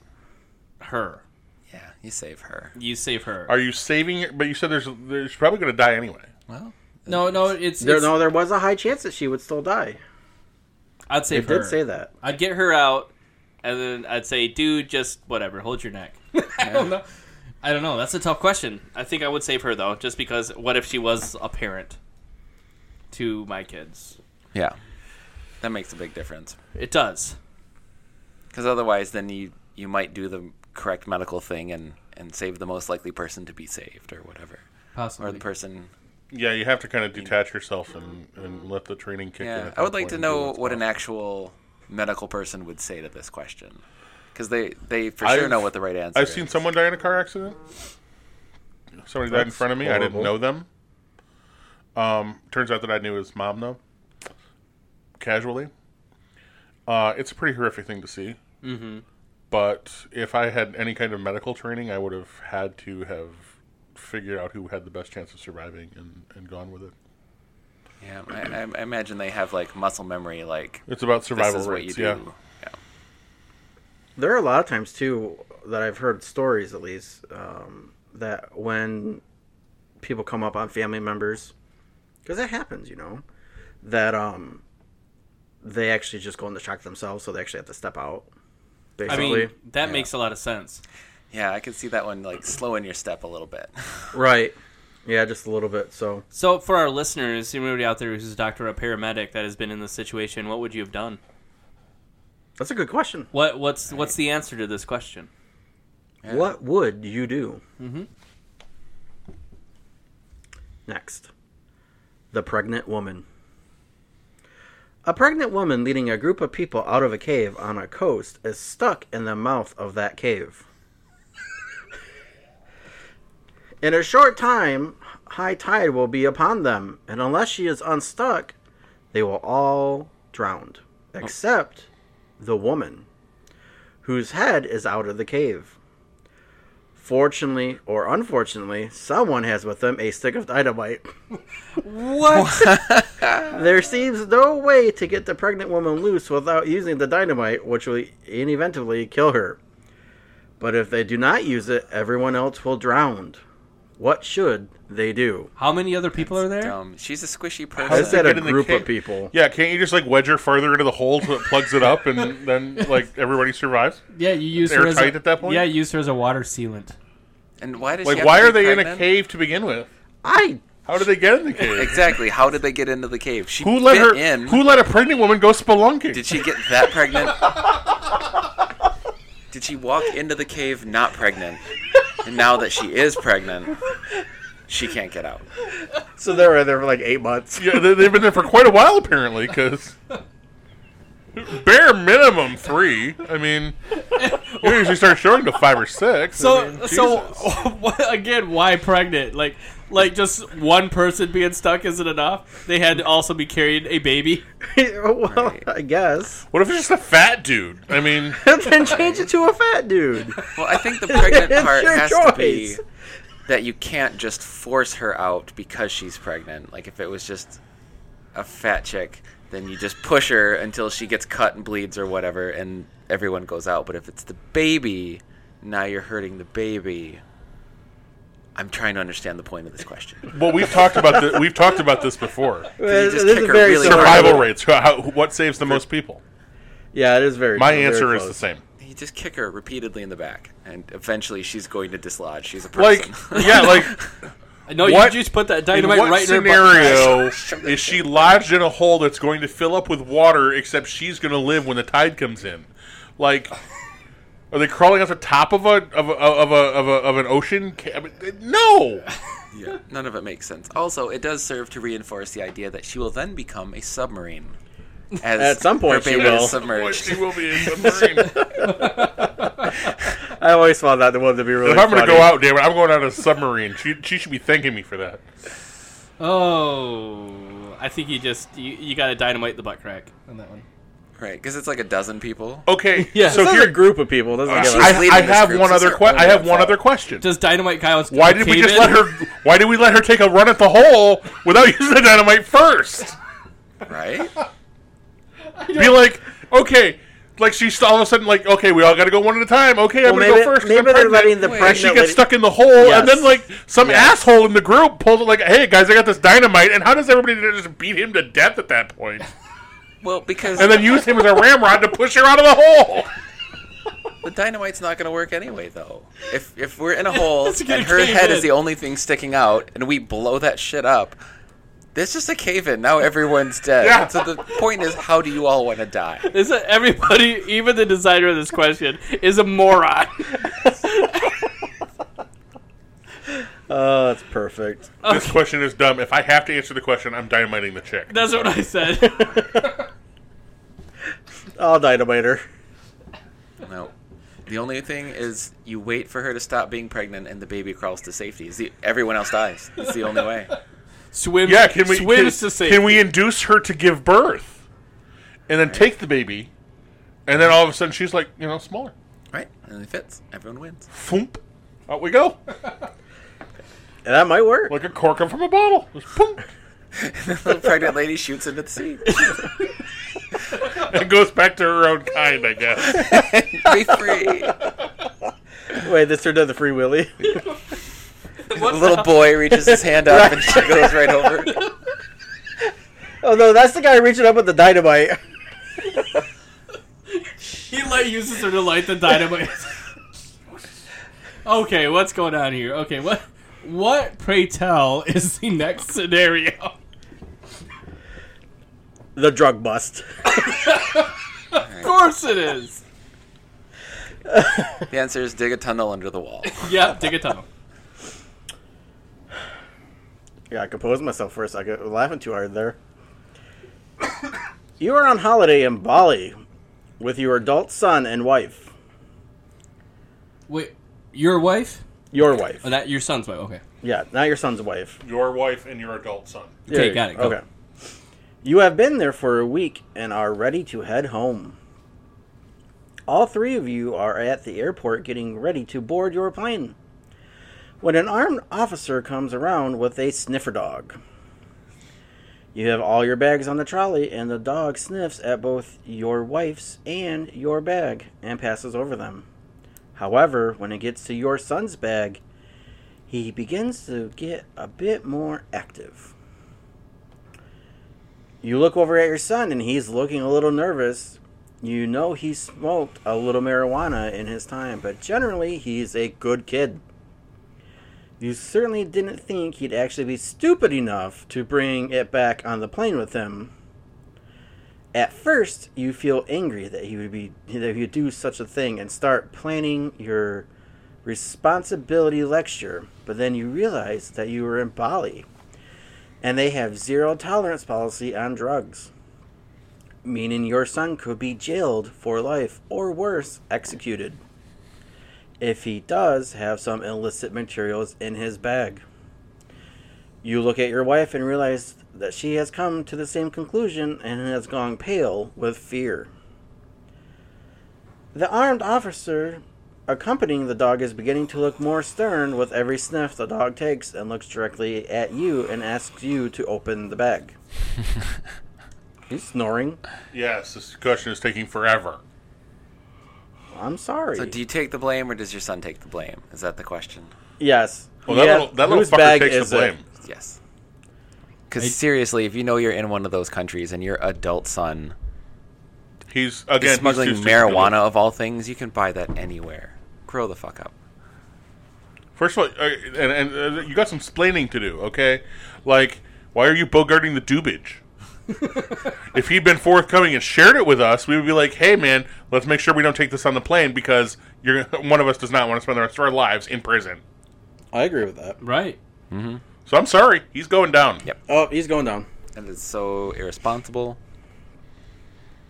B: her.
D: yeah, you save her.
B: You save her.
C: Are you saving it? But you said there's, there's she's probably going to die anyway.
D: Well,
B: no, no, it's,
A: There,
B: it's-
A: no, there was a high chance that she would still die.
B: I'd
A: They
B: save her.
A: did say that.
B: I'd get her out, and then I'd say, "Dude, just whatever, hold your neck." I don't know. I don't know. That's a tough question. I think I would save her though, just because what if she was a parent to my kids?
D: yeah, that makes a big difference.
B: It does.
D: Because otherwise, then you you might do the correct medical thing and and save the most likely person to be saved or whatever, or the
B: Possibly.
D: person.
C: Yeah, you have to kind of detach yourself and, and let the training kick in.
D: Yeah,
C: at
D: I
C: that
D: would like
C: point
D: to
C: and do
D: know
C: what's
D: what an
C: possible.
D: actual medical person would say to this question, because they they for sure
C: I've-
D: know what the right answer.
C: I've
D: is.
C: seen someone die in a car accident. Somebody died in front of me. I didn't
A: horrible.
C: know them. Um, turns out that I knew his mom though. Casually, uh, it's a pretty horrific thing to see. Mm-hmm. But if I had any kind of medical training, I would have had to have figured out who had the best chance of surviving and, and gone with it.
D: Yeah, I, I- I imagine they have like muscle memory, like
C: It's about
D: this
C: survival
D: is what you
C: rates.
D: do.
C: Yeah,
D: Yeah.
A: There are a lot of times too that I've heard stories, at least, um, that when people come up on family members, because it happens, you know, that um, they actually just go into shock themselves, so they actually have to step out.
B: I
A: Basically,
B: mean, that makes a lot of sense.
D: Yeah, I could see that one like slowing your step a little bit.
A: right? Yeah, just a little bit. So
B: So, for our listeners, anybody out there who's a doctor or a paramedic that has been in this situation, what would you have done?
A: that's a good question.
B: What what's what's the answer to this question?
A: What would you do? Mm-hmm. Next, the pregnant woman. A pregnant woman leading a group of people out of a cave on a coast is stuck in the mouth of that cave. in a short time, high tide will be upon them, and unless she is unstuck, they will all drown, except the woman, whose head is out of the cave. Fortunately or unfortunately, someone has with them a stick of dynamite.
B: What?
A: There seems no way to get the pregnant woman loose without using the dynamite, which will inevitably kill her. But if they do not use it, everyone else will drown. What should they do?
B: How many other people are there?
D: Dumb. Um, She's a squishy
A: I
D: person.
C: does it
A: said a
C: get in the
A: group of
C: cave?
A: people.
C: yeah. Can't you just like wedge her further into the hole so it plugs it up and then like everybody survives?
B: Yeah, you use
C: her as a- Airtight at that point? yeah,
B: use her as a water sealant.
D: And why does she
C: Like,
D: have
C: why
D: to be
C: are they in a
D: pregnant?
C: cave to begin with?
A: I
C: How did they get in the cave?
D: Exactly. How did they get into the cave? She
C: Who let
D: fit
C: her?
D: in.
C: Who let a pregnant woman go spelunking?
D: Did she get that pregnant? Did she walk into the cave not pregnant? And now that she is pregnant, she can't get out.
A: so they were there for like eight months.
C: yeah, they, they've been there for quite a while apparently, because bare minimum three. I mean, you usually start showing to five or six. I
B: So
C: mean,
B: so
C: Jesus.
B: what- again, why pregnant? Like like just one person being stuck isn't enough. They had to also be carrying a baby.
A: well, I guess.
C: what if it's just a fat dude? I mean,
A: then change it to a fat dude.
D: Well, I think the pregnant
A: It's
D: part
A: your
D: has to be
A: choice.
D: that you can't just force her out because she's pregnant. Like if it was just a fat chick, then you just push her until she gets cut and bleeds or whatever, and everyone goes out. But if it's the baby, now you're hurting the baby. I'm trying to understand the point of this question.
C: Well, we've talked about the, we've talked about this before.
D: you just
A: This
D: kick
A: is
D: her
A: very
D: really
A: similar.
D: hard?
C: Survival rates. How, what saves the most people?
A: Yeah, it is very.
C: My
A: very
C: answer is
A: close.
C: the same.
D: You just kick her repeatedly in the back, and eventually she's going to dislodge. She's a
C: Like,
D: person.
C: yeah, like
B: No,
C: What-
B: you just put that
C: in
B: dynamite
C: what
B: right in her butt.
C: scenario is she lodged in a hole that's going to fill up with water? Except she's going to live when the tide comes in. Like, are they crawling off the top of a of a of a of, a, of an ocean? Ca- I mean, No.
D: yeah, none of it makes sense. Also, it does serve to reinforce the idea that she will then become a submarine. As
A: At some point
D: her
A: she
D: baby
A: will.
D: is submerged.
C: she will be a submarine. if
A: I always found that the one to be really.
C: I'm going to
A: funny.
C: go out, damn it, I'm going out in a submarine. She she should be thanking me for that.
B: Oh, I think you just you, you got to dynamite the butt crack on that one.
D: Right, because it's like a dozen people.
C: Okay.
B: Yeah,
C: So
A: It's
C: here,
A: a group of people. It doesn't get
D: She's
A: like-
C: I,
D: leading
C: I
D: this
C: have
D: group,
C: one
D: so
C: other
D: start
C: que- I
D: rolling
C: have
D: that
C: one
D: out.
C: other question.
B: Does dynamite Kyle's
C: Why did we
B: cave
C: just
B: in?
C: let her? Why did we let her take a run at the hole without using the dynamite first?
D: Right?
C: Be like, okay, like she's all of a sudden like, okay, we all got to go one at a time. Okay, I'm
A: Well,
C: gonna
A: maybe,
C: go first. 'cause
A: maybe
C: I'm
A: they're
C: pregnant.
A: letting the
D: Wait.
A: pregnant
C: she
A: lady-
C: gets stuck in the hole, and then
A: Yes.
C: like some
A: Yes.
C: asshole in the group pulls it like, "Hey guys, I got this dynamite," and how does everybody just beat him to death at that point,
D: Well, because
C: and then use him as a ramrod to push her out of the hole?
D: the dynamite's not going to work anyway, though. If if we're in a hole
B: It's gonna
D: and her
B: cave
D: head
B: in.
D: is the only thing sticking out, and we blow that shit up, there's just a cave in. Now everyone's dead.
C: Yeah.
D: So the point is, how do you all want to die?
B: Is that everybody, even the designer of this question, is a moron?
A: Oh, that's perfect.
C: This question is dumb. If I have to answer the question, I'm dynamiting the chick.
B: That's what I said.
A: I'll dynamite her.
D: No. The only thing is, you wait for her to stop being pregnant, and the baby crawls to safety. It's the- everyone else dies. It's the only way.
B: Swim,
C: Yeah, can we can,
B: swims to safety.
C: can we induce her to give birth, and then take the baby, and then all of a sudden she's like, you know, smaller.
D: Right? And it fits. Everyone wins.
C: Foomp. Out we go.
A: And that might work.
C: Like a cork from a bottle. Just boom.
D: the pregnant lady shoots into the sea.
C: And goes back to her own kind, I guess.
D: Be free.
A: Wait, this turned into the Free Willy.
D: The little boy reaches his hand up, and she goes right over.
A: oh no, that's the guy reaching up with the dynamite.
B: He like uses her to light the dynamite. okay, what's going on here? Okay, what what pray tell is the next scenario?
A: The drug bust.
B: Of course it is.
D: The answer is dig a tunnel under the wall.
B: Yep, dig a tunnel.
A: Yeah, I composed myself for a second. I'm laughing too hard there. you are on holiday in Bali with your adult son and wife.
B: Wait, your wife?
A: Your wife.
B: Oh, that your son's wife. Okay.
A: Yeah, not your son's wife.
C: Your wife and your adult son.
A: There
B: Okay,
A: you
B: got
A: go.
B: it, go.
A: Okay. You have been there for a week and are ready to head home. All three of you are at the airport getting ready to board your plane. When an armed officer comes around with a sniffer dog, you have all your bags on the trolley, and the dog sniffs at both your wife's and your bag and passes over them. However, when it gets to your son's bag, he begins to get a bit more active. You look over at your son, and he's looking a little nervous. You know he smoked a little marijuana in his time, but generally he's a good kid. You certainly didn't think he'd actually be stupid enough to bring it back on the plane with him. At first, you feel angry that he would be that he would do such a thing and start planning your responsibility lecture, but then you realize that you were in Bali and they have zero tolerance policy on drugs, meaning your son could be jailed for life or worse, executed. If he does have some illicit materials in his bag, you look at your wife and realize that she has come to the same conclusion and has gone pale with fear. The armed officer accompanying the dog is beginning to look more stern with every sniff the dog takes and looks directly at you and asks you to open the bag. He's snoring.
C: Yes, this question is taking forever.
A: I'm sorry.
D: So do you take the blame or does your son take the blame? Is that the question?
A: yes.
C: Well, that
A: Yeah,
C: little, that little
A: whose
C: fucker
A: bag
C: takes
A: is
C: the
A: it?
C: blame.
D: Yes. Because seriously, if you know you're in one of those countries and your adult son
C: He's
D: is
C: again he's
D: smuggling
C: too stupid to do it.
D: marijuana of all things, you can buy that anywhere. Grow the fuck up.
C: First of all, uh, and, and uh, you got some splaining to do, okay? Like, why are you bogarting the dubage? if he'd been forthcoming and shared it with us, we would be like, "Hey, man, let's make sure we don't take this on the plane because you're one of us does not want to spend the rest of our lives in prison."
A: I agree with that.
B: Right.
C: So I'm sorry, he's going down.
D: Yep.
A: Oh, he's going down.
D: And it's so irresponsible.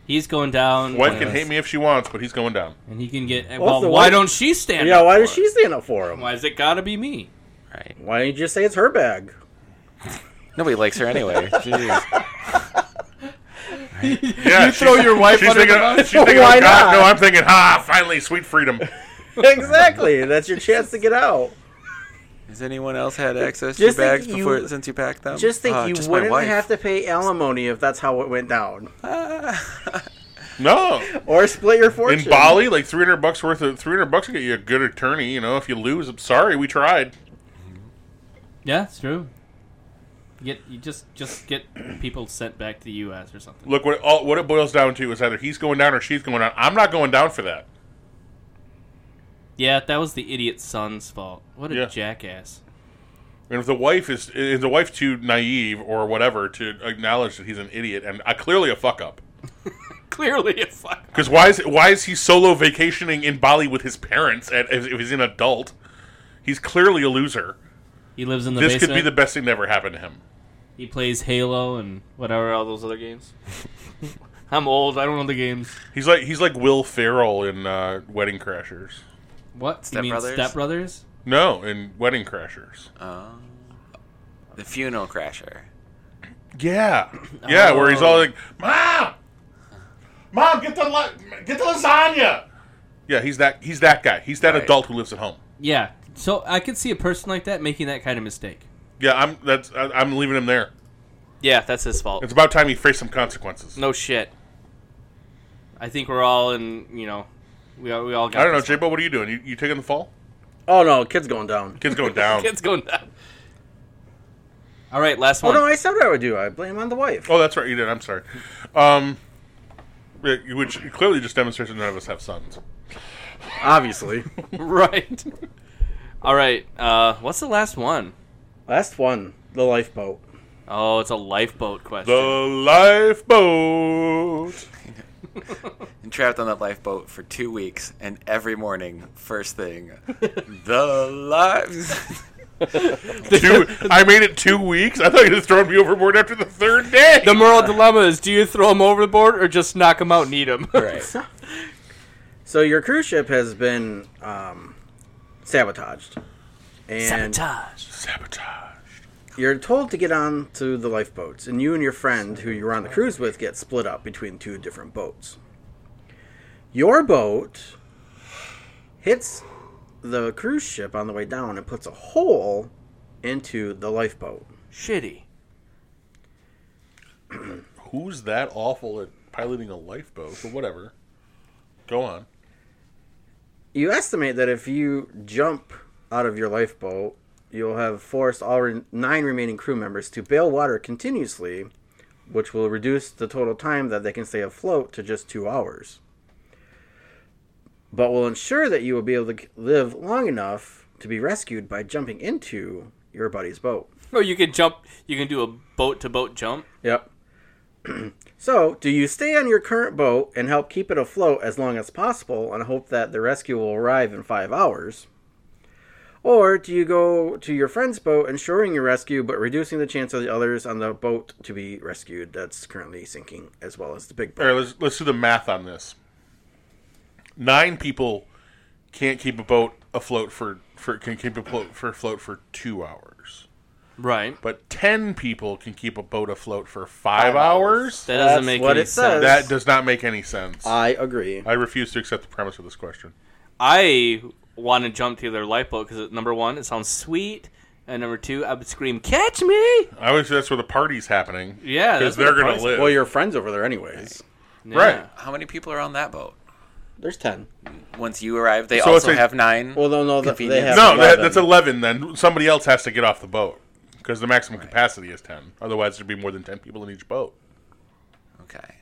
B: He's going down.
C: Wife
B: uh,
C: can hate me if she wants, but he's going down.
B: And he can get.
A: What's
B: Well,
A: the
B: why
A: wife-
B: don't she stand
A: Yeah,
B: up
A: why
B: for
A: does
B: it?
A: she stand up for him?
B: Why has it gotta be me?
D: Right.
A: Why didn't you say it's her bag?
D: Nobody likes her anyway. Jeez.
C: Yeah, you throw your wife she's
H: under
C: thinking, She's thinking,
A: Why
C: oh,
A: not?
C: God, no, I'm thinking, ah, finally, sweet freedom.
A: exactly. That's your chance to get out.
D: Has anyone else had access
A: Just
D: to your bags
A: think you-
D: before since you packed them?
A: Just think
D: Uh,
A: you
D: just my
A: wouldn't
D: wife.
A: have to pay alimony if that's how it went down.
C: No,
A: Or split your fortune.
C: in Bali, like 300 bucks worth of 300 bucks will get you a good attorney. You know, if you lose, I'm sorry, we tried.
B: Yeah, it's true. You Get you just just get people sent back to the U.S. or something.
C: Look, what it, all, what it boils down to is either he's going down or she's going down. I'm not going down for that.
B: Yeah, that was the idiot son's fault. What a
C: Yeah.
B: jackass.
C: And if the wife is is the wife too naive or whatever to acknowledge that he's an idiot and uh, clearly a fuck up.
B: Clearly a fuck.
C: Because why is why is he solo vacationing in Bali with his parents? At, if, if he's an adult, he's clearly a loser.
B: He lives in the
C: this
B: basement.
C: could be the best thing that ever happened to him.
B: He plays Halo and whatever all those other games. I'm old. I don't know the games.
C: He's like he's like Will Ferrell in uh, Wedding Crashers.
B: What
D: Step
B: you mean,
D: Brothers?
B: Step Brothers?
C: No, in Wedding Crashers.
D: Oh. the funeral crasher.
C: Yeah, yeah, where he's all
B: Oh.
C: like, "Mom, mom, get the la- get the lasagna." Yeah, he's that he's that guy. He's that
D: Right.
C: adult who lives at home.
B: Yeah. So I could see a person like that making that kind of mistake.
C: Yeah, I'm that's I, I'm leaving him there.
H: Yeah, that's his fault.
C: It's about time he faced some consequences.
H: No shit.
B: I think we're all in. You know, we all, we all got.
C: I don't know,
B: this.
C: J-Bo, what are you doing? You, you taking the fall?
A: oh no, kid's going down.
C: Kid's going down.
B: Kids going down. All right, last
A: Oh
B: one.
A: no, I said what I would do. I blame on the wife.
C: Oh, that's right, you did. I'm sorry. Um, it- which clearly just demonstrates that none of us have sons.
A: Obviously.
B: right. All right. Uh, what's the last one?
A: Last one, the lifeboat.
B: Oh, it's a lifeboat question.
C: The lifeboat.
D: And trapped on that lifeboat for two weeks, and every morning, first thing, the lives.
C: Two, I made it two weeks. I thought you just throwing me overboard after the third day.
B: The moral dilemma is: Do you throw him overboard or just knock him out and eat him?
D: right.
A: So your cruise ship has been um, sabotaged, and
C: Sabotage.
A: you're told to get on to the lifeboats, and you and your friend who you were on the cruise with get split up between two different boats. Your boat hits the cruise ship on the way down and puts a hole into the lifeboat.
B: Shitty.
C: Who's that awful at piloting a lifeboat? But whatever. Go on.
A: You estimate that if you jump out of your lifeboat, you'll have forced all re- nine remaining crew members to bail water continuously, which will reduce the total time that they can stay afloat to just two hours. But will ensure that you will be able to c- live long enough to be rescued by jumping into your buddy's boat.
B: Or you can jump. You can do a boat to boat jump.
A: Yep. so, do you stay on your current boat and help keep it afloat as long as possible and hope that the rescue will arrive in five hours? Or do you go to your friend's boat, ensuring your rescue but reducing the chance of the others on the boat to be rescued that's currently sinking, as well as the big
C: All
A: boat?
C: right, let's let's do the math on this. Nine people can't keep a boat afloat for for can keep a float for afloat for two hours,
B: Right.
C: but ten people can keep a boat afloat for five, hours.
B: That doesn't
A: That's
B: make
A: what
B: any
A: it says.
B: sense.
C: That Uh, does not make any sense.
A: I agree.
C: I refuse to accept the premise of this question.
B: I want to jump to their lifeboat because number one, it sounds sweet, and number two, I would scream, "Catch me!"
C: I always say that's where the party's happening.
B: Yeah,
C: because
B: that's
C: they're
B: what
C: gonna
B: the
C: live.
A: Well, your friend's over there, anyways.
B: Yeah.
C: Right.
D: How many people are on that boat?
A: There's ten.
D: Once you arrive, they
C: So
D: also
C: it's a-
D: have nine.
A: Well, no, no, th- they have
D: Convenience.
C: No, that,
A: 11.
C: that's 11 then. Somebody else has to get off the boat because the maximum capacity is 10. Otherwise, there'd be more than 10 people in each boat.
D: Okay.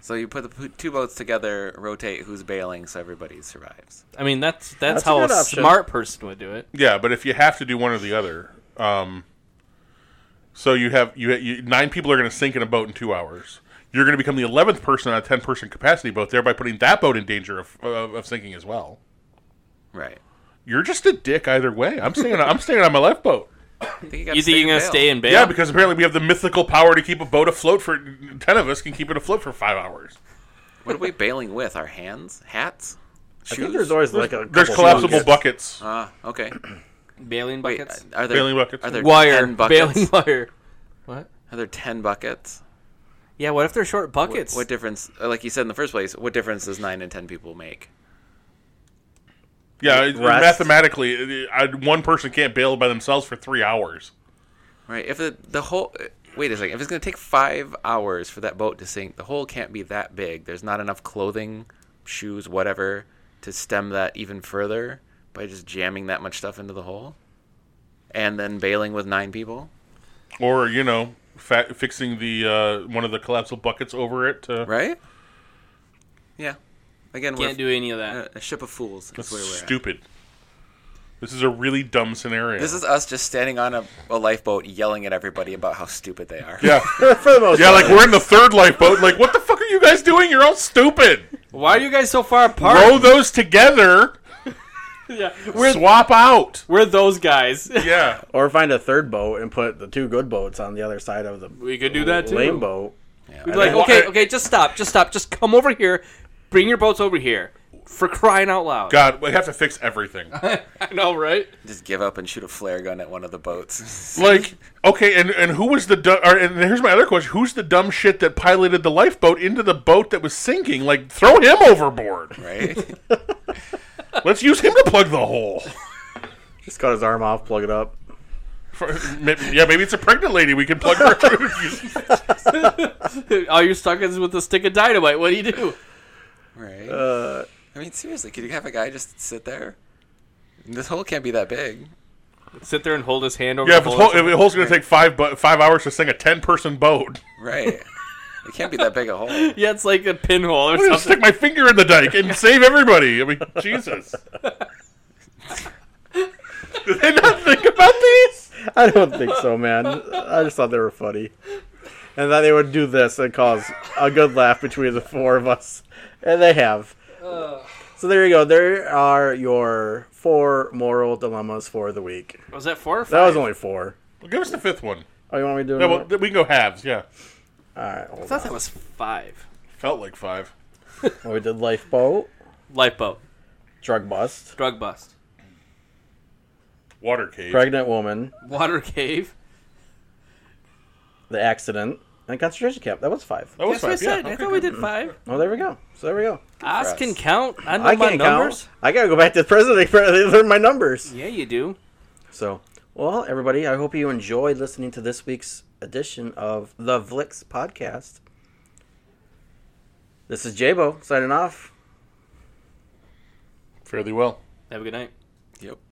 D: So you put the p- two boats together, rotate who's bailing, so everybody survives.
I: I mean, that's that's,
A: That's a
I: how a,
A: good option.
I: smart person would do it.
C: Yeah, but if you have to do one or the other, um, so you have you, you nine people are going to sink in a boat in two hours. You're going to become the 11th person on a 10 person capacity boat, thereby putting that boat in danger of, of, of sinking as well.
D: Right.
C: You're just a dick either way. I'm staying. I'm staying on my lifeboat.
D: I think
I: You think you're gonna stay in bail?
C: Yeah, because apparently we have the mythical power to keep a boat afloat for ten of us can keep it afloat for five hours.
D: What are we bailing with? Our hands, hats?
A: I think there's always like a
C: There's
A: couple
C: collapsible
A: buckets.
C: buckets.
D: Ah, okay.
I: bailing
D: Wait,
A: uh,
I: buckets,
D: are there
C: Bailing buckets.
D: Are there
I: wire,
D: ten buckets?
I: bailing wire. What?
D: Are there ten buckets?
I: Yeah, what if they're short
D: What,
I: buckets?
D: what difference? uh, Like you said in the first place, what difference does nine and ten people make?
C: Yeah, it-
A: Rest.
C: mathematically, I, one person can't bail by themselves for three hours.
D: Right. If the the whole uh, wait a second, if it's going to take five hours for that boat to sink, the hole can't be that big. There's not enough clothing, shoes, whatever, to stem that even further by just jamming that much stuff into the hole, and then bailing with nine people.
C: Or you know, fa- fixing the uh, one of the collapsible buckets over it. To,
D: Right. Yeah. Again,
I: Can't
D: we're
I: do any of that.
D: a, a ship of fools. That's
C: That's
D: where we're at.
C: stupid. This is a really dumb scenario.
D: This is us just standing on a, a lifeboat yelling at everybody about how stupid they are.
C: yeah,
A: for the most
C: yeah.
A: part.
C: Like we're in the third lifeboat. Like what the fuck are you guys doing? You're all stupid.
I: Why are you guys so far apart?
C: Row those together.
I: Yeah, we're
C: Swap out.
I: we're those guys.
C: Yeah.
A: or find a third boat and put the two good boats on the other side of the
I: We could do that too.
A: lame boat.
I: We'd be like,
C: Well,
I: okay,
C: I-
I: okay, just stop, just stop, just come over here. Bring your boats over here. For crying out loud.
C: God, we have to fix everything.
I: I know, right?
D: Just give up and shoot a flare gun at one of the boats.
C: like, okay, and, and who was the dumb? Or, and here's my other question: Who's the dumb shit that piloted the lifeboat into the boat that was sinking? Like, throw him overboard.
D: right.
C: Let's use him to plug the hole.
A: Just cut his arm off, plug it up.
C: For- maybe, yeah, maybe it's a pregnant lady. We can plug her.
I: All you're stuck is with a stick of dynamite. What do you do?
D: Right. I mean, seriously, could you have a guy just sit there? This hole can't be that big.
I: Sit there and hold his hand over
C: yeah, if,
I: the
C: it's
I: hole.
C: whole, if the hole's gonna take five bu- five hours to sink a ten person boat,
D: Right. it can't be that big a hole.
I: yeah, it's like a pinhole or
C: I'm gonna
I: something.
C: stick my finger in the dike and save everybody. I mean, Jesus. Did they not think about these?
A: I don't think so, man. I just thought they were funny. And that they would do this and cause a good laugh between the four of us. And they have. So there you go. There are your four moral dilemmas for the week.
I: Was that four or
A: That
I: five?
A: was only four.
C: Well, give us the fifth one.
A: Oh, you want me to do
C: Yeah,
A: another?
C: well,
A: one?
C: th- we can go halves. Yeah,
A: All right. Hold
I: I thought
A: on.
I: that was five.
C: felt like five.
A: Well, we did lifeboat,
I: Lifeboat.
A: drug bust,
I: Drug bust.
C: Water cave.
A: pregnant woman,
I: Water cave.
A: the accident, and concentration camp. That was five.
C: That was
I: That's what I
C: five. Yeah.
I: said. I
C: okay.
I: thought we did five.
A: Oh, there we go. So there we go.
I: Oz can count. I know
A: I
I: my
A: can't
I: numbers.
A: count. I gotta go back to the president. These are my numbers.
I: Yeah, you do.
A: So, well, everybody, I hope you enjoyed listening to this week's edition of the Vlix podcast. This is Jabo signing off.
C: Fairly well.
I: Have a good night.
D: Yep.